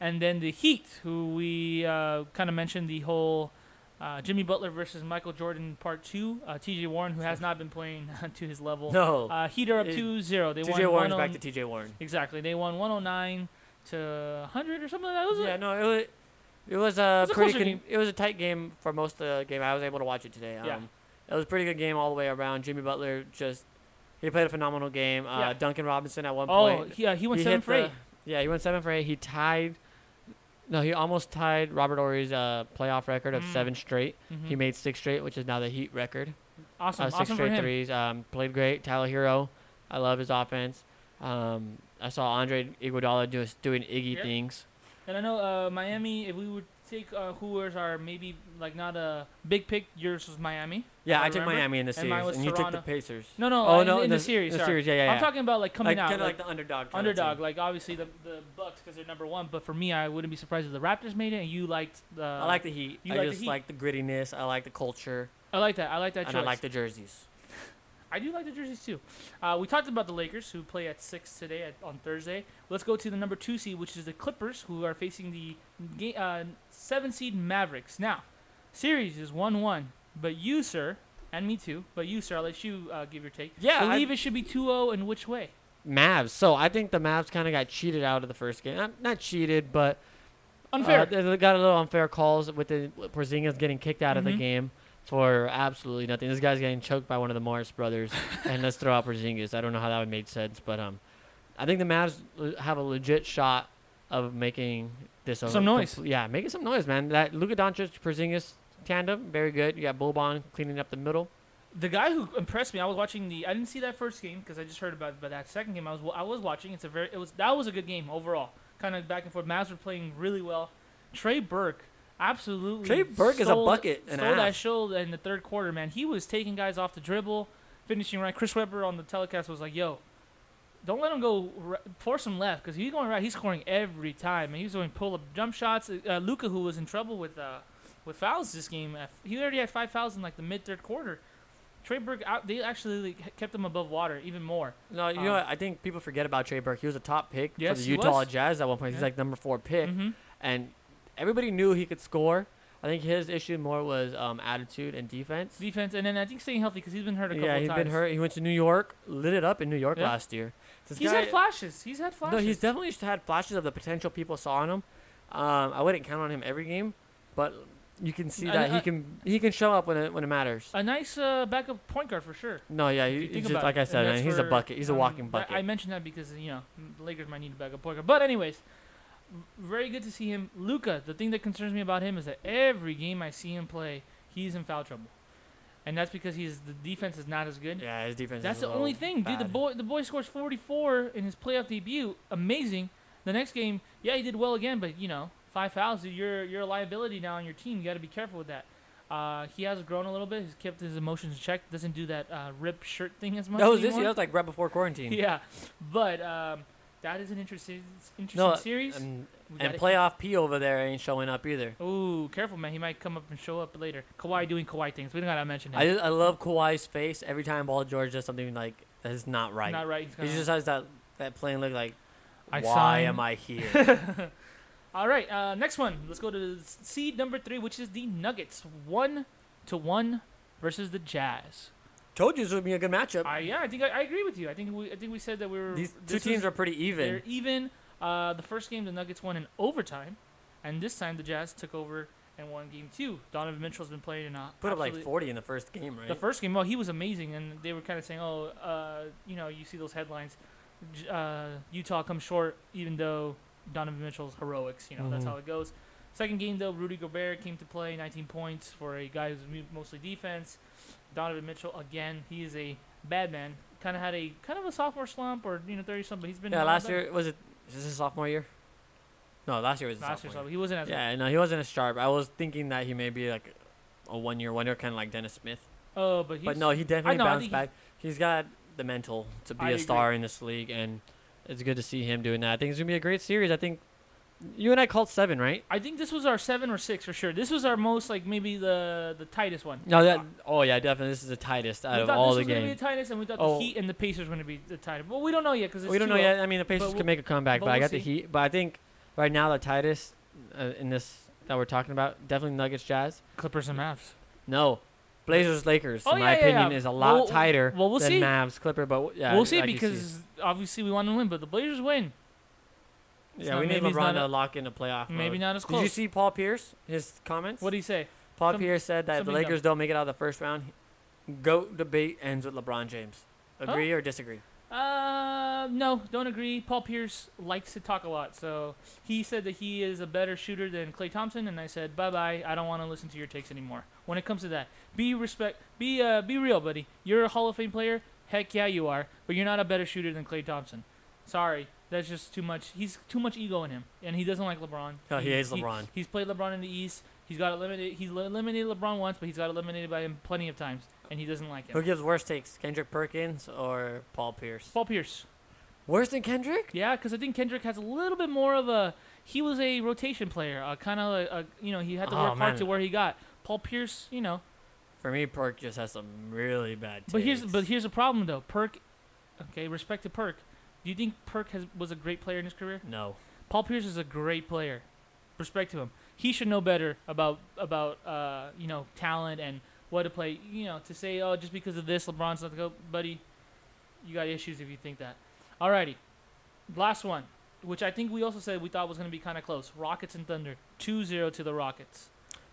Speaker 2: and then the Heat, who we uh, kind of mentioned the whole. Uh, Jimmy Butler versus Michael Jordan, part two. Uh, T.J. Warren, who has not been playing to his level.
Speaker 3: No.
Speaker 2: Uh, Heat are up
Speaker 3: It-
Speaker 2: 2-0. They
Speaker 3: TJ
Speaker 2: won
Speaker 3: Warren's
Speaker 2: 10
Speaker 3: back to TJ Warren.
Speaker 2: exactly. They won 109 to 100 or something like that. was
Speaker 3: Yeah,
Speaker 2: it?
Speaker 3: no, it was it was a
Speaker 2: was a
Speaker 3: pretty
Speaker 2: closer
Speaker 3: good,
Speaker 2: game.
Speaker 3: it was a tight game for most of the game. I was able to watch it today. Um,
Speaker 2: Yeah.
Speaker 3: it was a pretty good game all the way around. Jimmy Butler just he played a phenomenal game. Uh,
Speaker 2: Yeah.
Speaker 3: Duncan Robinson at one
Speaker 2: Oh,
Speaker 3: point.
Speaker 2: he, uh, he went
Speaker 3: he
Speaker 2: seven
Speaker 3: hit
Speaker 2: for eight.
Speaker 3: the- yeah, he went seven for eight. He tied. No, he almost tied Robert Ory's uh, playoff record of
Speaker 2: Mm.
Speaker 3: seven straight.
Speaker 2: Mhm.
Speaker 3: He made six straight, which is now the Heat record.
Speaker 2: Awesome,
Speaker 3: Uh, six
Speaker 2: awesome for
Speaker 3: straight
Speaker 2: him.
Speaker 3: threes. Um, played great. Tyler Hero, I love his offense. Um, I saw Andre Iguodala just doing Iggy
Speaker 2: Yeah.
Speaker 3: things.
Speaker 2: And I know uh, Miami. If we would take uh, who was our maybe like not a big pick, yours was Miami.
Speaker 3: Yeah,
Speaker 2: I
Speaker 3: I, took
Speaker 2: remember.
Speaker 3: Miami in the
Speaker 2: And mine
Speaker 3: series,
Speaker 2: was
Speaker 3: and you took the
Speaker 2: Toronto.
Speaker 3: Pacers.
Speaker 2: No, no,
Speaker 3: Oh,
Speaker 2: uh, in,
Speaker 3: no,
Speaker 2: in
Speaker 3: in
Speaker 2: the,
Speaker 3: the-
Speaker 2: series.
Speaker 3: the
Speaker 2: sorry.
Speaker 3: series, yeah, yeah,
Speaker 2: I'm
Speaker 3: yeah.
Speaker 2: talking about like coming
Speaker 3: like,
Speaker 2: out,
Speaker 3: kind of
Speaker 2: like,
Speaker 3: like, the underdog. kinda
Speaker 2: underdog.
Speaker 3: team.
Speaker 2: Like obviously the the Bucks because they're number one. But for me, I wouldn't be surprised if the Raptors made it. And you liked the.
Speaker 3: I like the Heat.
Speaker 2: uh, you
Speaker 3: I
Speaker 2: like the
Speaker 3: just
Speaker 2: Heat.
Speaker 3: like the grittiness. I like the culture,
Speaker 2: I like that. I like that
Speaker 3: and
Speaker 2: choice.
Speaker 3: I like the jerseys.
Speaker 2: I do like the jerseys too. Uh, we talked about the Lakers who play at six today at, on Thursday. Let's go to the number two seed, which is the Clippers, who are facing the ga- uh, seven seed Mavericks. Now, series is one one, but you, sir, and me too, but you, sir, I'll let you uh, give your take.
Speaker 3: Yeah, I-
Speaker 2: believe it should be 2-0 and which way?
Speaker 3: Mavs. So I think the Mavs kind of got cheated out of the first game. Not, not cheated, but
Speaker 2: Unfair.
Speaker 3: Uh, they they got a little unfair calls with the with Porzingis getting kicked out of the
Speaker 2: Mhm.
Speaker 3: game for absolutely nothing. This guy's getting choked by one of the Morris brothers, and let's throw out Porzingis. I don't know how that would make sense, but um, I think the Mavs l- have a legit shot of making this a
Speaker 2: Some noise.
Speaker 3: complete- yeah, making some noise, man. That Luka Doncic Porzingis tandem, very good. You got Boban cleaning up the middle.
Speaker 2: The guy who impressed me, I was watching the. I didn't see that first game because I just heard about. But that second game, I was I was watching. It's a very. It was that was a good game overall. Kind of back and forth. Mavs were playing really well. Trey Burke, absolutely.
Speaker 3: Trey Burke is a
Speaker 2: stole-
Speaker 3: bucket and a
Speaker 2: Stole that
Speaker 3: half.
Speaker 2: show in the third quarter, man. He was taking guys off the dribble, finishing right. Chris Webber on the telecast was like, "Yo, don't let him go. ri- Force him left because he's going right. He's scoring every time, and he's doing pull up jump shots. Uh, Luca, who was in trouble with uh, with fouls this game, uh, he already had five fouls in like the mid third quarter. Trey Burke, out, they actually like, kept him above water even more.
Speaker 3: No, you
Speaker 2: Um,
Speaker 3: know what? I think people forget about Trey Burke. He was a top pick
Speaker 2: Yes,
Speaker 3: for the
Speaker 2: he
Speaker 3: Utah
Speaker 2: was.
Speaker 3: Jazz at one point. He's
Speaker 2: Yeah.
Speaker 3: like number four pick,
Speaker 2: hmm
Speaker 3: and everybody knew he could score. I think his issue more was um, attitude and defense.
Speaker 2: Defense, and then I think staying healthy because he's been hurt a couple
Speaker 3: Yeah,
Speaker 2: of
Speaker 3: he's
Speaker 2: times.
Speaker 3: been hurt. He went to New York, lit it up in New York
Speaker 2: Yeah.
Speaker 3: last year. This
Speaker 2: He's
Speaker 3: guy-
Speaker 2: had flashes. He's had flashes.
Speaker 3: No, he's definitely just had flashes of the potential people saw in him. Um, I wouldn't count on him every game, but you can see
Speaker 2: I-
Speaker 3: that
Speaker 2: I-
Speaker 3: he can he can show up when it when it matters.
Speaker 2: a nice uh, backup point guard for sure.
Speaker 3: No, yeah,
Speaker 2: If
Speaker 3: he,
Speaker 2: you
Speaker 3: he's
Speaker 2: think
Speaker 3: just,
Speaker 2: about
Speaker 3: like
Speaker 2: it.
Speaker 3: I
Speaker 2: And
Speaker 3: said, man,
Speaker 2: that's
Speaker 3: he's a
Speaker 2: where,
Speaker 3: bucket. He's a
Speaker 2: um,
Speaker 3: walking
Speaker 2: I-
Speaker 3: bucket.
Speaker 2: I, mentioned that because you know the Lakers might need a backup point guard. But anyways, very good to see him. Luca, the thing that concerns me about him is that every game I see him play, he's in foul trouble, and that's because he's the defense is not as good.
Speaker 3: yeah, his defense.
Speaker 2: That's
Speaker 3: is
Speaker 2: the
Speaker 3: a
Speaker 2: only
Speaker 3: little
Speaker 2: thing, dude. The
Speaker 3: bad.
Speaker 2: boy, the boy scores 44 in his playoff debut. Amazing. The next game, yeah, he did well again, but you know, five fouls. dude, You're you're a liability now on your team. You got to be careful with that. Uh, he has grown a little bit. He's kept his emotions in check. Doesn't do that uh, rip shirt thing as much.
Speaker 3: That was this year.
Speaker 2: anymore.
Speaker 3: That was like right before quarantine.
Speaker 2: Yeah, but um, that is an interesting interesting
Speaker 3: No,
Speaker 2: series.
Speaker 3: And,
Speaker 2: We
Speaker 3: and
Speaker 2: gotta-
Speaker 3: playoff P over there ain't showing up either.
Speaker 2: Ooh, careful, man. He might come up and show up later. Kawhi doing Kawhi things. We don't gotta mention him.
Speaker 3: I, I love Kawhi's face every time Paul George does something like that is not right.
Speaker 2: Not right. He's
Speaker 3: He
Speaker 2: gonna-
Speaker 3: just has that that plain look like,
Speaker 2: I
Speaker 3: why
Speaker 2: sign-
Speaker 3: am I here?
Speaker 2: All right, uh, next one. Let's go to seed number three, which is the Nuggets, one to one versus the Jazz.
Speaker 3: Told you this would be a good matchup.
Speaker 2: I yeah, I think I, I agree with you. I think we I think we said that we were
Speaker 3: These two
Speaker 2: this
Speaker 3: teams
Speaker 2: was-
Speaker 3: are pretty even.
Speaker 2: They're even. Uh, the first game the Nuggets won in overtime, and this time the Jazz took over and won game two. Donovan Mitchell's been playing in a
Speaker 3: Put up like
Speaker 2: absolute-
Speaker 3: 40 in the first game, right?
Speaker 2: The first game, well, he was amazing, and they were kind of saying, "Oh, uh, you know, you see those headlines, J- uh, Utah comes short, even though Donovan Mitchell's heroics. You know, that's
Speaker 3: Mhm.
Speaker 2: how it goes." Second game, though, Rudy Gobert came to play, 19 points for a guy who's mo- mostly defense. Donovan Mitchell again, he is a bad man. Kind of had a kind of a sophomore slump, or you know, 30 something, but he's been a
Speaker 3: yeah,
Speaker 2: lot
Speaker 3: last
Speaker 2: better.
Speaker 3: year was it? Is this his sophomore year? No, last year was his
Speaker 2: Last year,
Speaker 3: sophomore.
Speaker 2: so he wasn't as
Speaker 3: year. Yeah, no, he wasn't as sharp. I was thinking that he may be like a one-year wonder, kind of like Dennis Smith.
Speaker 2: Oh, but he's
Speaker 3: But no, he definitely
Speaker 2: know, I
Speaker 3: bounced
Speaker 2: think
Speaker 3: back. He's got the mental to be
Speaker 2: I
Speaker 3: a
Speaker 2: agree.
Speaker 3: star in this league, and it's good to see him doing that. I think it's gonna be a great series. I think you and I called seven, right?
Speaker 2: I think this was our seven or six for sure. This was our most like maybe the the tightest one.
Speaker 3: No, that. Oh yeah, definitely. This is the tightest out
Speaker 2: we
Speaker 3: of
Speaker 2: thought
Speaker 3: all
Speaker 2: this
Speaker 3: the
Speaker 2: was gonna be
Speaker 3: games.
Speaker 2: the tightest, and we thought
Speaker 3: Oh.
Speaker 2: the Heat and the Pacers were gonna be the tightest. But we don't know yet because
Speaker 3: We don't know yet. I mean, the Pacers
Speaker 2: we'll-
Speaker 3: could make a comeback, but,
Speaker 2: but
Speaker 3: I
Speaker 2: we'll
Speaker 3: got the
Speaker 2: see.
Speaker 3: Heat. But I think right now the tightest uh, in this that we're talking about definitely Nuggets Jazz.
Speaker 2: Clippers and Mavs.
Speaker 3: No, Blazers Lakers.
Speaker 2: Oh,
Speaker 3: in
Speaker 2: yeah,
Speaker 3: my
Speaker 2: yeah,
Speaker 3: opinion,
Speaker 2: yeah.
Speaker 3: is a lot
Speaker 2: Well,
Speaker 3: tighter
Speaker 2: well, we'll
Speaker 3: than
Speaker 2: see.
Speaker 3: Mavs Clipper. But w- yeah,
Speaker 2: we'll see
Speaker 3: I can
Speaker 2: because obviously we want to win, but the Blazers win. it's
Speaker 3: yeah,
Speaker 2: not-
Speaker 3: we need
Speaker 2: maybe it's not
Speaker 3: LeBron
Speaker 2: a-
Speaker 3: to lock in a playoff.
Speaker 2: Maybe
Speaker 3: mode.
Speaker 2: not as
Speaker 3: Did you
Speaker 2: close.
Speaker 3: see Paul Pierce? His comments.
Speaker 2: What do you say?
Speaker 3: Paul
Speaker 2: Some-
Speaker 3: Pierce said that if the
Speaker 2: something dumb.
Speaker 3: Lakers don't make it out of the first round, goat debate ends with LeBron James. Agree
Speaker 2: Oh.
Speaker 3: or disagree?
Speaker 2: Uh, no, don't agree. Paul Pierce likes to talk a lot, so he said that he is a better shooter than Clay Thompson, and I said bye bye. I don't want to listen to your takes anymore. When it comes to that, be respect, be uh, be real, buddy. You're a Hall of Fame player. Heck yeah, you are, but you're not a better shooter than Clay Thompson. Sorry, that's just too much. He's too much ego in him, and he doesn't like LeBron.
Speaker 3: No, he hates LeBron.
Speaker 2: he's played LeBron in the East. He's got eliminated. He's eliminated LeBron once, but he's got eliminated by him plenty of times, and he doesn't like
Speaker 3: Who
Speaker 2: him.
Speaker 3: gives worse takes, Kendrick Perkins or Paul Pierce?
Speaker 2: Paul Pierce.
Speaker 3: Worse than Kendrick?
Speaker 2: Yeah, because I think Kendrick has a little bit more of a. He was a rotation player, uh, kind of a, a you know he had to
Speaker 3: Oh,
Speaker 2: work
Speaker 3: man.
Speaker 2: hard to where he got. Paul Pierce, you know,
Speaker 3: For me, Perk just has some really bad. Takes.
Speaker 2: but here's but here's the problem though. Perk, okay, respect to Perk. Do you think Perk has was a great player in his career?
Speaker 3: no.
Speaker 2: Paul Pierce is a great player. Respect to him. He should know better about about uh, you know talent and what to play. You know to say oh just because of this LeBron's not the go buddy. You got issues if you think that. Alrighty, last one, which I think we also said we thought was going to be kind of close. Rockets and Thunder, 2-0 to the Rockets.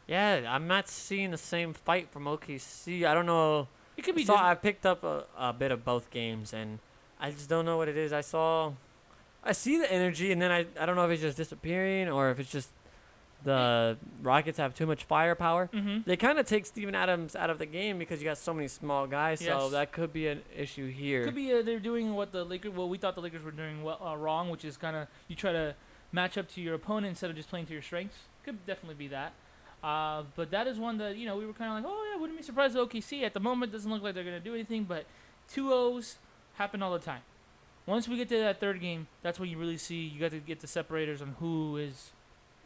Speaker 3: Yeah, I'm not seeing the same fight from OKC. I don't know.
Speaker 2: It could be
Speaker 3: so
Speaker 2: different.
Speaker 3: I picked up a, a bit of both games, and I just don't know what it is. I saw I see the energy, and then I, I don't know if it's just disappearing or if it's just the Rockets have too much firepower.
Speaker 2: Mm-hmm.
Speaker 3: They kind of take Steven Adams out of the game because you got so many small guys, so
Speaker 2: Yes.
Speaker 3: that could be an issue here.
Speaker 2: Could be uh, they're doing what the Lakers, what we thought the Lakers were doing well, uh, wrong, which is kind of you try to match up to your opponent instead of just playing to your strengths. Could definitely be that. Uh, but that is one that you know we were kind of like, oh yeah, wouldn't be surprised if OKC at the moment doesn't look like they're gonna do anything. But two O's happen all the time. Once we get to that third game, that's when you really see you got to get the separators on who is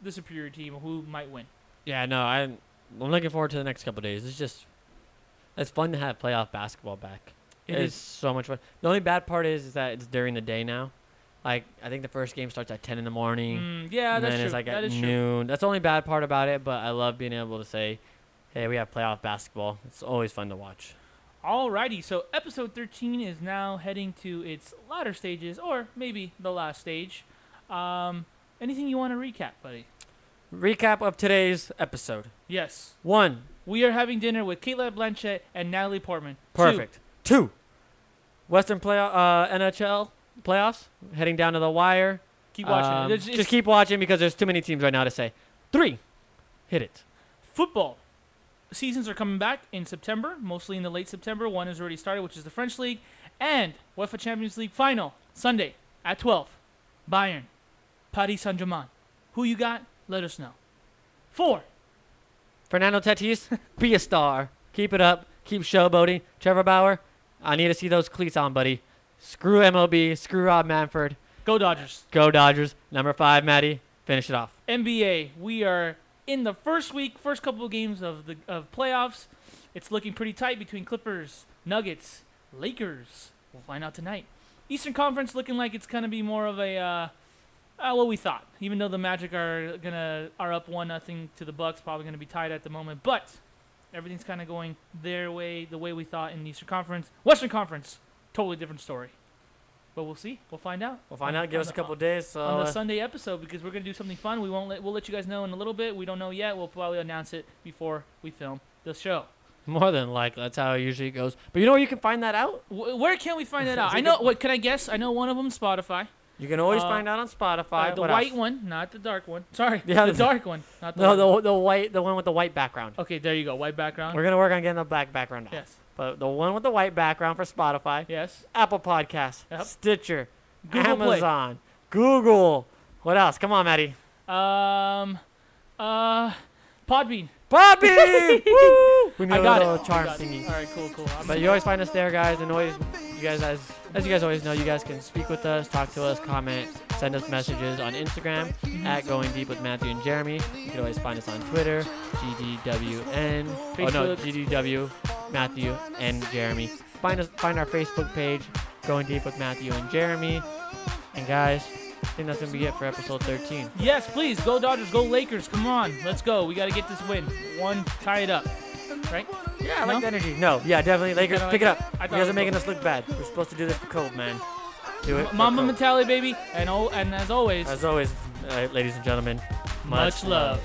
Speaker 2: the superior team and who might win.
Speaker 3: Yeah, no, I'm, I'm looking forward to the next couple of days. It's just, it's fun to have playoff basketball back.
Speaker 2: It
Speaker 3: It is
Speaker 2: is.
Speaker 3: so much fun. The only bad part is, is that it's during the day now. Like, I think the first game starts at 10 in the morning.
Speaker 2: Mm, yeah,
Speaker 3: and
Speaker 2: that's
Speaker 3: then
Speaker 2: true.
Speaker 3: it's like
Speaker 2: that
Speaker 3: at
Speaker 2: is true.
Speaker 3: noon. That's the only bad part about it, but I love being able to say, hey, we have playoff basketball. It's always fun to watch.
Speaker 2: Alrighty, so episode 13 is now heading to its latter stages, or maybe the last stage. Um, anything you want to recap, buddy?
Speaker 3: Recap of today's episode
Speaker 2: Yes.
Speaker 3: one,
Speaker 2: We are having dinner with Caitlin Blanchett and Natalie Portman. Two,
Speaker 3: perfect. Two, Western playoff, uh, NHL playoffs, heading down to the wire.
Speaker 2: keep watching.
Speaker 3: Um,
Speaker 2: It's- it's
Speaker 3: just keep watching because there's too many teams right now to say. Three, hit it.
Speaker 2: Football. Seasons are coming back in September, mostly in the late September. One has already started, which is the French League. And UEFA Champions League final, Sunday at 12. Bayern, Paris Saint Germain. Who you got? Let us know. Four.
Speaker 3: Fernando Tatis, be a star. Keep it up. Keep showboating. Trevor Bauer, I need to see those cleats on, buddy. Screw MLB. Screw Rob Manford.
Speaker 2: Go Dodgers.
Speaker 3: Go Dodgers. Number five, Maddie. Finish it off.
Speaker 2: NBA, we are in the first week, first couple of games of the of playoffs. It's looking pretty tight between Clippers, Nuggets, Lakers. We'll find out tonight. Eastern Conference looking like it's gonna be more of a uh, uh, what we thought. Even though the Magic are gonna are up one nothing to the Bucks, probably gonna be tied at the moment. But everything's kind of going their way, the way we thought in the Eastern Conference. Western Conference, totally different story. But we'll see. We'll find out.
Speaker 3: We'll find out. Give us a couple
Speaker 2: days
Speaker 3: days. So
Speaker 2: on the
Speaker 3: uh,
Speaker 2: Sunday episode because we're gonna do something fun. We won't let we'll let you guys know in a little bit. We don't know yet. We'll probably announce it before we film the show.
Speaker 3: more than likely, that's how it usually goes. But you know where you can find that out?
Speaker 2: Wh- where can we find that out?
Speaker 3: Is it
Speaker 2: I know.
Speaker 3: the-
Speaker 2: What can I guess? I know one of them Spotify.
Speaker 3: You can always
Speaker 2: Uh,
Speaker 3: find out on Spotify.
Speaker 2: Uh, the
Speaker 3: What
Speaker 2: white
Speaker 3: else?
Speaker 2: one, not the dark one. Sorry,
Speaker 3: Yeah,
Speaker 2: the
Speaker 3: the-
Speaker 2: dark one, not the white
Speaker 3: No,
Speaker 2: one.
Speaker 3: the, the white, the one with the white background.
Speaker 2: Okay, there you go. White background.
Speaker 3: We're gonna work on getting the black background. Off.
Speaker 2: yes,
Speaker 3: But the one with the white background for Spotify.
Speaker 2: yes.
Speaker 3: Apple Podcasts,
Speaker 2: Yep.
Speaker 3: Stitcher,
Speaker 2: Google Play.
Speaker 3: Amazon, Google. What else? Come on, Maddie.
Speaker 2: Um, uh, Podbean.
Speaker 3: Bobby! Woo! We need
Speaker 2: I
Speaker 3: a
Speaker 2: got
Speaker 3: little
Speaker 2: it.
Speaker 3: charm
Speaker 2: I got it.
Speaker 3: thingy.
Speaker 2: All right, cool, cool. I'm-
Speaker 3: But you always find us there, guys, and always, you guys, as, as you guys always know, you guys can speak with us, talk to us, comment, send us messages on Instagram at Going Deep with Matthew and Jeremy. You can always find us on Twitter, GDWN. Oh no,
Speaker 2: Facebook.
Speaker 3: GDW, Matthew and Jeremy. Find us, find our Facebook page, Going Deep with Matthew and Jeremy. And guys, I think that's gonna be it for episode 13.
Speaker 2: Yes, please. Go Dodgers. Go Lakers. Come on, let's go. We gotta get this win. One, tie it up. Right?
Speaker 3: Yeah, I
Speaker 2: like No? the
Speaker 3: energy. No, yeah, definitely. Lakers,
Speaker 2: Kinda
Speaker 3: pick it
Speaker 2: like-
Speaker 3: up.
Speaker 2: I
Speaker 3: You
Speaker 2: thought it
Speaker 3: guys are
Speaker 2: was
Speaker 3: making
Speaker 2: over.
Speaker 3: us look bad. We're supposed to do this for Cove, man. Do it. for
Speaker 2: Mama
Speaker 3: Cove.
Speaker 2: mentality, baby. And oh, and as always,
Speaker 3: As always, uh, ladies and gentlemen,
Speaker 2: much love.